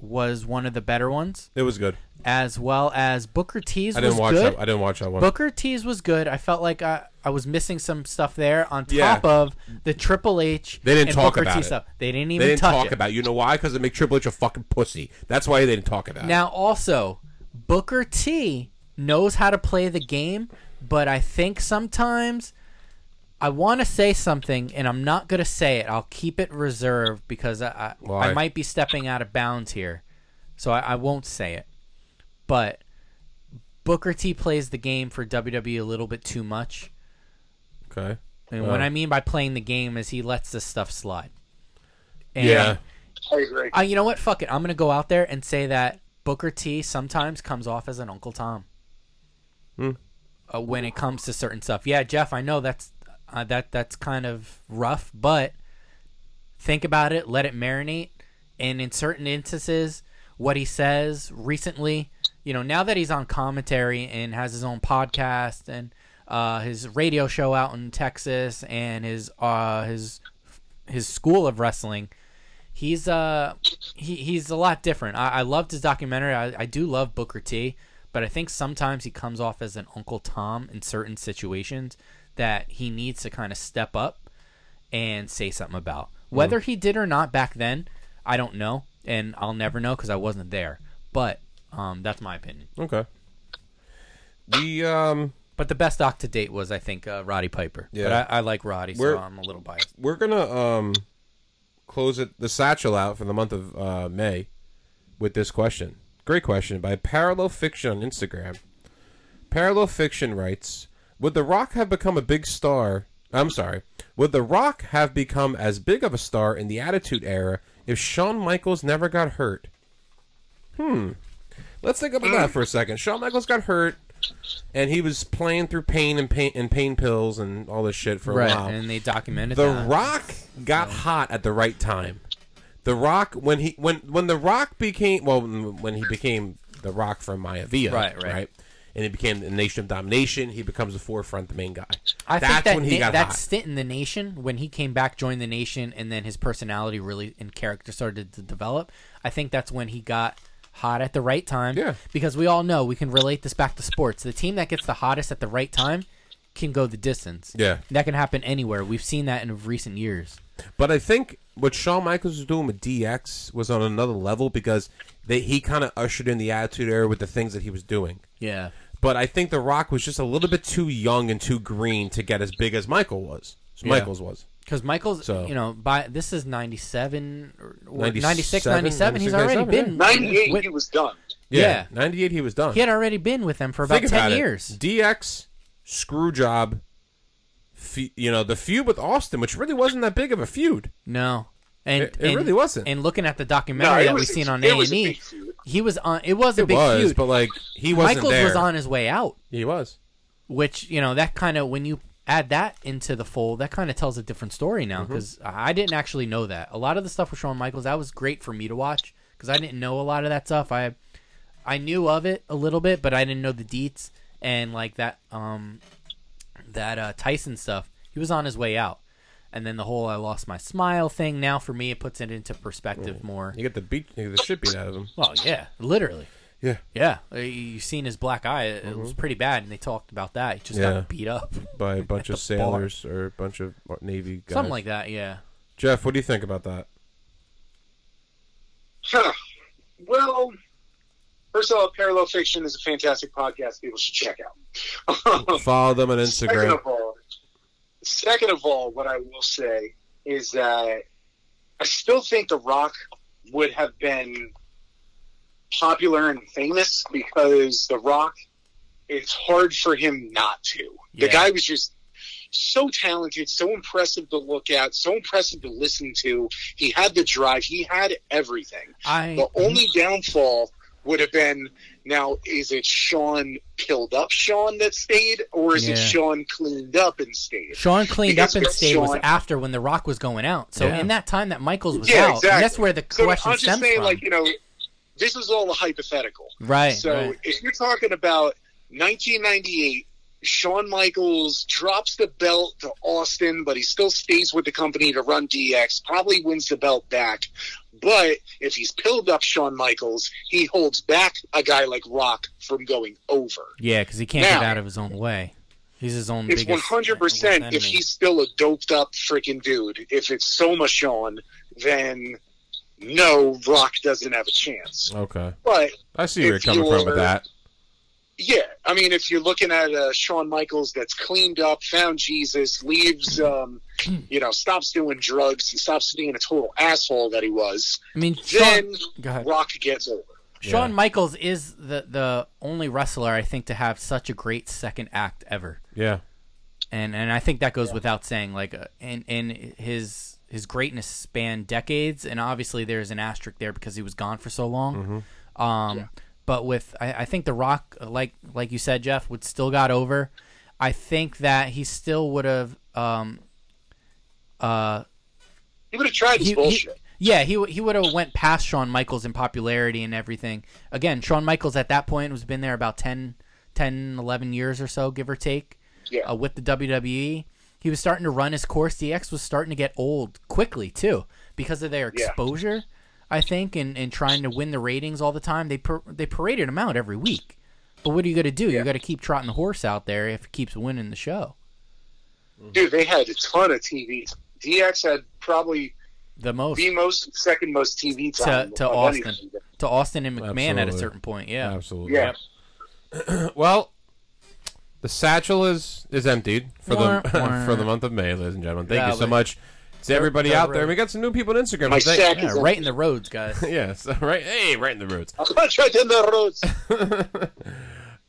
was one of the better ones,
It was good.
as well as Booker T's
I
was
didn't watch
good.
that. I didn't watch that one.
Booker T's was good. I felt like I, I was missing some stuff there on top
Yeah.
of the Triple H.
They didn't
and
talk
Booker
about
T
it.
stuff. They didn't even
they didn't
touch
talk
it.
about it. You know why? Because it made Triple H a fucking pussy. That's why they didn't talk about it.
Now, also, Booker T knows how to play the game, but I think sometimes I want to say something, and I'm not going to say it. I'll keep it reserved because I, I,
Why?
I might be stepping out of bounds here, so I, I won't say it. But Booker T plays the game for WWE a little bit too much.
Okay.
And
Oh.
what I mean by playing the game is he lets this stuff slide. And
yeah.
I agree.
uh, you know what? Fuck it. I'm gonna go out there and say that Booker T sometimes comes off as an Uncle Tom.
Hmm.
Uh, when it comes to certain stuff, yeah, Jeff, I know that's uh, that that's kind of rough, but think about it, let it marinate, and in certain instances, what he says recently, you know, now that he's on commentary and has his own podcast and uh, his radio show out in Texas and his uh, his his school of wrestling, he's uh he, he's a lot different. I, I loved his documentary. I, I do love Booker T, but I think sometimes he comes off as an Uncle Tom in certain situations that he needs to kind of step up and say something about.
Mm-hmm.
Whether he did or not back then, I don't know, and I'll never know because I wasn't there. But um, that's my opinion.
Okay. The um,
But the best doc to date was, I think, uh, Roddy Piper.
Yeah.
But I, I like Roddy,
We're-
so I'm a little biased.
we're gonna um, close it the satchel out for the month of uh, May with this question. Great question by Parallel Fiction on Instagram. Parallel Fiction writes: Would The Rock have become a big star? I'm sorry. Would The Rock have become as big of a star in the Attitude Era if Shawn Michaels never got hurt? Hmm. Let's think about that for a second. Shawn Michaels got hurt, and he was playing through pain and pain and pain pills and all this shit for a
Right,
while.
and they documented
The
that.
Rock got hot at the right time. The Rock when he when when The Rock became well when he became The Rock from Maya Villa,
Right, right.
and he became the Nation of Domination. He becomes the forefront, the main guy.
I
That's
think that
when he
na-
got
that
hot.
stint in the nation when he came back, joined the nation, and then his personality really and character started to develop. I think that's when he got hot at the right time.
Yeah.
Because we all know we can relate this back to sports. The team that gets the hottest at the right time can go the distance.
Yeah.
That can happen anywhere. We've seen that in recent years.
But I think what Shawn Michaels was doing with DX was on another level because they, he kind of ushered in the Attitude Era with the things that he was doing.
Yeah.
But I think The Rock was just a little bit too young and too green to get as big as Michael was. as Michaels was.
Because Michael's,
So-
you know, by this is 97 or, or 96,
97,
97,
96,
He's already
97,
been.
Ninety-eight,
with-
he was done.
Yeah.
98 he was done.
he had already been with them for about
Think
10
about it.
years.
DX, Screwjob, fe- you know, the feud with Austin, which really wasn't that big of a feud.
No, and
It- it
and-
really wasn't.
And looking at the
No,
documentary
it
that
was
we've
a-
seen on A
it was
and
a
E,
big feud.
he was on. It was a
It
big
was,
feud.
but like he wasn't
Michaels
there.
was on his way out,
He was.
which you know that kind of when you add that into the fold, that kind of tells a different story now
Mm-hmm.
because I didn't actually know that. A lot of the stuff with Shawn Michaels that was great for me to watch because I didn't know a lot of that stuff. I I knew of it a little bit, but I didn't know the deets and like that um that uh, Tyson stuff. He was on his way out. And then the whole I lost my smile thing. Now for me, it puts it into perspective more.
You get the beat, you get the shit beat out of him.
Well, yeah, literally.
Yeah. Mm-hmm.
Yeah, Uh, you've seen his black eye. It it was pretty bad, and they talked about that. He just
Yeah.
got beat up,
by a bunch of
the bar.
sailors or a bunch of navy guys.
something like that. Yeah,
Jeff, what do you think about that?
Huh. Well, first of all, Parallel Fiction is a fantastic podcast. People should check out.
Follow them on
Second
Instagram.
of all, second of all, what I will say is that I still think The Rock would have been popular and famous because The Rock. It's hard for him not to.
Yeah.
The guy was just so talented, so impressive to look at, so impressive to listen to. He had the drive. He had everything.
I
The only downfall would have been now is it Sean pilled up Sean that stayed, or is it
Yeah.
Sean cleaned up and stayed?
Sean cleaned up
Because
and stayed was
Shawn-
after when The Rock was going out. So
Yeah.
in that time that Michaels was
Yeah,
out,
exactly.
and that's where the
So
question
I'm just
stems
saying,
from.
like, you know, this is all a hypothetical.
right.
so
right.
if you're talking about 1998, Shawn Michaels drops the belt to Austin, but he still stays with the company to run DX, probably wins the belt back. But if he's pilled up Shawn Michaels, he holds back a guy like Rock from going over.
Yeah, because he can't
Now-
get out of his own way. He's his own.
It's one
biggest,
hundred
uh,
percent
worst
if
enemy.
he's still a doped up freaking dude. If it's Soma Sean, then no, Rock doesn't have a chance.
Okay,
But
I see where you're
If
coming from
you're-
with that.
yeah, I mean, if you're looking at uh, Shawn Michaels that's cleaned up, found Jesus, leaves, um, you know, stops doing drugs and stops being a total asshole that he was,
I mean, Shawn,
then
go ahead.
Rock gets over.
Shawn
Yeah.
Michaels is the the only wrestler I think to have such a great second act ever.
Yeah,
and and I think that goes without saying. Like, uh, and and his his greatness spanned decades, and obviously there's an asterisk there because he was gone for so long. Um, But with I, I think The Rock, like like you said, Jeff, would still got over. I think that he still would have. Um, uh,
He would have tried his
he, he,
bullshit.
yeah, he w- he would have went past Shawn Michaels in popularity and everything. Again, Shawn Michaels at that point was been there about 10, 10 11 years or so, give or take,
yeah.
uh, with the WWE. He was starting to run his course. DX was starting to get old quickly too because of their
Yeah.
exposure, I think, and, and trying to win the ratings all the time. They par- they paraded him out every week. But what are you going to do? You got to keep trotting the horse out there if he keeps winning the show.
Dude, they had a ton of TV. DX had probably
The most
the most, second most TV
To-
time.
to
of any
Austin.
of them.
to Austin and McMahon at a
Absolutely.
certain point. Yeah.
Absolutely.
Yeah.
Well, the satchel is is emptied for the
Wah, wah.
for the month of May, ladies and gentlemen. Thank you so
Valid.
much to everybody out there.
Valid.
We got some new people on Instagram.
My
Thank-
sack
Yeah,
is
right in the roads, guys.
Yes, right. Hey, right in the roots.
I'm right in the roads.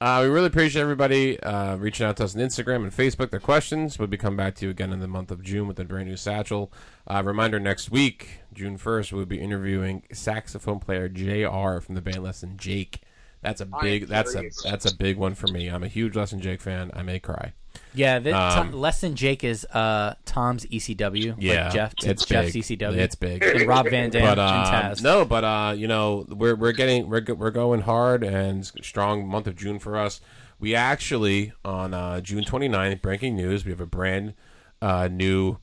Uh, we really appreciate everybody uh, reaching out to us on Instagram and Facebook. Their questions would be come back to you again in the month of June with a brand new satchel. Uh, reminder: next week, June first, we'll be interviewing saxophone player Jr. from the band Lesson Jake. That's a
am
big. That's a
curious.
that's a big one for me. I'm a huge Lesson Jake fan. I may cry.
Yeah, that,
Um,
Tom, less than Jake is uh, Tom's ECW.
Yeah,
like Jeff,
it's
Jeff's
big.
ECW.
It's big.
and Rob Van Dam
but
and
uh,
Taz.
no, but uh, you know, we're we're getting we're go- we're going hard and s- strong month of June for us. We actually on uh, June 29th, breaking news, we have a brand uh, new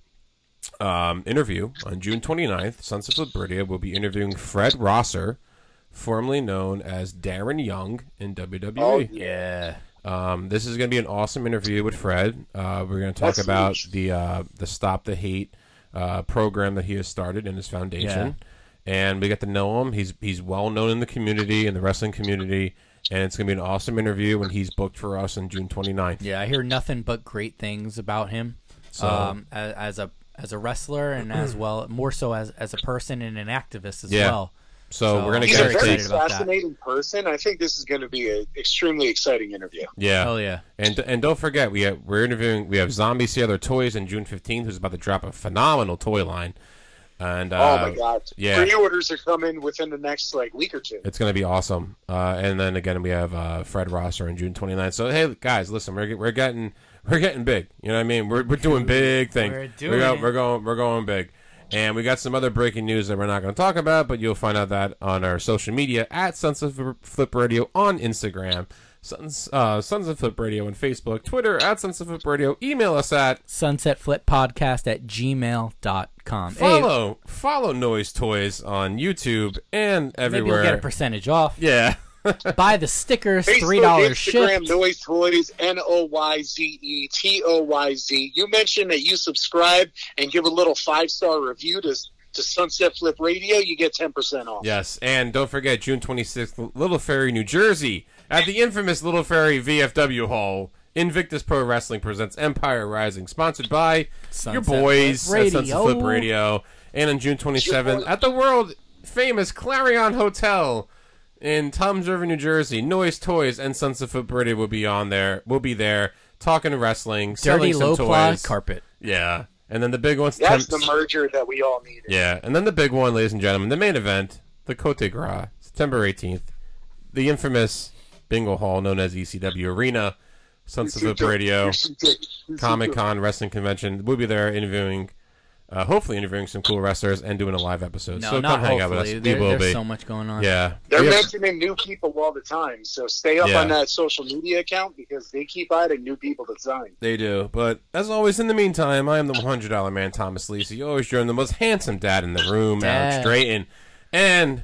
um, interview on June 29th. Sons of Liberia will be interviewing Fred Rosser, formerly known as Darren Young in E. WWE.
Oh, yeah.
Yeah,
Um, this is going to be an awesome interview with Fred. Uh, we're going to talk
That's
about
huge.
the uh, the Stop the Hate uh, program that he has started in his foundation, and we got to know him. He's he's well known in the community in the wrestling community, and it's going to be an awesome interview. And he's booked for us on June 29th.
yeah. I hear nothing but great things about him.
So-
um, as, as a as a wrestler and as well, more so as as a person and an activist as
Yeah.
well.
So,
So
we're going to
I'm
He's
get
very
a
his
very
take.
excited about that.
fascinating person. I think this is going to be an extremely exciting interview.
Yeah.
Hell yeah!
And and don't forget we have, we're interviewing we have Zombie See Other Toys on June 15th, who's about to drop a phenomenal toy line. And uh,
oh my god!
yeah.
Pre-orders are coming within the next like week or two.
It's going to be awesome. Uh, and then again, we have uh, Fred Rosser on June 29th. So hey, guys, listen, we're, get- we're getting we're getting big. You know what I mean? We're, we're doing big things.
We're doing
go-
it.
we're going we're going big. And we got some other breaking news that we're not going to talk about, but you'll find out that on our social media at Sons of Flip Radio on Instagram, Sons uh, Sons of Flip Radio on Facebook, Twitter at Sons of Flip Radio. Email us at
Sunset Flip Podcast at gmail.com. hey,
follow follow Noise Toys on YouTube and
maybe you'll
everywhere.
get a percentage off.
yeah.
Buy the stickers,
Facebook,
three dollars
Instagram,
shipped.
Noise Toys, N O Y Z E T O Y Z. You mentioned that you subscribe and give a little five star review to to Sunset Flip Radio. You get ten percent off.
Yes, and don't forget June 26th, Little Ferry, New Jersey, at the infamous Little Ferry VFW Hall. Invictus Pro Wrestling presents Empire Rising, sponsored by your
Sunset
boys
Flip
at Sunset
Radio.
Flip Radio. And on June 27th, at the world famous Clarion Hotel in Toms River, New Jersey, Noise Toys and Sunset Flip Radio will be on there. We'll be there talking wrestling,
Dirty
selling some
low claw
toys.
carpet.
yeah, and then the big one's
That's
Tim-
the merger that we all needed.
yeah, and then the big one, ladies and gentlemen, the main event, the Cote Gras, September 18th, the infamous bingo hall known as ECW Arena, Sons of Flip Radio, Comic Con Wrestling Convention. We'll be there interviewing, uh, hopefully interviewing some cool wrestlers and doing a live episode.
No,
so
not
come hang out with us.
hopefully.
we
There-
will
there's
be.
so much going on.
yeah,
They're
We have-
mentioning new people all the time, so stay up
Yeah.
on that social media account because they keep adding new people to sign.
They do. But as always, in the meantime, I am the $100 man, Thomas Lisi. You always join the most handsome dad in the room, Alex
Dad.
Drayton. And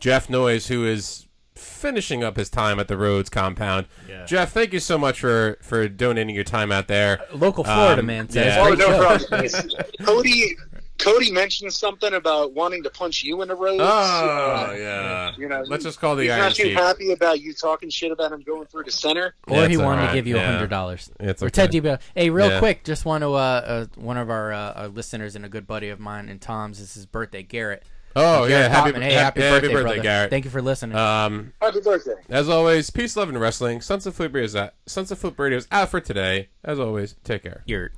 Jeff Noyes, who is finishing up his time at the Rhodes compound. Jeff, thank you so much for, for donating your time out there.
Local Florida
Um,
man says.
yeah.
Oh
"Great
no
show."
problem. It's- Cody, Cody mentioned something about wanting to punch you in the road.
Oh, yeah.
you know,
Let's just call the
he's
Iron
not too
Sheik.
happy about you talking shit about him going through the center.
Or
That's
he
all
wanted
right.
to give you a
Yeah.
hundred dollars.
It's
Or
okay.
Ted DiBello. Hey, real
Yeah.
quick, just want to uh, uh one of our, uh, our listeners and a good buddy of mine and Tom's. This is his birthday, Garrett.
Oh, yeah.
Garrett
Happy,
Hoffman.
happy,
hey, happy, birthday, brother.
Garrett.
Thank you for listening.
um,
Happy birthday.
as always, peace, love, and wrestling. Sunset Flip Radio is out, Sunset Flip Radio is out for today. As always, take care.
You're